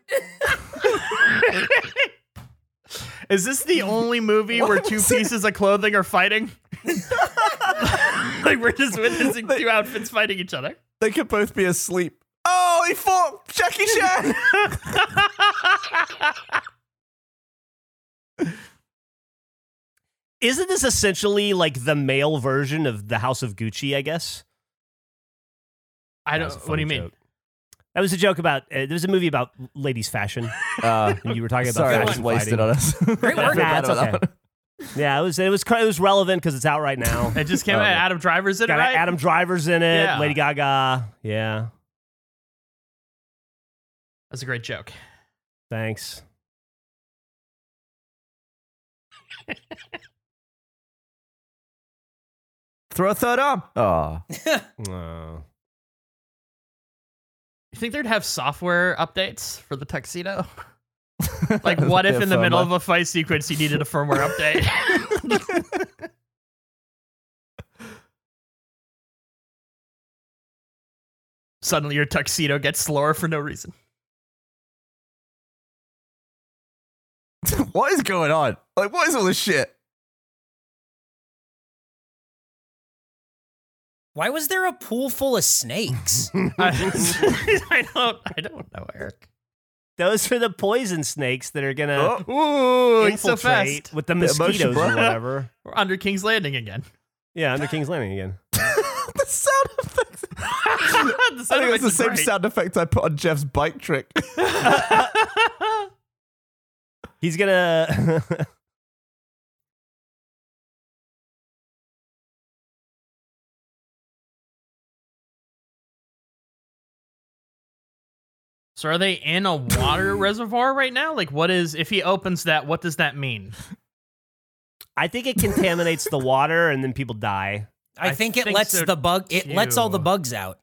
[SPEAKER 3] Is this the only movie where two pieces of clothing are fighting? like we're just witnessing two outfits fighting each other.
[SPEAKER 7] they could both be asleep. Oh, he fought Jackie Chan.
[SPEAKER 4] Isn't this essentially like the male version of the House of Gucci, I guess?
[SPEAKER 3] I
[SPEAKER 4] That
[SPEAKER 3] don't.
[SPEAKER 4] was a
[SPEAKER 3] What do you
[SPEAKER 4] funny
[SPEAKER 3] mean?
[SPEAKER 4] joke. That was a joke about uh, there was a movie about ladies' fashion.
[SPEAKER 7] Uh,
[SPEAKER 4] And you were talking about
[SPEAKER 7] sorry, I
[SPEAKER 4] fashion
[SPEAKER 7] just wasted
[SPEAKER 4] fighting.
[SPEAKER 7] on us.
[SPEAKER 2] Great work.
[SPEAKER 4] Nah,
[SPEAKER 7] bad
[SPEAKER 4] it's
[SPEAKER 7] about
[SPEAKER 4] okay. Yeah, it was it was cr- it was relevant because it's out right now.
[SPEAKER 3] It just came out. Adam Driver's in it,
[SPEAKER 4] Got
[SPEAKER 3] right?
[SPEAKER 4] Adam Driver's in it,
[SPEAKER 3] Yeah.
[SPEAKER 4] Lady Gaga. Yeah,
[SPEAKER 3] That's a great joke.
[SPEAKER 4] thanks.
[SPEAKER 7] Throw a third arm. Oh,
[SPEAKER 4] Oh.
[SPEAKER 3] You think they'd have software updates for the tuxedo? Like, what if in the middle of a fight sequence you needed a firmware update? Suddenly your tuxedo gets slower for no reason.
[SPEAKER 7] what is going on? Like, what is all this shit?
[SPEAKER 2] Why was there a pool full of snakes?
[SPEAKER 3] I, I don't. I don't know, Eric.
[SPEAKER 4] Those are the poison snakes that are gonna
[SPEAKER 7] Oh,
[SPEAKER 3] Ooh, he's Oh, so
[SPEAKER 4] infiltrate
[SPEAKER 3] fast.
[SPEAKER 4] with the
[SPEAKER 7] The emotion
[SPEAKER 4] mosquitoes or
[SPEAKER 7] blur.
[SPEAKER 4] whatever.
[SPEAKER 3] We're under King's Landing again.
[SPEAKER 4] Yeah, under King's Landing again.
[SPEAKER 7] the sound effects.
[SPEAKER 3] The
[SPEAKER 7] I
[SPEAKER 3] sound
[SPEAKER 7] think
[SPEAKER 3] effects
[SPEAKER 7] it's the
[SPEAKER 3] is
[SPEAKER 7] same
[SPEAKER 3] great.
[SPEAKER 7] sound effect I put on Jeff's bike trick.
[SPEAKER 4] He's gonna.
[SPEAKER 3] So are they in a water reservoir right now? Like, what is if he opens that? What does that mean?
[SPEAKER 4] I think it contaminates the water and then people die.
[SPEAKER 2] I,
[SPEAKER 3] I
[SPEAKER 2] think it
[SPEAKER 3] think
[SPEAKER 2] lets
[SPEAKER 3] so
[SPEAKER 2] the bug. It lets all the
[SPEAKER 3] too.
[SPEAKER 2] bugs out.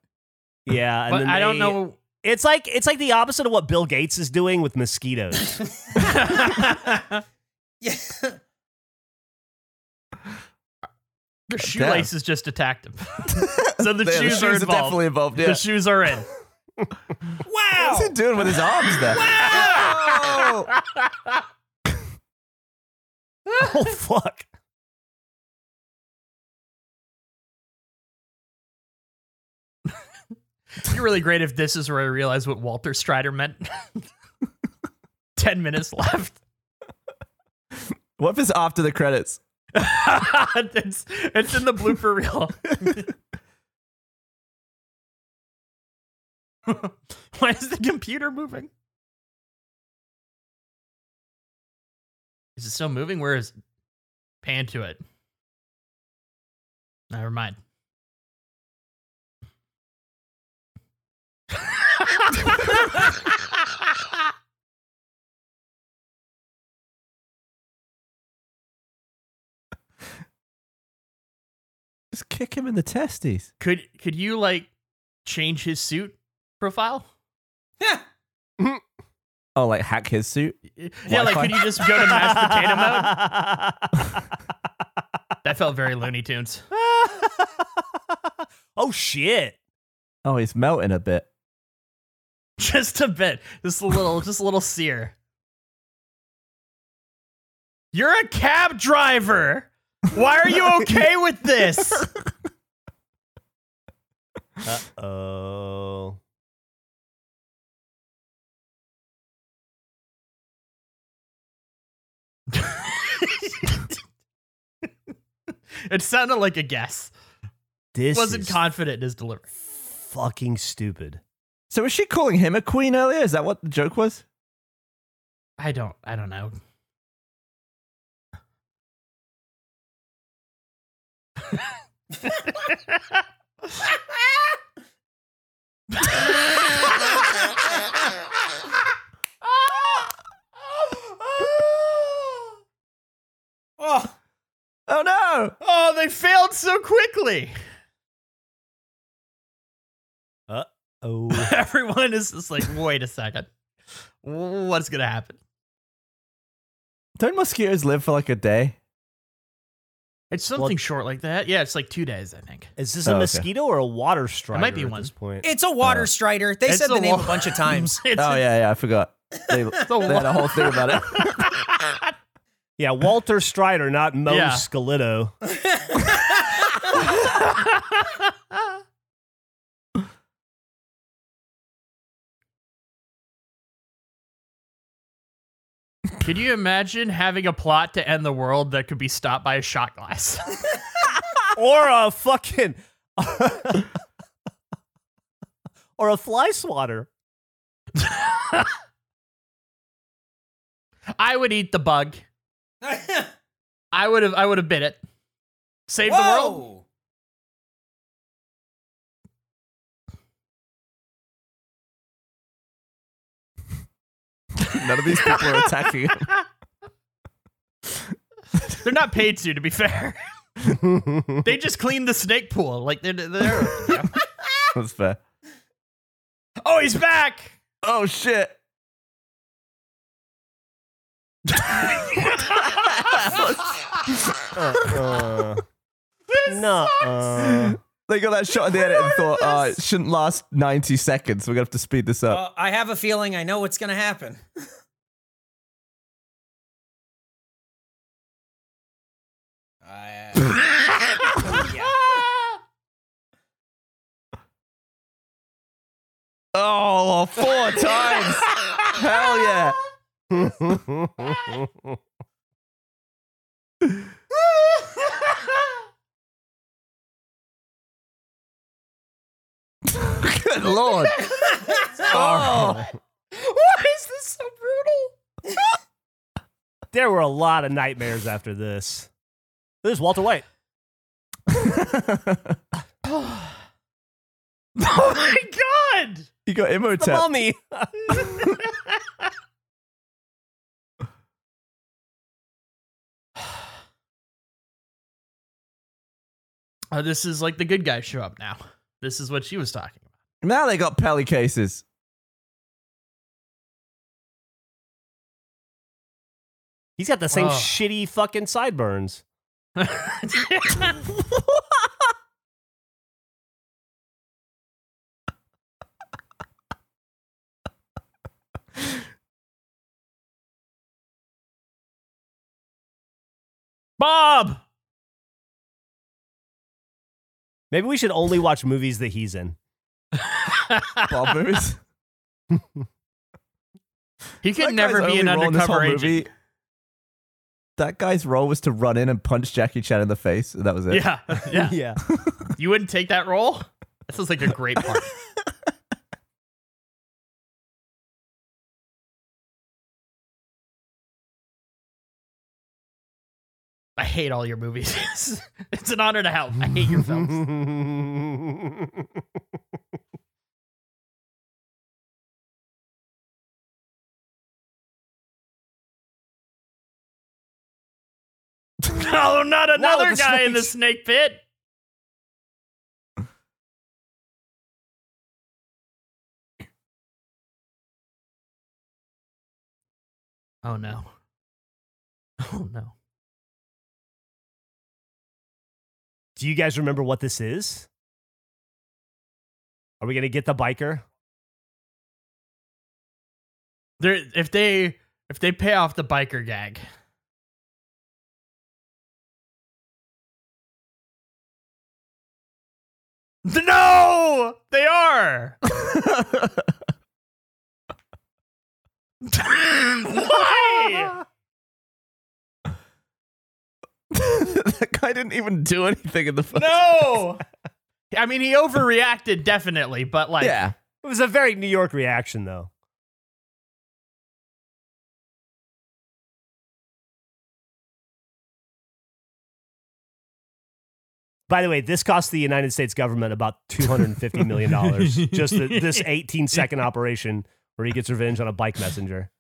[SPEAKER 4] Yeah, and
[SPEAKER 3] But
[SPEAKER 4] then
[SPEAKER 3] I don't
[SPEAKER 4] they-
[SPEAKER 3] know.
[SPEAKER 4] It's like it's like the opposite of what Bill Gates is doing with mosquitoes.
[SPEAKER 2] Yeah.
[SPEAKER 3] Their shoelaces just attacked him. so the
[SPEAKER 7] Yeah,
[SPEAKER 3] shoes are involved.
[SPEAKER 7] definitely involved. Yeah.
[SPEAKER 3] The shoes are in.
[SPEAKER 2] wow.
[SPEAKER 7] What's he doing with his arms there? Wow!
[SPEAKER 4] oh fuck!
[SPEAKER 3] It'd be really great if this is where I realized what Walter Strider meant. Ten minutes left.
[SPEAKER 7] What if it's after the credits?
[SPEAKER 3] it's, it's in the blooper reel. Why is the computer moving? Is it still moving? Where is pan to it? Never mind.
[SPEAKER 5] Just kick him in the testes.
[SPEAKER 3] Could could you like change his suit profile?
[SPEAKER 5] Oh, like hack his suit?
[SPEAKER 3] Yeah, like could you just go to mashed potato mode? That felt very Looney Tunes.
[SPEAKER 4] oh shit!
[SPEAKER 5] Oh, he's melting a bit.
[SPEAKER 3] Just a bit. Just a little just a little sear. You're a cab driver. Why are you okay with this?
[SPEAKER 4] Uh oh.
[SPEAKER 3] It sounded like a guess.
[SPEAKER 4] This
[SPEAKER 3] Wasn't
[SPEAKER 4] is
[SPEAKER 3] confident in his delivery.
[SPEAKER 4] fucking stupid.
[SPEAKER 5] So was she calling him a queen earlier? Is that what the joke was?
[SPEAKER 3] I don't I don't know.
[SPEAKER 2] Oh,
[SPEAKER 5] Oh no!
[SPEAKER 3] Oh, they failed so quickly.
[SPEAKER 4] Oh.
[SPEAKER 3] Everyone is just like, wait a second. What's gonna happen?
[SPEAKER 5] Don't mosquitoes live for like a day?
[SPEAKER 3] It's something short like that. Yeah, it's like two days, I think.
[SPEAKER 4] Is this
[SPEAKER 5] Oh,
[SPEAKER 4] a
[SPEAKER 5] okay.
[SPEAKER 4] mosquito or a water strider?
[SPEAKER 3] might be
[SPEAKER 4] at
[SPEAKER 3] one.
[SPEAKER 4] this point.
[SPEAKER 2] it's a
[SPEAKER 5] Uh,
[SPEAKER 2] water strider. They
[SPEAKER 3] It's
[SPEAKER 2] said the
[SPEAKER 3] a
[SPEAKER 2] name
[SPEAKER 3] wa-
[SPEAKER 2] a bunch of times.
[SPEAKER 3] It's
[SPEAKER 5] Oh
[SPEAKER 3] a-
[SPEAKER 5] yeah, yeah, I forgot. They, they
[SPEAKER 3] a
[SPEAKER 5] had a whole thing about it.
[SPEAKER 4] yeah, Walter Strider, not Mo
[SPEAKER 3] Yeah.
[SPEAKER 4] Scalito.
[SPEAKER 3] Can you imagine having a plot to end the world that could be stopped by a shot glass?
[SPEAKER 4] or a fucking or a fly swatter.
[SPEAKER 3] I would eat the bug. I would have I would have bit it. Save the world.
[SPEAKER 2] Whoa.
[SPEAKER 5] None of these people are attacking him.
[SPEAKER 3] They're not paid to, to be fair. they just cleaned the snake pool. Like they're, they're
[SPEAKER 5] That's fair.
[SPEAKER 3] Oh, he's back.
[SPEAKER 5] Oh shit! Oh,
[SPEAKER 4] No.
[SPEAKER 5] Uh, They got that shot at the edit and thought, uh, it shouldn't last 90 seconds. We're gonna have to speed this up.
[SPEAKER 2] Uh, I have a feeling I know what's going to happen. Uh, yeah.
[SPEAKER 5] Oh, four times! Hell yeah! Good lord! Oh,
[SPEAKER 3] Why is this so brutal?
[SPEAKER 4] there were a lot of nightmares after this. This is Walter White.
[SPEAKER 3] Oh my god!
[SPEAKER 5] you got
[SPEAKER 4] The
[SPEAKER 5] Imhotep.
[SPEAKER 4] mummy.
[SPEAKER 3] Oh, this is like the good guys show up now. This is what she was talking about.
[SPEAKER 5] Now they got Pelly cases.
[SPEAKER 4] He's got the same
[SPEAKER 3] Oh.
[SPEAKER 4] shitty fucking sideburns.
[SPEAKER 3] Bob!
[SPEAKER 4] Maybe we should only watch movies that he's in.
[SPEAKER 5] Bob movies.
[SPEAKER 3] He could
[SPEAKER 5] That
[SPEAKER 3] never
[SPEAKER 5] guy's
[SPEAKER 3] be an
[SPEAKER 5] only role in this whole
[SPEAKER 3] undercover agent.
[SPEAKER 5] movie- That guy's role was to run in and punch Jackie Chan in the face. and That was it.
[SPEAKER 3] Yeah, yeah.
[SPEAKER 4] Yeah.
[SPEAKER 3] You wouldn't take that role? That sounds like a great part. I hate all your movies. it's an honor to help. I hate your films. no, not another
[SPEAKER 4] the
[SPEAKER 3] guy in the snake pit. Oh no. Oh no.
[SPEAKER 4] Do you guys remember what this is? Are we going to get the biker?
[SPEAKER 3] There if they if they pay off the biker gag. No, they are. Why?
[SPEAKER 7] that guy didn't even do anything in the first.
[SPEAKER 3] No. I mean, he overreacted definitely, but like,
[SPEAKER 7] Yeah.
[SPEAKER 4] It was a very New York reaction, though. By the way, this cost the United States government about $250 million, just the, this 18 second operation where he gets revenge on a bike messenger.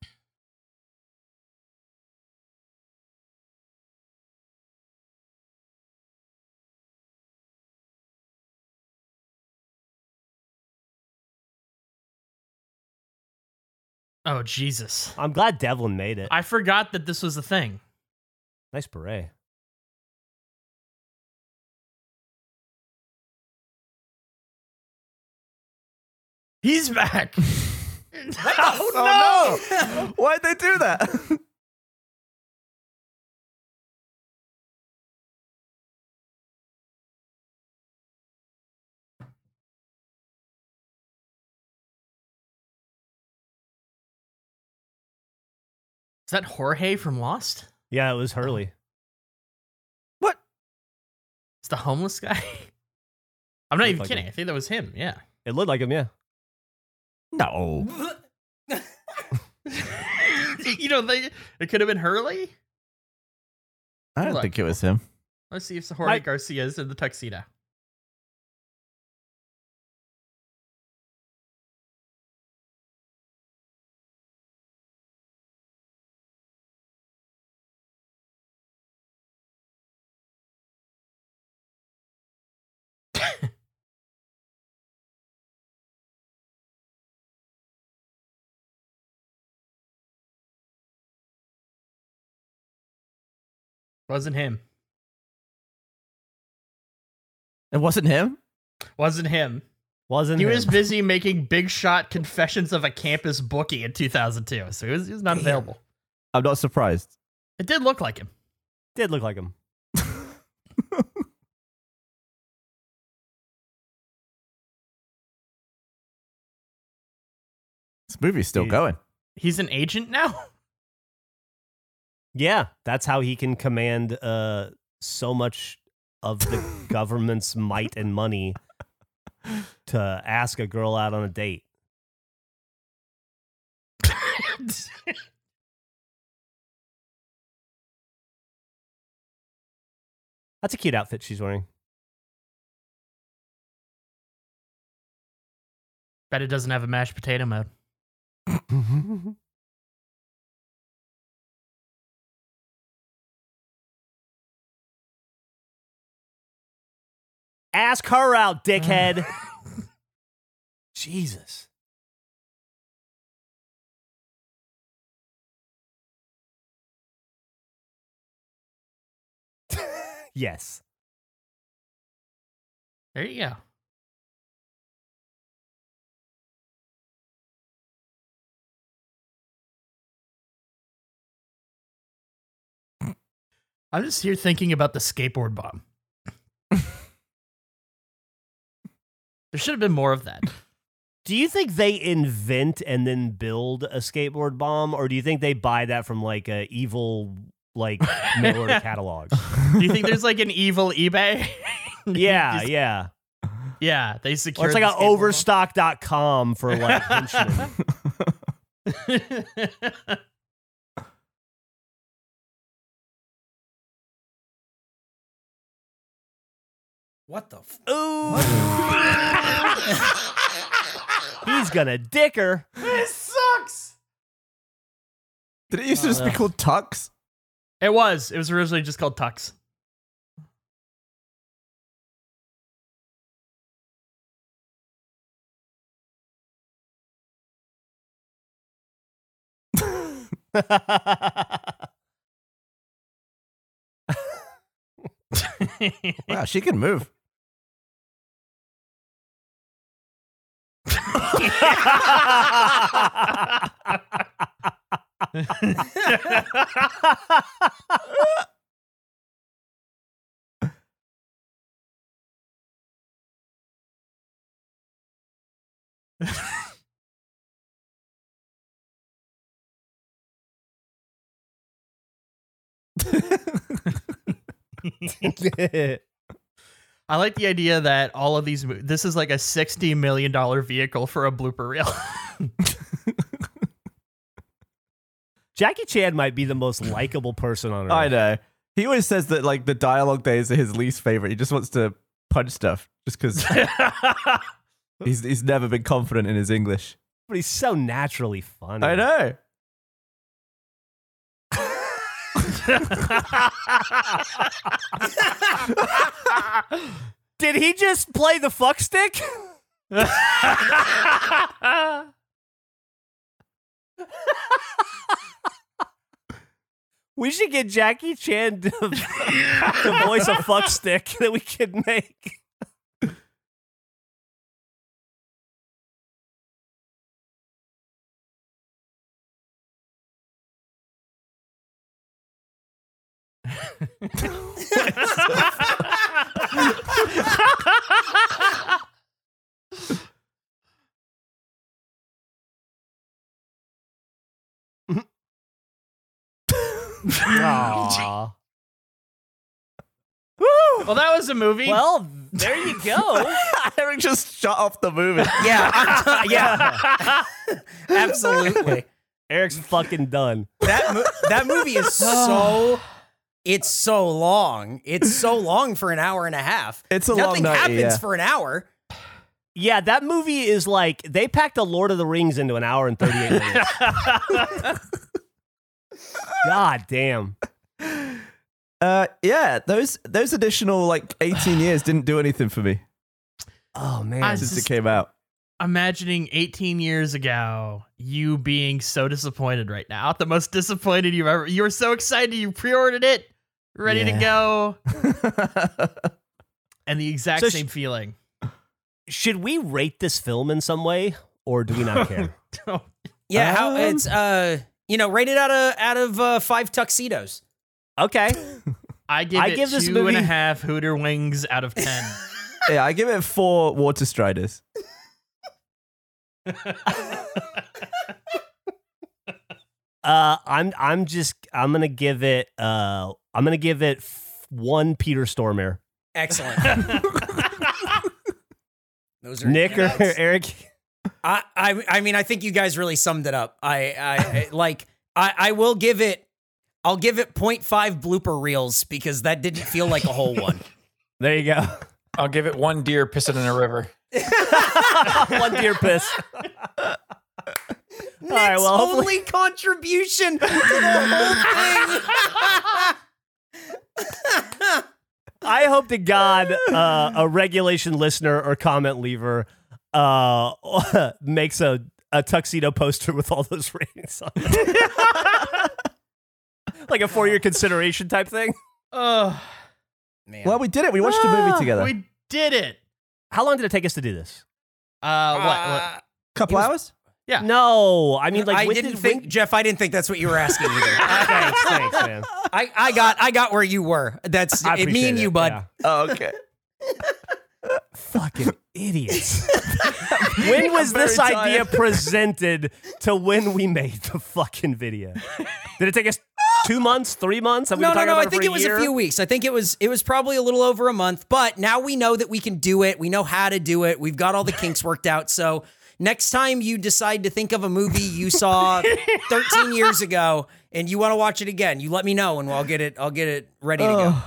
[SPEAKER 3] oh Jesus!
[SPEAKER 4] I'm glad Devlin made it.
[SPEAKER 3] I forgot that this was a thing.
[SPEAKER 4] Nice beret.
[SPEAKER 3] He's back. oh,
[SPEAKER 7] Oh no! Why'd they do that?
[SPEAKER 3] Is that Jorge from Lost?
[SPEAKER 4] Yeah, it was Hurley.
[SPEAKER 3] It's the homeless guy. I'm not
[SPEAKER 4] Looked
[SPEAKER 3] even
[SPEAKER 4] like
[SPEAKER 3] kidding.
[SPEAKER 4] him.
[SPEAKER 3] I think that was him. Yeah.
[SPEAKER 4] It looked like him, yeah.
[SPEAKER 7] no.
[SPEAKER 3] you know, they it could have been Hurley.
[SPEAKER 7] I don't
[SPEAKER 3] Look.
[SPEAKER 7] think it was him.
[SPEAKER 3] Let's see if Jorge
[SPEAKER 4] Right.
[SPEAKER 3] Garcia is in the tuxedo. Wasn't him.
[SPEAKER 7] It wasn't him?
[SPEAKER 3] Wasn't him.
[SPEAKER 4] Wasn't
[SPEAKER 3] He
[SPEAKER 4] him.
[SPEAKER 3] was busy making Big Shot Confessions of a Campus Bookie in 2002, so he was, he was not available.
[SPEAKER 7] I'm not surprised.
[SPEAKER 3] It did look like him.
[SPEAKER 4] Did look like him.
[SPEAKER 7] This movie's still
[SPEAKER 4] Yeah.
[SPEAKER 7] going.
[SPEAKER 3] He's an agent now.
[SPEAKER 4] Yeah, that's how he can command uh, so much of the government's might and money to ask a girl out on a date. That's a cute outfit she's wearing.
[SPEAKER 3] Bet it doesn't have a mashed potato mode.
[SPEAKER 4] Ask her out, dickhead. Jesus. yes.
[SPEAKER 3] There you go. I'm just here thinking about the skateboard bomb. there should have been more of that.
[SPEAKER 4] Do you think they invent and then build a skateboard bomb, or do you think they buy that from like a evil like mail order catalog?
[SPEAKER 3] Do you think there's like an evil eBay?
[SPEAKER 4] yeah,
[SPEAKER 3] Just-
[SPEAKER 4] yeah.
[SPEAKER 3] yeah. They
[SPEAKER 4] Or
[SPEAKER 3] secure.
[SPEAKER 4] it's like an overstock.com for like henchmen.
[SPEAKER 2] What the? F-
[SPEAKER 4] He's gonna dick her.
[SPEAKER 3] this sucks.
[SPEAKER 7] Did it used to just be called Tux?
[SPEAKER 3] It was. It was originally just called Tux.
[SPEAKER 7] Wow, she can move.
[SPEAKER 3] I like the idea that all of these. mo- This is like a sixty million dollar vehicle for a blooper reel.
[SPEAKER 4] Jackie Chan might be the most likable person on earth.
[SPEAKER 5] I know. He always says that like the dialogue days are his least favorite. He just wants to punch stuff just because he's he's never been confident in his English.
[SPEAKER 4] But he's so naturally funny.
[SPEAKER 5] I know.
[SPEAKER 4] Did he just play the fuck stick? We should get Jackie Chan to, to voice a fuck stick that we could make.
[SPEAKER 3] well, that was a movie.
[SPEAKER 4] Well, there you go.
[SPEAKER 7] Eric just shut off the movie.
[SPEAKER 2] Yeah, I'm t- yeah, absolutely.
[SPEAKER 4] Eric's fucking done.
[SPEAKER 2] That mo- that movie is so it's so long. It's so long for an hour and a half.
[SPEAKER 5] It's a long
[SPEAKER 2] Nothing
[SPEAKER 5] night,
[SPEAKER 2] happens
[SPEAKER 5] yeah.
[SPEAKER 2] for an hour.
[SPEAKER 4] Yeah, that movie is like they packed the Lord of the Rings into an hour and 38 minutes. God damn.
[SPEAKER 5] Uh, yeah, those those additional like eighteen years didn't do anything for me
[SPEAKER 4] Oh man.
[SPEAKER 3] I was
[SPEAKER 5] since
[SPEAKER 3] just
[SPEAKER 5] it came out.
[SPEAKER 3] imagining 18 years ago you being so disappointed right now. The most disappointed you've ever. You were so excited you pre-ordered it, ready to
[SPEAKER 5] Yeah.
[SPEAKER 3] go, and the exact
[SPEAKER 4] So sh-
[SPEAKER 3] same feeling.
[SPEAKER 4] Should we rate this film in some way or do we not care?
[SPEAKER 3] Oh,
[SPEAKER 2] Yeah, how
[SPEAKER 5] Um,
[SPEAKER 2] it's uh you know rated out of out of uh, five tuxedos.
[SPEAKER 4] okay.
[SPEAKER 3] I give
[SPEAKER 4] I
[SPEAKER 3] it
[SPEAKER 4] give this
[SPEAKER 3] two and a
[SPEAKER 4] movie-
[SPEAKER 3] half Hooter wings out of ten.
[SPEAKER 5] yeah, I give it four water striders.
[SPEAKER 4] Uh I'm I'm just I'm going to give it uh I'm going to give it f- one Peter Stormare.
[SPEAKER 2] Excellent. Those are
[SPEAKER 4] Nick or
[SPEAKER 2] that's-
[SPEAKER 4] Eric?
[SPEAKER 2] I, I I mean I think you guys really summed it up. I I, I like I I will give it I'll give it 0.5 blooper reels because that didn't feel like a whole one.
[SPEAKER 4] There you go.
[SPEAKER 8] I'll give it one deer pissing in a river.
[SPEAKER 4] one deer piss. All
[SPEAKER 2] Nick's
[SPEAKER 4] right, well, hopefully-
[SPEAKER 2] only contribution to the whole thing.
[SPEAKER 4] I hope to God uh, a regulation listener or comment lever uh, makes a, a tuxedo poster with all those ratings on it. like a four year consideration type thing.
[SPEAKER 3] oh,
[SPEAKER 2] Man.
[SPEAKER 5] Well, we did it. We watched a movie together.
[SPEAKER 3] we did it.
[SPEAKER 4] How long did it take us to do this?
[SPEAKER 3] Uh, what, what?
[SPEAKER 2] Uh,
[SPEAKER 5] Couple hours.
[SPEAKER 3] Yeah.
[SPEAKER 4] No, I mean, like,
[SPEAKER 2] I
[SPEAKER 4] when
[SPEAKER 2] didn't
[SPEAKER 4] did,
[SPEAKER 2] think
[SPEAKER 4] when-
[SPEAKER 2] Jeff. I didn't think that's what you were asking either. I,
[SPEAKER 4] thanks, thanks, man.
[SPEAKER 2] I, I got I got where you were. That's
[SPEAKER 4] I
[SPEAKER 2] it, me
[SPEAKER 4] appreciate
[SPEAKER 2] and
[SPEAKER 4] it,
[SPEAKER 2] you, bud.
[SPEAKER 4] yeah.
[SPEAKER 7] Oh, okay.
[SPEAKER 4] Fucking idiots. when was this
[SPEAKER 7] very
[SPEAKER 4] idea presented to when we made the fucking video? Did it take us two months, three months? Have we
[SPEAKER 2] No,
[SPEAKER 4] been
[SPEAKER 2] no,
[SPEAKER 4] talking
[SPEAKER 2] no.
[SPEAKER 4] about
[SPEAKER 2] I think
[SPEAKER 4] for
[SPEAKER 2] it was
[SPEAKER 4] year?
[SPEAKER 2] a few weeks. I think it was it was probably a little over a month. But now we know that we can do it. We know how to do it. We've got all the kinks worked out. So next time you decide to think of a movie you saw 13 years ago and you want to watch it again, you let me know and I'll get it. I'll get it ready
[SPEAKER 4] Oh.
[SPEAKER 2] to go.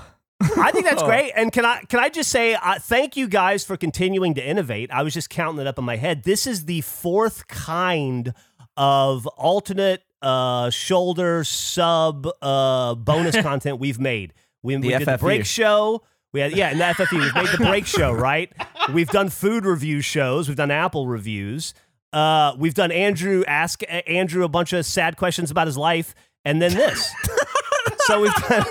[SPEAKER 4] I think that's great. And can I can I just say uh, thank you guys for continuing to innovate. I was just counting it up in my head. This is the fourth kind of alternate uh, shoulder sub uh, bonus content we've made. We, we did the
[SPEAKER 5] FFU.
[SPEAKER 4] break show. We had yeah, in the FFE we've made the break show right. We've done food review shows. We've done Apple reviews. Uh, we've done Andrew ask uh, Andrew a bunch of sad questions about his life, and then this. so we've done,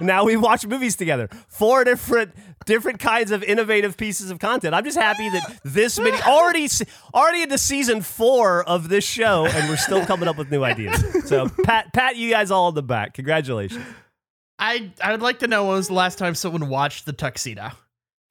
[SPEAKER 4] now we watch movies together. Four different different kinds of innovative pieces of content. I'm just happy that this many already s- already into season four of this show, and we're still coming up with new ideas. So pat pat you guys all on the back. Congratulations.
[SPEAKER 3] I I would like to know when was the last time someone watched the tuxedo.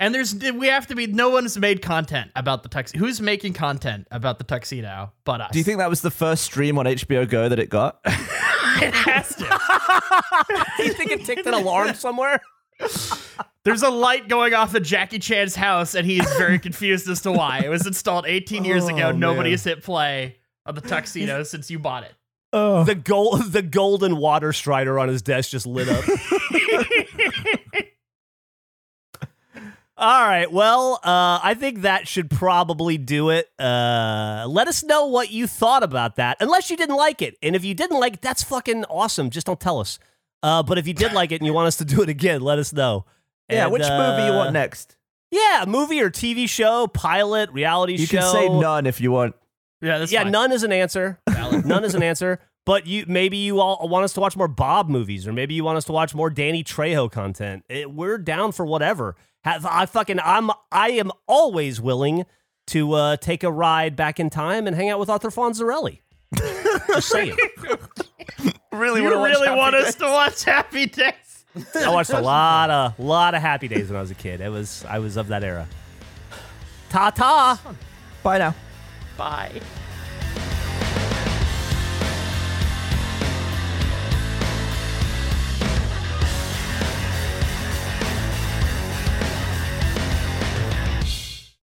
[SPEAKER 3] And there's we have to be no one's made content about the tuxedo. Who's making content about the tuxedo but us?
[SPEAKER 7] Do you think that was the first stream on HBO Go that it got?
[SPEAKER 3] it has to?
[SPEAKER 4] Do you think it ticked an alarm somewhere?
[SPEAKER 3] There's a light going off at Jackie Chan's house, and he is very confused as to why. It was installed 18 years
[SPEAKER 7] Oh,
[SPEAKER 3] ago. Nobody has hit play on the tuxedo since you bought it.
[SPEAKER 4] The gold the golden water strider on his desk just lit up. All right. Well, uh, I think that should probably do it. Uh, let us know what you thought about that, unless you didn't like it. And if you didn't like it, that's fucking awesome. Just don't tell us. Uh, but if you did like it and you want us to do it again, let us know.
[SPEAKER 7] yeah,
[SPEAKER 4] And,
[SPEAKER 7] which movie you
[SPEAKER 4] uh,
[SPEAKER 7] want next?
[SPEAKER 4] Yeah, movie or TV show, pilot, reality
[SPEAKER 7] You
[SPEAKER 4] show.
[SPEAKER 7] can say none if you want.
[SPEAKER 3] Yeah, that's
[SPEAKER 4] yeah,
[SPEAKER 3] fine.
[SPEAKER 4] none is an answer. none is an answer. But you maybe you all want us to watch more Bob movies, or maybe you want us to watch more Danny Trejo content. It- we're down for whatever. Have I fucking I'm I am always willing to uh, take a ride back in time and hang out with Arthur Fonzarelli. Just saying.
[SPEAKER 7] Really,
[SPEAKER 3] you really want us to watch Happy Days?
[SPEAKER 4] I watched a lot of lot of Happy Days when I was a kid. It was I was of that era. Ta ta.
[SPEAKER 7] Bye now.
[SPEAKER 3] Bye.